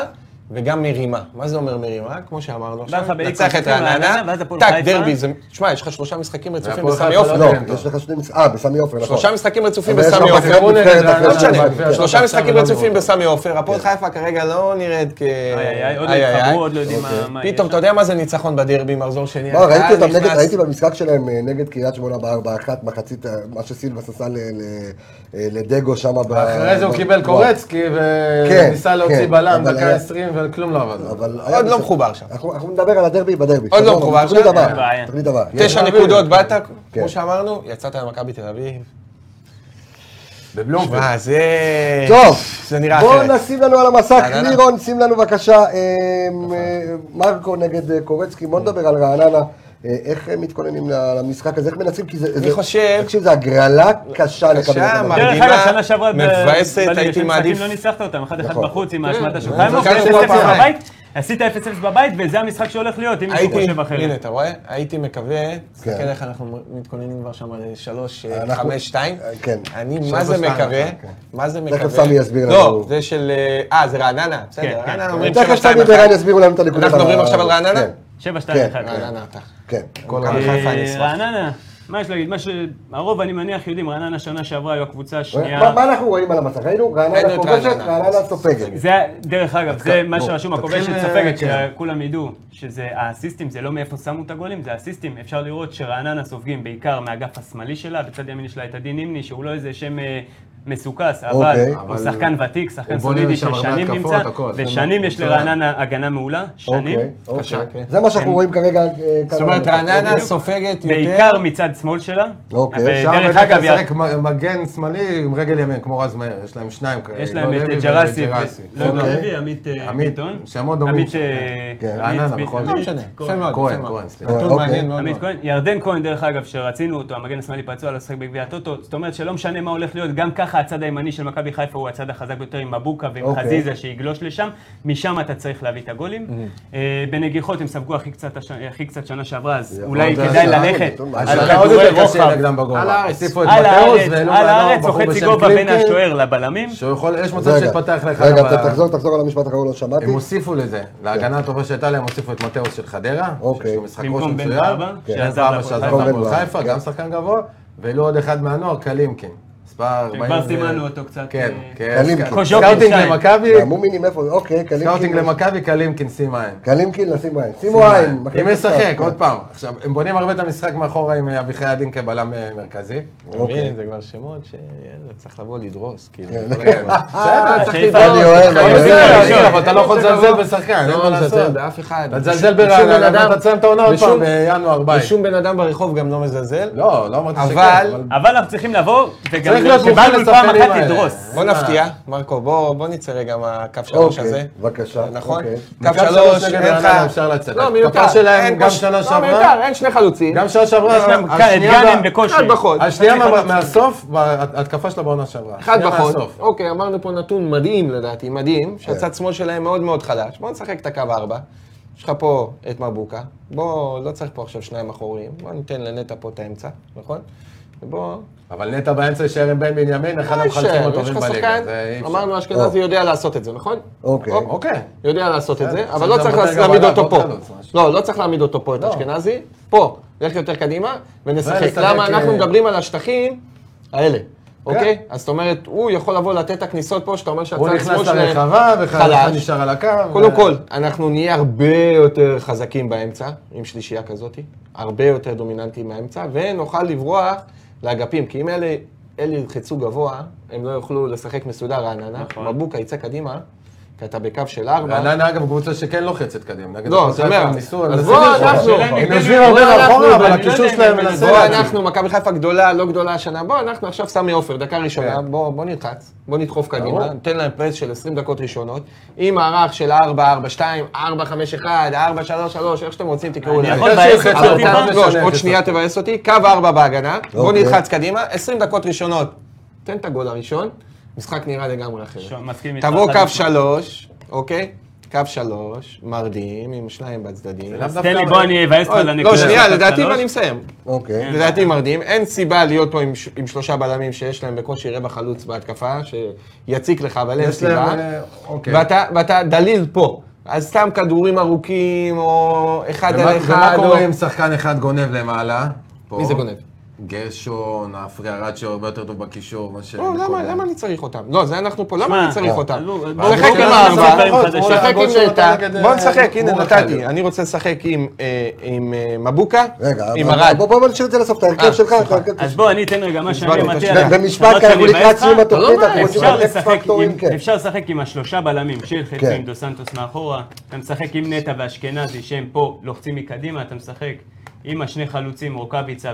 S4: וגם מרימה. מה זה אומר מרימה? כמו שאמרנו עכשיו,
S2: באיקו,
S4: נצח את
S2: נצח רעננה,
S4: רעננה,
S2: ואז הפועל
S4: טאק,
S2: חיפה.
S4: דרבי, זה... שמע, יש לך שלושה משחקים רצופים
S3: והפועל
S4: בסמי
S3: חיפה
S4: עופר.
S3: לא
S1: לא,
S3: כן,
S1: יש לך שני משחקים, אה, בסמי עופר, נכון.
S4: שלושה משחקים רצופים
S1: אבל יש לך
S4: בסמי עופר.
S1: מחזור נבחרת
S3: לא
S4: לא
S1: אחרי
S4: משנה,
S1: השבת, כן.
S4: שלושה משחקים
S3: לא
S4: רצופים
S3: גמרו.
S4: בסמי עופר, הפועל חיפה כרגע לא נראית כ...
S2: בית. איי, איי, איי, עוד לא
S4: איי, איי,
S2: התחברו,
S4: איי.
S2: עוד לא יודעים מה- מה יש.
S4: פתאום, אתה יודע מה זה ניצחון בדרבי, מחזור שני?
S1: לא, אוקיי. ראיתי
S4: הקהל
S1: אותם נגד,
S4: כן, נכנס.
S1: ראיתי במשחק שלהם אה, נגד קריית שמונה בארבע אחת, מחצית, אה, מה שסילבס עשה ל- ל- אה, לדגו שם. ב-
S3: אחרי זה הוא
S1: ב-
S3: קיבל
S1: ב-
S3: קורצקי
S1: כן,
S3: וניסה להוציא
S1: כן,
S3: בלם
S1: אבל
S3: דקה
S1: היה-
S3: 20 וכלום לא עבד.
S1: אבל היה
S4: עוד לא
S1: בסדר.
S4: מחובר שם.
S1: אנחנו אנחנו נדבר על הדרבי בדרבי.
S4: עוד לא
S1: סבבה,
S4: מחובר
S1: תוכנית
S4: שם.
S1: הבאה,
S2: בעיה.
S1: תוכנית הבאה.
S4: תשע
S3: יש
S4: נקודות
S3: מעביר.
S4: באת,
S1: כן.
S4: כמו שאמרנו, יצאת למכבי תל אביב.
S2: אה,
S3: בבלומפילד.
S4: שמע, זה...
S1: אוקיי. טוב,
S4: זה נראה
S1: בואו
S4: אחרת.
S1: נשים לנו על המסך,
S4: רעננה.
S1: לירון, שים לנו בבקשה אה,
S4: נכון.
S1: אה, מרקו נגד אה, קורצקי, בואו נדבר על רעננה. אה, איך הם מתכוננים ל- למשחק הזה? איך מנצחים? כי זה... זה-
S4: חושב-
S1: תקשיב, זה הגרלה קשה לקבל.
S4: קשה,
S1: אותה.
S4: מה-
S2: דרך
S4: מדהימה,
S2: אגב, שנה שעברה ב-
S4: מבאסת,
S2: בליגה של
S4: הייתי
S2: משחקים
S4: מעדיף-
S2: לא ניצחת אותם, אחד אחד
S1: נכון.
S2: בחוץ עם האשמתה שלך.
S4: זה
S2: הם עושים
S4: קרה
S2: 0-0
S4: פעמיים.
S2: בבית, עשית 0-0 בבית, וזה המשחק שהולך להיות, אם מישהו
S4: הייתי,
S2: חושב
S4: הנה,
S2: אחרת.
S4: אתה רואה? הייתי מקווה, תסתכל איך אנחנו מתכוננים כבר שם על שלוש, אה,
S1: כן. אנחנו-
S4: חמש, שתיים.
S1: אה, כן. אוקיי.
S4: אני, מה זה
S3: שתיים,
S4: מקווה?
S3: אחת,
S4: מה זה
S1: תכף
S4: מקווה?
S1: סמי יסביר לנו.
S4: לא, זה של... אה, אה, זה רעננה. בסדר,
S2: כן,
S4: רעננה
S2: כן.
S4: אומרים
S1: תכף
S4: שבע, שתיים,
S1: סמי
S4: אחת.
S1: ורן יסבירו להם את הליקויים.
S4: אנחנו
S1: על ה-
S4: מדברים עכשיו על רעננה?
S1: כן,
S2: 7-2-1.
S4: רעננה אה, אתה.
S1: כן.
S4: כל
S2: אה,
S4: רעננה חיפה אני אשמח.
S2: רעננה, מה יש להגיד? מה שהרוב, אני מניח, יודעים, רעננה שנה שעברה היו הקבוצה השנייה.
S1: מה מה אנחנו רואים על המסך? ראינו, רעננה
S4: ראינו את
S1: כובשת,
S4: רעננה.
S1: רעננה סופגת.
S2: זה, דרך אגב, זה מה
S3: בוא,
S2: שרשום,
S3: תתחיל,
S2: הכובשת
S3: אה,
S2: ספגת,
S3: כן.
S2: שכולם ידעו, שזה האסיסטים, זה לא מאיפה שמו את הגולים, זה האסיסטים. אפשר לראות שרעננה סופגים בעיקר מהאגף השמאלי שלה, בצד ימין שלה את עדי נימני, שהוא לא איזה שם אה, מסוכס, אבל
S1: אוקיי.
S2: הוא
S3: אבל
S2: שחקן ותיק, שחקן
S3: הוא בונה
S2: סולידי
S3: שם הרבה
S2: ששנים
S3: התקפות,
S2: נמצא,
S3: הכל, זה
S2: ושנים יש
S3: מצוין.
S2: לרעננה הגנה מעולה, שנים.
S1: אוקיי,
S4: קשה,
S1: אוקיי.
S4: כן.
S1: זה מה שאנחנו רואים כרגע. אה, כאן
S4: זאת
S1: על
S4: אומרת,
S1: המסך.
S4: רעננה
S2: בדיוק.
S4: סופגת יותר...
S2: בעיקר מצד שמאל שלה.
S1: אוקיי,
S3: שם
S2: ודרך
S3: אתה
S2: אגב,
S3: משחק מ- מגן שמאלי עם רגל ימין, כמו רז מאיר, יש להם שניים כאלה.
S2: יש
S3: לא
S2: להם את
S3: לוי
S2: ג'רסי,
S3: וג'רסי.
S2: לא לא,
S1: אוקיי.
S2: לוי, עמית אה,
S3: עמית,
S2: ביטון.
S3: שמות דומים.
S2: עמית, אה,
S3: כן.
S1: כן,
S2: עמית
S3: רעננה,
S2: ביט-
S3: נכון.
S2: עמית
S4: לא משנה, יפה
S2: כהן.
S4: מאוד,
S3: כהן,
S4: יפה מאוד.
S3: כהן, סליחה.
S4: נתון
S1: אוקיי.
S4: מעניין מאוד.
S2: עמית כהן, ירדן כהן דרך אגב, שרצינו אותו, המגן השמאלי פצוע, לא לשחק בגביע הטוטו, זאת אומרת שלא משנה מה הולך להיות, גם ככה הצד הימני של מכבי חיפה הוא הצד החזק ביותר עם מבוקה ועם
S1: אוקיי.
S2: חזיזה שיגלוש לשם, משם אתה צריך להביא את הגולים. אה, בנגיחות הם ספגו הכי קצת הש- הכי קצת שנה שעברה, אז אולי
S1: זה
S2: כדאי
S1: השעה
S2: ללכת
S1: הזאת,
S2: על
S3: השנה עוד
S2: כדורי
S3: יותר קשה
S2: רוחב.
S3: נגדם בגובה.
S4: על הארץ.
S3: הוסיפו את
S2: על
S3: מטאוס
S2: הארץ,
S3: והעלו
S2: על
S3: מעליו
S2: הארץ,
S3: בחור
S2: או חצי
S3: בשם
S2: גובה בין
S3: קלינקל,
S2: השוער לבלמים.
S3: שהוא יכול, יש מצב
S1: רגע,
S3: שיתפתח לך.
S1: רגע,
S3: ב-
S1: אתה תחזור, תחזור על המשפט האחרון, לא שמעתי.
S3: הם הוסיפו לזה, להגנה הטובה שהייתה להם, הוסיפו את מטאוס של חדרה,
S1: אוקיי.
S3: שיש לו משחק ראש
S2: במקום בן
S3: מצוין,
S2: באבא,
S3: כן.
S2: שעזר
S3: באבא
S2: להפועל
S3: שעזר
S1: חיפה.
S3: להפועל חיפה,
S1: כן.
S3: גם שחקן גבוה, והעלו עוד אחד מהנוער, קלימקין. מספר 40
S2: כן, כבר
S3: ו-
S2: סימנו אותו קצת,
S3: כן,
S2: אה,
S3: כן.
S1: קלימקין.
S2: קוז'וקין
S3: סקאוטינג
S2: שתיים.
S3: למכבי,
S1: המומינים איפה? אוקיי,
S3: סקאוטינג
S1: קלימקין.
S3: למכבי, קלימקין שים עין.
S1: קלימקין, לשים עין. שימו עין. מכבי
S3: אם
S1: חיפה.
S3: ישחק, עוד פעם. עכשיו, הם בונים הרבה את המשחק מאחורה עם אה, אביחי עדין כבלם אה, מרכזי.
S4: אתה מבין, זה כבר שמות ש... יאללה, צריך לבוא לדרוס, כאילו.
S3: בסדר, צריך
S2: חיפה.
S3: לבדוק.
S1: אני אוהב, אני
S3: בסדר,
S1: אוהב.
S3: אחי, אבל אתה לא יכול לזלזל בשחקן, אין מה
S4: לא מזלזל
S3: לעשות.
S4: באף אחד.
S3: אתה תזלזל
S4: בשום
S3: ברעננה,
S4: בן
S3: אבל
S4: אדם-
S3: אתה תסיים את העונה עוד פעם אה,
S4: בשום-
S3: בינואר בית.
S4: ושום בן אדם ברחוב גם לא מזלזל.
S3: לא, לא אמרתי שכן.
S4: אבל-
S2: אבל אנחנו צריכים לבוא, וגם
S3: צריך להיות מוכן
S2: קיבלנו פעם
S3: לשחקנים
S2: אחת
S3: האלה.
S2: לדרוס.
S4: בוא נפתיע, מרקו, בוא בוא נצא רגע מהקו שלוש הזה.
S1: אוקיי, בבקשה.
S4: נכון?
S1: אוקיי.
S4: קו
S3: מכבי
S4: שלוש,
S3: נגד
S4: אין
S3: רעננה
S4: לך...
S3: אפשר לצאת.
S7: לא, מיותר.
S3: התקפה שלהם
S7: אין
S3: גם
S7: פה ש-
S3: שנה
S7: לא, מיותר,
S3: שעברה,
S7: אין שני חלוצים.
S3: גם שנה
S2: יש
S3: שעברה,
S2: להם
S8: אה,
S2: את
S4: אוקיי,
S2: גאנם בקושי.
S7: אחד בחוד.
S3: השנייה
S2: אחד
S3: מה-
S2: בחוץ.
S3: מהסוף, ההתקפה שלה בעונה שעברה.
S7: אחד
S3: השנייה
S7: בחוד.
S3: מהסוף.
S7: אוקיי, אמרנו
S4: אמרנו פה נתון מדהים לדעתי, מדהים,
S8: כן.
S4: שהצד שמאל שלהם מאוד מאוד חלש. בוא נשחק את הקו ארבע. יש לך פה את מבוקה, בוא, לא צריך פה עכשיו שניים אחוריים, בוא ניתן לנטע פה את האמצע, נכון? בוא,
S8: אבל נטע באמצע יישאר עם בן בנימין, אחד
S4: לא
S8: המחלצים
S4: יישאר, יש
S8: הטובים
S4: לך
S8: בליגה.
S4: שחקן,
S8: זה אי אפשר.
S4: אמרנו אשכנזי יודע לעשות את זה, נכון?
S1: אוקיי.
S4: אופ,
S8: אוקיי.
S4: יודע לעשות את זה,
S8: בסדר,
S4: אבל לא
S8: בסדר,
S4: צריך
S8: אבל
S4: להעמיד
S8: גם
S4: אותו
S8: עליו,
S4: פה.
S8: עוד חלוץ, משהו.
S4: לא, לא צריך להעמיד אותו פה, את אשכנזי. פה, לך יותר קדימה ונשחק.
S8: ולשחק,
S4: למה? אנחנו
S8: אה, כן.
S4: מדברים על השטחים האלה, אוקיי? אז זאת אומרת, הוא יכול לבוא לתת את הכניסות פה, שאתה אומר שהצד
S8: הוא
S4: שמאל
S8: נכנס
S4: שלהם
S8: לרחבה, וחלש
S4: חלש.
S8: נשאר על הקו.
S4: קודם
S8: ו-
S4: כל, אנחנו נהיה הרבה יותר חזקים באמצע, עם שלישייה כזאת, הרבה יותר דומיננטיים מהאמצע, ונוכל לברוח לאגפים, כי אם אלה, אלה ילחצו גבוה, הם לא יוכלו לשחק מסודר רעננה.
S2: נכון.
S4: מבוקה יצא קדימה, כי אתה בקו של ארבע.
S8: רעננה, אגב, קבוצה שכן לוחצת קדימה. נגד
S4: לא,
S8: הפועל
S4: זאת אומרת,
S8: חיפה ניסו,
S4: אז
S8: הם
S4: בוא
S8: מנסים
S4: אנחנו-
S8: לראות.
S2: השאלה אם
S8: הם
S2: ניתן
S8: יושבים
S2: להם-
S8: הרבה
S2: בוא
S8: מאחורה,
S2: אנחנו,
S8: אבל
S2: ואני לא
S8: הקישור
S2: יודע אם
S8: שלהם
S2: הם
S8: מנסה...
S2: ינסו
S4: בוא
S8: להציל.
S4: אנחנו, מכבי חיפה גדולה, לא גדולה השנה, בוא אנחנו עכשיו סמי עופר, דקה ראשונה, בוא בוא נלחץ, בוא נדחוף קדימה, ניתן להם פרס של 20 דקות ראשונות, עם מערך של 4, 4, 2, 4, 5, 1, 4, 3, 3, איך שאתם רוצים תקראו
S2: אני
S4: להם.
S2: יכול
S8: יש
S2: בעשר
S8: חצי
S2: שלו
S8: טיפה
S4: אבל
S2: טיפה?
S4: אתה- לא,
S8: משנה,
S4: עוד
S8: יש
S4: שנייה תבאס אותי, קו 4 בהגנה, בוא
S1: אוקיי.
S4: נלחץ קדימה, 20 דקות ראשונות, תן את הגול הראשון, משחק נראה לגמרי אחרת.
S2: שוב, מסכים איתך.
S4: תבוא
S2: חד
S4: קו
S2: משמעית.
S4: 3, אוקיי? קו 3, מרדים עם שניים בצדדים.
S8: לאו דווקא-
S2: תן לי, בוא אני אבאס לך על הנקודה.
S4: לא, שנייה,
S2: הזאת,
S4: לדעתי,
S2: שלוש. כן.
S4: ואני מסיים.
S1: אוקיי.
S4: לדעתי מרדים, אין סיבה להיות פה עם, ש- עם שלושה בלמים שיש להם בקושי רבע חלוץ בהתקפה, שיציק לך, אבל אין
S8: יש להם,
S4: סיבה.
S8: אה, אוקיי.
S4: ואתה, ואתה דליל פה, אז סתם כדורים ארוכים, או אחד
S8: ומה
S4: על
S8: ומה
S4: אחד, או...
S8: קורה אם שחקן אחד גונב למעלה? פה.
S4: מי זה גונב?
S8: גרשון, הפריארד שהוא הרבה יותר טוב בקישור, מה ש...
S4: לא, למה, למה אני צריך אותם? לא, זה אנחנו פה, למה
S2: שמע,
S4: אני צריך
S2: אה,
S4: אותם?
S2: עזוב, בואו
S4: שחק
S2: נעשה
S4: עם
S2: דברים
S4: הארבע,
S2: חדשים.
S4: שחק
S8: הגול
S4: עם
S8: שלו
S4: נטע,
S8: נגד, אה,
S4: בוא נשחק, הנה
S8: מור
S4: נתתי,
S8: החייל.
S4: אני רוצה לשחק עם, אה, עם אה, מבוקה,
S1: רגע,
S4: עם
S1: אבל-
S4: ארד.
S1: בוא- בוא נשאיר את זה לסוף, את ההרכב
S4: אה,
S1: שלך. את ההרכב
S2: אז
S1: שלך.
S2: בוא, אני אתן רגע מה שאני
S4: הסברנו את
S2: מציע.
S4: השאלה.
S2: לך.
S1: במשפט,
S2: אמרת
S1: כי אנחנו
S2: שאני
S1: לקראת
S2: מבאס
S1: סיום
S2: לך?
S1: התוכנית,
S4: לא,
S1: אנחנו רוצים
S2: אפשר
S1: לתת
S2: לשחק
S1: פקטורים,
S2: עם-
S1: כן.
S2: אפשר לשחק עם השלושה בלמים, שיר חצי
S1: כן.
S2: עם דו סנטוס מאחורה, אתה משחק עם נטע ואשכנזי שהם פה לוחצים מקדימה, אתה משחק עם השני חלוצים רוקאביצה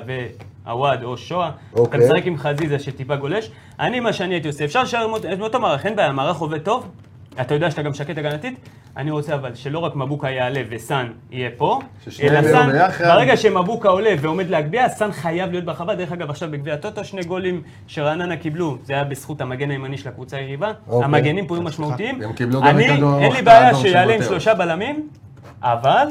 S2: ועווד או שואה, אתה
S1: אוקיי.
S2: משחק עם חזיזה שטיפה גולש. אני, מה שאני הייתי עושה, אפשר לשאר עם אותו- עם אותו מערך, אין בעיה, המערך עובד טוב, אתה יודע שאתה גם שקט הגנתית, אני רוצה אבל שלא רק מבוקה יעלה וסאן יהיה פה,
S8: ששניהם
S2: אלא
S8: יהיו
S2: סאן,
S8: ביחד.
S2: ברגע שמבוקה עולה ועומד להגביה, סאן חייב להיות ברחבה. דרך אגב, עכשיו בגביע הטוטו שני גולים שרעננה קיבלו, זה היה בזכות המגן הימני של הקבוצה היריבה.
S1: אוקיי.
S2: המגנים פה היו משמעותיים.
S8: הם קיבלו גם
S2: אני,
S8: את הכדור
S2: אין לי
S8: האדום
S2: בעיה
S8: של
S2: שיעלה עם
S8: בוטר.
S2: שלושה בלמים, אבל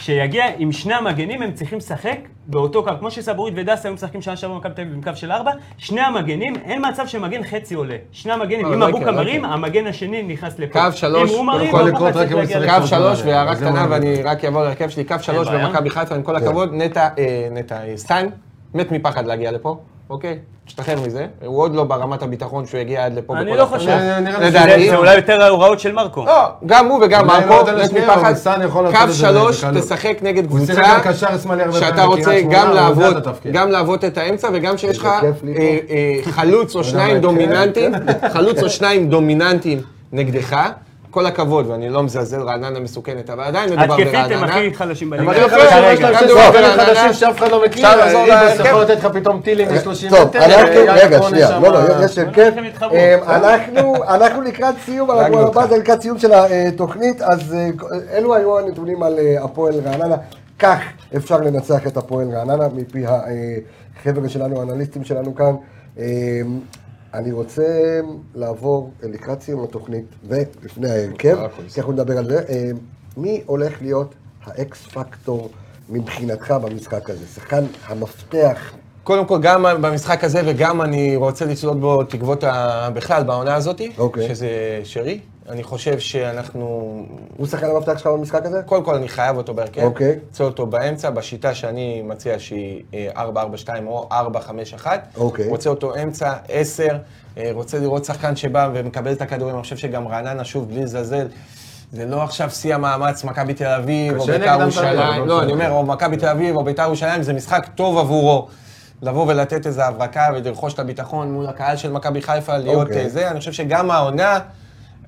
S2: שיגיע עם שני המגנים, הם צריכים לשחק באותו קו. כמו שסבורית ודסה היו משחקים שנה שעברה במכבי תל אביב עם קו של ארבע, שני המגנים, אין מצב שמגן חצי עולה. שני המגנים,
S8: אה,
S4: לא,
S2: אם
S4: לא
S2: מבוקה
S4: יקרה, לא
S2: מרים, המגן השני נכנס לפה.
S4: קו שלוש,
S2: אם הוא מרים,
S8: יכול
S2: מבוקה
S8: לקרות רק
S2: צריך
S8: אם הוא
S2: לא להגיע
S8: ישחק
S2: לפה.
S4: קו שלוש
S8: זה
S4: והערה
S8: מה
S4: קטנה,
S8: אני
S4: ואני רק אעבור להרכב שלי, קו שלוש
S2: בעיה.
S4: במכבי חיפה, עם כל הכבוד, נטע, אה, נטע, אה, סטן, מת מפחד להגיע לפה, אוקיי? תשתחרר מזה, הוא עוד לא ברמת הביטחון שהוא יגיע עד לפה.
S2: אני
S4: בכל
S2: לא
S4: הפעם.
S2: חושב.
S3: אה,
S8: נראה לי
S4: לדעתי-
S2: זה- זה אולי יותר ההוראות של מרקו.
S4: לא, גם הוא וגם
S8: אולי לא
S4: מרקו,
S8: נותן
S4: מת
S8: לשנייה,
S4: מפחד.
S8: אבל סאן יכול לעשות
S4: קו
S8: את זה
S4: שלוש,
S8: בקלות.
S4: תשחק נגד
S8: הוא
S4: קבוצה,
S8: שיחק גם קשר שמאלי הרבה
S4: שאתה
S8: פעמים
S4: רוצה
S8: בקריית
S4: גם
S8: שמונה, הוא יודע את
S4: לעבוד,
S8: התפקיד.
S4: גם לעבוד את האמצע, וגם שיש לך
S1: כיף לי
S4: אה, אה, חלוץ
S8: <laughs>
S4: או שניים
S8: מה יקרה. <laughs>
S4: דומיננטיים, חלוץ או שניים דומיננטיים נגדך. כל הכבוד, ואני לא מזלזל, רעננה מסוכנת, אבל עדיין מדובר
S2: התקפית
S4: ברעננה. לא
S2: הם הכי חלשים
S8: הם
S2: בליגה.
S8: הכי חלשים, יש
S4: כרגע.
S8: להם שני
S4: כדור
S8: שחקנים
S4: ברעננה.
S8: חדשים שאף אחד לא מכיר.
S4: אפשר לחזור
S8: איבס
S4: להרכב?
S8: יכול לתת לך פתאום טילים מ-30
S1: טוב, אנחנו, רגע, שנייה, לא, לא, יש הרכב.
S2: איך הם התחברו?
S1: אה, אנחנו- אנחנו לקראת סיום, אנחנו על הבא, זה לקראת סיום של התוכנית, אז אה, אלו היו הנתונים על אה, הפועל רעננה. כך אפשר לנצח את הפועל רעננה מפי החבר'ה שלנו, האנליסטים שלנו כאן. אה, אני רוצה לעבור לקראת סיום התוכנית ולפני ההרכב, כי אנחנו נדבר על זה. אה, מי הולך להיות האקס פקטור מבחינתך במשחק הזה? שחקן המפתח
S4: קודם כל, גם במשחק הזה, וגם אני רוצה לצלות בו תקוות ה- בכלל בעונה הזאת,
S1: אוקיי.
S4: שזה שרי. אני חושב שאנחנו...
S1: הוא שחקן המפתח שלך במשחק הזה?
S4: קודם כל, אני חייב אותו בהרכב.
S1: אוקיי.
S4: רוצה אותו באמצע, בשיטה שאני מציע שהיא אה, 4-4-2 או 4-5-1.
S1: אוקיי.
S4: רוצה אותו אמצע, 10. אה, רוצה לראות שחקן שבא ומקבל את הכדורים. אני חושב שגם רעננה, שוב, בלי לזלזל. זה לא עכשיו שיא המאמץ, מכבי תל אביב, או
S8: קשה
S4: בית"ר
S8: נגדם תמיד,
S4: ירושלים.
S8: אבל
S4: לא,
S8: בסדר.
S4: אני אומר, או מכבי תל אביב, או בית"ר ירושלים, זה משחק טוב עבורו. לבוא ולתת איזו הברקה ולרכוש את הביטחון מול הקהל של מכבי חיפה, להיות
S1: אוקיי.
S4: אה, זה. אני חושב שגם העונה,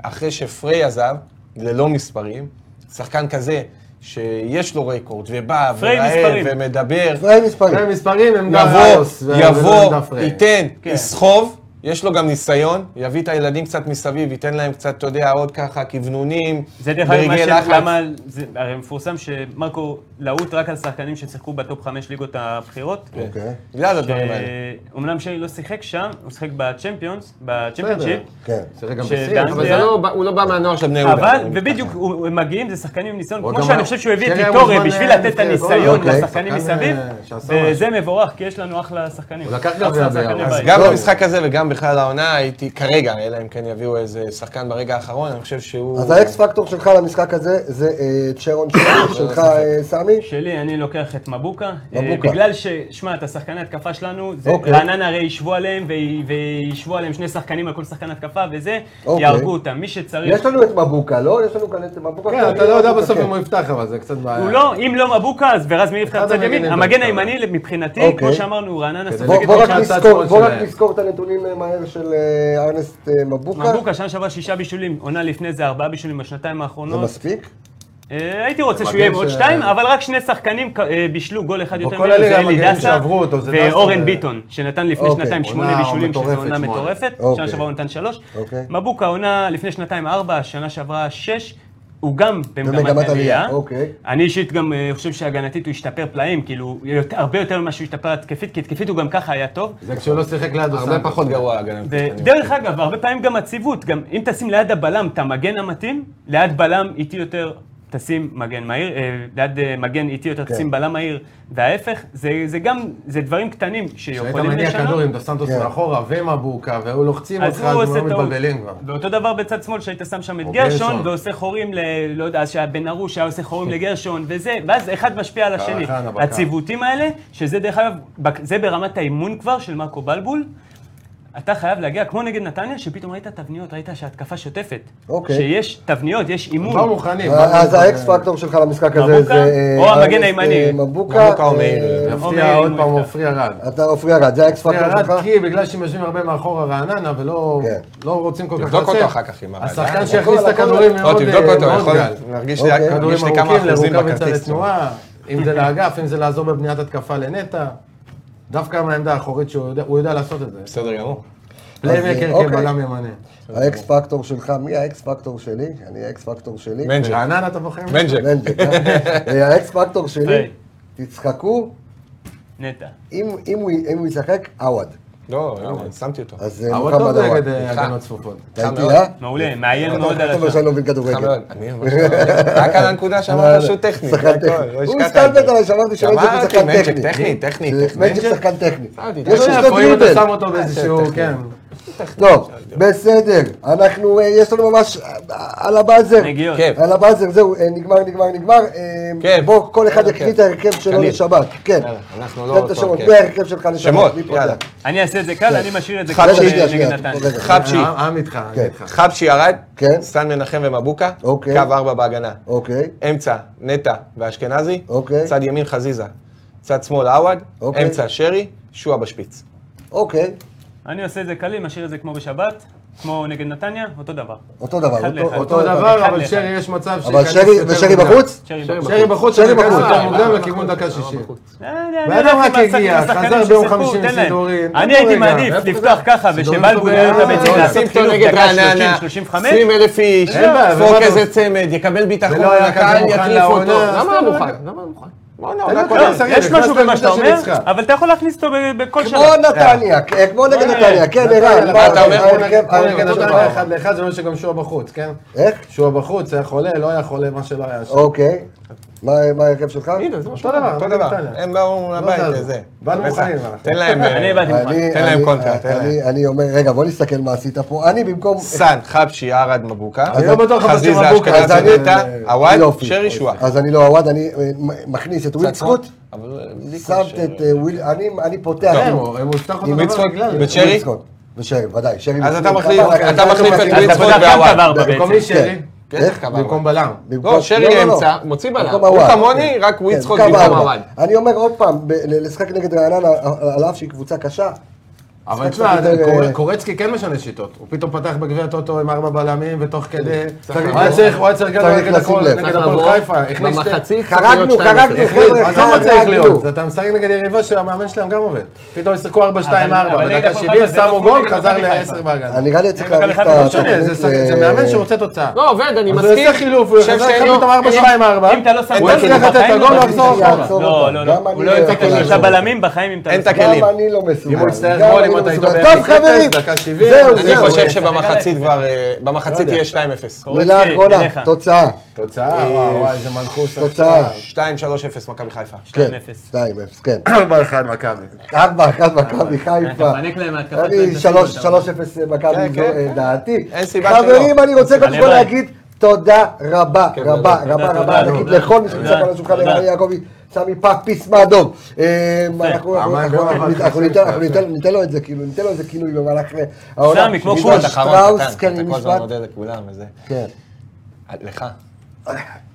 S4: אחרי שפריי עזב, ללא מספרים, שחקן כזה, שיש לו רקורד, ובא,
S2: פריי
S4: ורעב,
S2: מספרים.
S4: ומדבר,
S1: פריי מספרים.
S8: מספרים הם גם
S3: לא
S4: יבוא,
S8: ראוס, ו-
S4: יבוא,
S8: ולא דף ריי.
S4: ייתן,
S2: כן.
S4: יסחוב, יש לו גם ניסיון, יביא את הילדים קצת מסביב, ייתן להם קצת, אתה יודע, עוד ככה, כוונונים,
S2: זה דרך אגב מה
S4: ברגעי
S2: ש...
S4: לחץ.
S2: למה... זה הרי מפורסם שמרקו להוט רק על שחקנים ששיחקו בטופ חמש ליגות הבכירות.
S1: אוקיי.
S4: בגלל
S2: ש-
S4: הדברים האלה.
S2: אומנם שרי לא שיחק שם, הוא שיחק בצ'מפיונס, בצ'מפיונשיפ.
S1: כן.
S3: שיחק גם
S2: ש-
S3: בסין.
S2: דן-
S6: אבל זה לא בא- הוא לא בא מהנוער של בני יהודה.
S2: אבל, ובדיוק, הוא- הם מגיעים, זה שחקנים עם ניסיון,
S3: הוא
S2: כמו
S3: גם
S2: שאני
S3: היה-
S2: חושב שהוא הביא את
S3: שרי היה
S2: ויטוריה
S3: מוזמן
S2: בשביל
S3: לנבחרת,
S2: לתת את הניסיון
S1: אוקיי.
S2: לשחקנים
S3: שחקן,
S2: מסביב,
S3: אה, שעשה
S2: וזה מבורך, כי יש לנו אחלה שחקנים.
S3: הוא לקח גביע
S2: אחלה
S3: ביחד.
S2: שחקני
S3: אז
S2: בית.
S4: גם
S1: לא.
S4: במשחק הזה וגם בכלל העונה הייתי, כרגע, אלא אם כן יביאו איזה שחקן ברגע האחרון, אני חושב שהוא...
S1: אז האקס פקטור שלך למשחק הזה זה אה, צ'רון שרי, שלך אה, סמי?
S2: שלי, אני לוקח את מבוקה.
S1: מבוקה.
S2: מבוקה. בגלל ש... שמע, את השחקני התקפה שלנו, זה...
S1: אוקיי.
S2: רעננה הרי ישבו עליהם, וי- וישבו עליהם שני שחקנים על כל שחקן התקפה, וזה,
S1: אוקיי.
S2: יהרגו אותם. מי שצריך...
S1: יש לנו את מבוקה, לא? יש לנו כאן את מבוקה.
S3: כן, אתה לא יודע בסוף
S1: כן.
S3: אם הוא יפתח, אבל זה קצת בעיה.
S2: הוא לא, אם לא מבוקה, אז ורז מאיר
S3: אחד
S2: יפתח צד ימין.
S3: המגנים
S2: המגן
S3: בעיקר.
S2: הימני, מבחינתי,
S1: אוקיי.
S2: כמו שאמרנו, רעננה
S3: כדי
S1: בוא-
S2: סופגת
S1: בוא רק
S2: עכשיו-
S3: הצד
S1: נזכור-
S3: שמאל
S1: בוא רק
S3: שלהם.
S1: נזכור את הנתונים אה, מהר של אה, ארנסט אה, מבוקה.
S2: מבוקה, שנה שעברה שישה בישולים, עונה לפני זה ארבעה בישולים בשנתיים
S1: זה
S2: האחרונות.
S1: מספיק?
S2: אה, הייתי רוצה שהוא
S3: מגן
S2: יהיה עם עוד
S3: ש-
S2: שתיים, אבל רק שני שחקנים כ- אה, בישלו גול אחד יותר
S3: בכל הליגה
S2: אלי
S3: המגנים
S2: דסה
S3: שעברו אותו, זה דסה ו-
S2: ואורן ביטון, שנתן לפני
S1: אוקיי,
S2: שנתיים
S3: עונה
S2: שמונה בישולים, שזו
S3: מטורפת,
S2: עונה
S3: שמונה.
S2: מטורפת.
S1: אוקיי.
S2: שנה שעברה הוא נתן שלוש.
S1: אוקיי.
S2: מבוקה עונה לפני שנתיים ארבע, שנה שעברה שש. הוא גם
S1: במגמת
S2: במגמת
S1: עלייה,
S2: עלייה.
S1: אוקיי.
S2: אני אישית גם אה, חושב שהגנתית הוא השתפר פלאים, כאילו, יותר- הרבה יותר ממה שהוא השתפר התקפית, כי התקפית הוא גם ככה היה טוב.
S3: זה כשהוא לא שיחק ליד
S4: הרבה
S3: אוסנטו.
S4: פחות גרוע הגנה.
S3: כן,
S2: ודרך אגב, הרבה פעמים גם עציבות, גם אם תשים ליד הבלם את המגן המתאים, ליד בלם איטי יותר תשים מגן מהיר, אה, ליד אה, מגן איטי יותר
S3: כן.
S2: תשים בלם מהיר, וההפך, זה זה גם, זה דברים קטנים
S3: כשהיית
S2: שיכולים
S3: מניע כדור
S2: לשנות.
S3: עם דוסנטוס
S1: כן.
S3: מאחורה ומבוקה, והיו לוחצים
S2: אז
S3: אותך,
S2: הוא
S3: אז
S2: עושה
S3: מאוד
S2: טעות.
S3: מתבלבלים כבר.
S2: ואותו דבר בצד שמאל, שהיית שם שם את
S3: או
S2: גרשון,
S3: גרשון.
S2: ועושה חורים ל... לא יודע, אז שהיה בן ארוש, היה עושה חורים לגרשון, וזה, ואז אחד משפיע על השני.
S3: קרחנה, בקר.
S2: הציוותים האלה, שזה דרך אגב, בק- זה ברמת האימון כבר של מרקו בלבול, אתה חייב להגיע, כמו נגד נתניה, שפתאום ראית תבניות, ראית שההתקפה שוטפת.
S1: אוקיי.
S2: שיש תבניות, יש אימון.
S3: באו מוכנים. באו
S1: אה, אז
S3: מוכנים.
S1: האקס פקטור שלך למשחק הזה
S2: מבוקה?
S1: זה... אה,
S2: או המגן
S1: ארנסט, אה,
S2: הימני?
S1: מבוקה.
S4: מבוקה או
S1: אה,
S4: מאיר.
S3: יפתיע
S2: אם
S3: עוד
S2: הוא
S3: פעם
S2: יפתח.
S3: עופרי ארד.
S1: אתה עופרי ארד, זה האקס
S3: עופרי
S1: פקטור
S3: ארד
S1: שלך?
S3: כי בגלל שהם יושבים הרבה מאחורה רעננה ולא
S1: כן.
S3: לא רוצים כל כך
S4: תבדוק אותו אחר כך עם הרד,
S3: השחקן
S4: אה?
S3: שיכניס את
S1: הכל, הכל.
S3: הכדורים
S4: לא,
S3: מאוד
S4: תבדוק
S3: אה,
S4: אותו,
S3: מאוד
S4: יכול,
S3: קל.
S4: נרגיש לי
S1: אוקיי.
S4: נרגיש
S3: כדורים
S4: לי כמה
S3: ארוכים
S4: אחוזים
S3: לרוקאביצה
S4: בכרטיס.
S3: לתנועה, אם זה לאגף, אם זה לעזור בבניית התקפה לנטע. דווקא מהעמדה האחורית שהוא יודע- הוא יודע לעשות את זה.
S4: בסדר גמור.
S1: אז,
S3: פליימקר
S1: אוקיי.
S3: כבלם כן, ימני.
S1: האקס פקטור שלך, מי האקס פקטור שלי? אני האקס פקטור שלי.
S4: מנג'ק,
S3: רעננה אתה בוחר?
S4: מנג'ק.
S1: מנג'ק, אה? אה, האקס פקטור שלי,
S2: היי.
S1: תצחקו,
S2: נטע.
S1: אם אם הוא- אם הוא ישחק, עווד.
S4: לא, לא, שמתי אותו.
S1: אז אה,
S3: אבל
S1: מוחמד
S3: טוב
S1: עווד.
S3: נגד אה, הגנות צפופות.
S1: אתה איתי,
S4: מאוד.
S1: אה?
S2: מעולה, מאיים מאוד על
S1: אתה אומר
S2: השאר.
S1: שאני לא מבין
S4: חם מאוד.
S1: כדורגל.
S4: אני ממש לא- רק על הנקודה
S1: אבל-
S4: שאמרת שהוא טכני.
S1: שחקן
S4: זה הכל,
S1: טכני. הוא
S4: לא השקעת
S1: הסתלבט
S4: את זה.
S1: עליי, שאמרתי שמנג'ק הוא
S4: אמרתי,
S1: שחקן
S4: מנג'ק
S1: טכני.
S4: טכני, טכני,
S1: זה-
S4: טכני.
S1: מנג'ק שחקן טכני.
S4: אמרתי,
S1: יש
S4: אתה
S1: לו
S4: יודע,
S1: שני
S3: פה אם אתה
S1: דריבל.
S3: שם אותו באיזשהו, כן.
S1: טוב, בסדר. אנחנו, אה, יש לנו ממש אה, על הבאזר.
S2: נגיעות.
S4: כיף.
S1: על הבאזר, זהו, אה, נגמר, נגמר, נגמר. אה,
S4: כן.
S1: בוא, כל אחד יקריא את ההרכב שלו
S4: קליל.
S1: לשבת. כן.
S4: יאללה, אנחנו לא
S1: תן את
S4: אותו
S1: השמות,
S4: הרכב.
S1: זה ההרכב שלך לשבת.
S4: שמות,
S1: מי פותח?
S4: יאללה.
S2: אני אעשה את זה קל, אני משאיר את זה
S1: רגע,
S2: כמו
S1: שנייה,
S2: נגד
S1: שנייה,
S2: נתניה.
S1: רגע.
S4: חבשי,
S3: העם- העם איתך, העם
S1: כן.
S3: איתך.
S4: חבשי ירד,
S1: כן.
S4: סן מנחם ומבוקה,
S1: אוקיי.
S4: קו ארבע בהגנה.
S1: אוקיי.
S4: אמצע, נטע ואשכנזי,
S1: אוקיי.
S4: צד ימין חזיזה, צד שמאל עווד,
S1: אוקיי.
S4: אמצע שרי, שועה בשפיץ.
S1: אוקיי,
S2: אני עושה את זה קליל, משאיר את זה כמו בשבת, כמו נגד נתניה, אותו דבר.
S1: אותו דבר.
S2: אחד
S1: אותו-
S2: לאחד.
S1: אותו
S3: אותו דבר,
S2: אחד
S3: אבל
S2: לאחד.
S3: שרי יש מצב
S1: אבל
S3: שייכנס
S1: שרי,
S3: יותר
S1: ושרי
S3: מוקדם.
S1: בחוץ?
S2: שרי בחוץ.
S3: שרי בחוץ,
S1: שרי
S3: שרי בחוץ.
S1: בחוץ.
S3: יותר מוקדם לכיוון דקה שישים.
S2: אה, אני- אני
S3: ואדם
S2: הלכתי
S3: רק
S2: מהשחק-
S3: הגיע,
S2: מהשחקנים
S3: חזר ביום
S2: ששיחקו,
S3: חמישי עם
S2: תן להם.
S3: סידורי.
S2: אני
S3: איפה
S2: הייתי
S3: רגע?
S2: מעדיף
S3: איפה
S2: לפתוח ככה
S3: סידורי
S2: ושבלבול
S3: טובים.
S2: יהיה את הבצעים
S3: אה,
S2: לעשות
S4: לא, שים
S2: חילוף
S4: אותו נגד
S2: דקה
S4: רעננה,
S2: 30-35.
S4: 20 אלף איש,
S3: אין בעיה,
S4: דפוק
S3: ובנו.
S4: איזה צמד, יקבל ביטחון,
S3: ולא לא היה
S4: הקהל
S3: כזה מוכן
S4: יחליף אותו.
S3: לעונה.
S4: לא,
S3: אז
S6: למה הוא מוכן? למה הוא מוכן?
S4: בואנה,
S3: תן לו
S4: עונה
S3: כל
S4: קלה.
S2: לא,
S3: שרי,
S2: יש
S3: נכנס
S2: משהו במה
S3: לנקודה
S2: שאתה אומר,
S3: שניצחה.
S8: אה,
S2: אבל אתה יכול להכניס אותו ב- בכל
S1: כמו
S2: שלב.
S1: נתניה, כן, כמו נגד נתניה, כן,
S8: אה,
S1: ערן.
S4: מה אתה אומר?
S1: ההרכב-
S3: בוא נגיד,
S1: ההרכב
S3: אתה
S1: שלך.
S3: יודע, אחד לאחד, זה אומר שגם שועה בחוץ, כן?
S1: איך?
S3: שועה בחוץ, היה חולה, לא היה חולה, מה שלא היה שם.
S1: אוקיי. מה מה ההרכב שלך?
S6: הנה, זה מה
S3: אותו דבר,
S4: אותו דבר,
S3: נתניה.
S4: הם באו
S3: זזו.
S4: לבית, זה.
S3: לא באנו
S4: בסדר.
S3: מוכנים, אנחנו.
S4: תן להם... אה,
S2: אני הבנתי ממך.
S1: אני-
S4: תן להם
S1: אני- אה,
S4: קונטרה, תן
S1: אני- אני אומר, רגע, בוא נסתכל מה עשית פה. אני במקום...
S4: סאן, חבשי, ערד, מבוקה.
S1: אני לא
S3: בטוח, אבל
S4: חזיזה,
S3: שמבוקה,
S1: אז
S4: אשכנזי,
S1: אני- אה,
S4: נטע, עווד,
S1: יופי.
S4: שרי, שועה.
S1: אז אני לא עווד, אני אה, מ- מכניס את ווילסקוט,
S4: אבל, אה, בלי כל
S1: שמת
S4: שרי.
S1: את אה, וויל... אני- אני פותח.
S3: כן,
S1: עם-
S3: הוא- הם הוא יפתח אותו
S4: עם
S3: דבר
S4: יצחק
S3: בגלל.
S1: עם
S4: ושרי?
S1: ווילסקוט. ושרי, ודאי. שרי
S4: אז אתה
S1: בפנים,
S4: מחליף-
S1: ככה,
S4: אתה
S1: ככה,
S4: מחליף
S1: ככה,
S4: את
S1: ככה.
S2: אז אתה
S4: ווילסקוט
S2: פתח גם
S4: והוואט.
S2: קו ארבע
S3: אה, במקום
S2: בעצם.
S3: מי שרי?
S4: כן,
S1: איך?
S4: קו ארבע.
S3: במקום בלם.
S1: במקום-
S4: לא, שרי
S1: לא, לא, לא.
S4: אמצע, מוציא בלם.
S1: במקום
S4: הוא
S1: הוואט.
S4: כמוני, רק
S1: כן,
S4: וויצחוק
S1: קו
S4: במקום
S1: ארבע.
S4: הוואט.
S1: אני אומר עוד פעם, ב- ל- לשחק נגד רעננה, על אף שהיא קבוצה קשה,
S8: אבל
S1: משחק קצת
S8: תשמע,
S1: יותר,
S8: קור-
S1: אה,
S8: קורצקי כן משנה שיטות. הוא פתאום פתח בגביע הטוטו עם ארבע בלמים, ותוך
S3: כן.
S8: כדי...
S1: צריך-
S8: הוא היה צריך- הוא היה צריך גם
S1: צריך
S8: נגד
S1: לשים
S8: הפועל
S1: לב.
S8: נגד
S6: צריך
S8: הפועל
S6: לבוא
S8: חיפה. הכניס שתי-
S6: במחצית, צריך
S1: חרגנו,
S6: להיות 2-0.
S1: חרגנו.
S8: החליט,
S1: חבר'ה,
S8: עזוב מה
S1: חג
S8: צריך
S1: תגידו.
S8: לא להיות, זה אתה משחק נגד יריבה שהמאמן שלהם גם עובד. פתאום שיחקו 4-2-4,
S2: אה, אבל נגד
S8: בדקה
S2: הפועל
S8: 70
S2: חיפה זה
S8: שמו
S2: לא
S8: גול,
S2: כמו
S8: חזר
S2: נגד מכבי
S8: ל-10
S2: חיפה.
S8: בהגנה.
S1: אני נראה לי צריך
S2: מכבי
S1: להעריך את
S2: חיפה
S8: לא משנה,
S1: התוכנית,
S8: זה שחק- זה
S1: אה,
S8: מאמן שרוצה תוצאה.
S6: לא עובד, אני
S8: אז הוא
S6: מסכים.
S8: יעשה חילוף, הוא
S4: חושב
S8: יחזור
S4: שאין
S8: לך
S4: לו-
S8: פתאום 4-2-4.
S2: אם אתה לא שם
S8: הוא
S2: גול,
S8: יצליח לתת את
S2: בחיים
S8: הגול,
S2: לא
S8: הוא יחזור
S1: תצליח
S8: אחורה.
S1: לעצור
S2: לא,
S1: אותו.
S2: לא, לא.
S1: גם
S2: הוא
S1: אני
S2: לא
S1: לא
S2: יוצא
S1: יכול
S2: כלים.
S1: לעצור
S2: אתה
S1: אותו.
S2: בלמים בחיים אם אתה...
S4: אין
S2: לא
S4: את
S2: שם.
S4: הכלים.
S1: גם אני לא מסוגל.
S8: אם הוא יצטרך
S1: גם
S8: גול,
S1: אני
S8: אם
S1: לא
S8: אתה
S1: מסוגל.
S8: איתו
S1: טוב
S8: ביחד,
S1: חברים,
S8: דקה 70.
S1: זהו,
S4: אני
S1: זהו. אה, לא
S4: חושב שבמחצית כבר, אה, במחצית יהיה 2-0.
S1: מילה
S2: אוקיי, אליך.
S1: אחרונה, תוצאה,
S8: תוצאה, וואו, וואי, איזה מנחוס.
S1: תוצאה.
S4: 2-3-0 מכבי חיפה.
S1: כן,
S2: 2-0.
S1: 2-0, כן.
S8: <coughs> 4-1 מכבי.
S1: 4-1 מכבי חיפה.
S2: תפנק כן, להם מהתקפה
S1: אני
S2: שלהם,
S1: 3
S2: תשים אותם.
S1: 3-0 מכבי,
S4: כן,
S1: זו
S4: כן,
S1: אה,
S4: כן.
S1: דעתי.
S4: אין סיבה
S1: חברים, אני רוצה קודם כל
S2: הלוואי.
S1: להגיד תודה רבה,
S4: כן,
S1: רבה,
S4: תודה,
S1: רבה,
S2: תודה,
S1: רבה,
S2: תודה,
S1: נגיד
S2: תודה.
S1: לכל מי שנמצא
S2: תודה,
S1: כאן על השולחן,
S2: תודה.
S1: לרעי יעקבי, סמי פאק, פיסמה אדום. אה, אנחנו- אנחנו-
S8: פעמיים
S1: אנחנו-
S8: ביום, אבל
S1: אנחנו
S8: חצי
S1: ניתן- אנחנו
S8: שעה.
S1: ניתן ניתן לו את זה, כאילו, ניתן לו איזה כינוי במהלך אה, העונה.
S2: סמי, כמו
S1: יובל
S2: חוץ,
S1: שטראוס,
S4: קטן,
S1: כן,
S4: אתה
S1: עם
S4: כל הזמן
S1: משפט.
S4: מודה לכולם וזה.
S1: כן.
S4: לך.
S1: אה.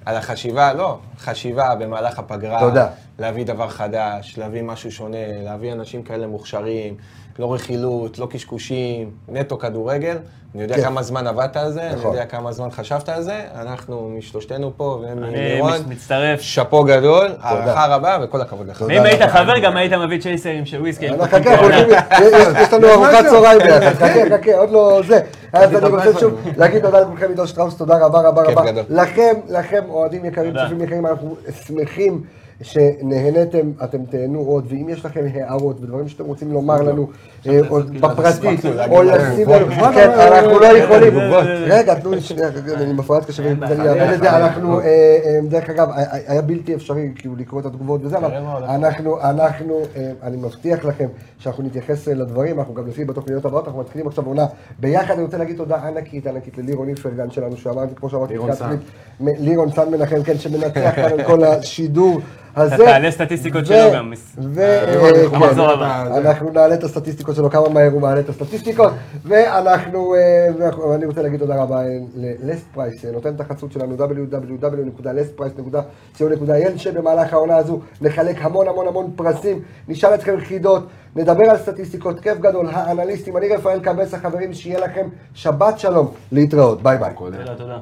S4: על החשיבה, לא, חשיבה במהלך הפגרה.
S1: תודה.
S4: להביא דבר חדש, להביא משהו שונה, להביא אנשים כאלה מוכשרים, לא רכילות, לא קשקושים, נטו כדורגל. אני יודע
S1: כן.
S4: כמה זמן עבדת על זה, אני
S1: נכון.
S4: יודע כמה זמן חשבת על זה. אנחנו משלושתנו פה והם
S2: אני
S4: מלירון.
S2: מצטרף.
S4: שאפו גדול, הערכה רבה וכל הכבוד לך.
S2: ואם היית חבר, גם היית מביא צ'ייסרים של וויסקי. עם אה,
S1: חכה,
S2: קופים
S1: אה, כן, לא, חכה,
S2: בעולם.
S1: חכה, יש- יש לנו ארוחת
S8: משהו?
S1: צהריים ביחד, חכה, חכה, עוד לא זה. אז אני
S8: תברך
S1: רוצה שוב
S8: אותנו.
S1: להגיד תודה לכולכם, עידו שטראוס, תודה רבה רבה
S4: כיף
S1: רבה.
S4: גדול.
S1: לכם, לכם, אוהדים יקרים,
S2: תודה.
S1: צופים יקרים, אנחנו שמחים שנהנתם, אתם תהנו עוד, ואם יש לכם הערות ודברים שאתם רוצים לומר לנו אה, עוד בפרטי, או לשים לנו, כן, אנחנו לא יכולים. רגע, תנו לי שנייה, רגע, אני מפרט קשה, ואני אאבד את זה, אנחנו, אה, אה, דרך אגב, היה- היה בלתי אפשרי כאילו לקרוא את התגובות וזה, אבל אנחנו, אנחנו, אה, אני מבטיח לכם שאנחנו נתייחס אה, לדברים, אנחנו גם נפעיל בתוכניות הבאות, אנחנו מתחילים עכשיו עונה ביחד, אני רוצה להגיד תודה ענקית, ענקית ללירון איפרגן שלנו, שאמרתי, כמו שאמרתי,
S8: לירון
S1: בתחילת
S8: סאן.
S1: התוכנית, מ- לירון סאן מנחם, כן, שמנצח כאן את כל השידור הזה.
S2: תעלה סטטיסטיקות שלו
S1: ו-
S2: גם.
S1: ו- אה, כן.
S2: המחזור הבא.
S1: אנחנו נעלה את הסטטיסטיקות שלו, כמה מהר הוא מעלה את הסטטיסטיקות, ואנחנו, אה, ואנחנו- אני רוצה להגיד תודה רבה אה, ללסט פרייס, אה, נותן את החסות שלנו, www.lסטפרייס.co.il, שבמהלך העונה הזו נחלק המון המון המון פרסים, נשאל אתכם חידות, נדבר על סטטיסטיקות, כיף גדול, האנליסטים, אני רפאל קבס, החברים, שיהיה לכם שבת שלום, להתראות, ביי ביי.
S2: תודה, תודה.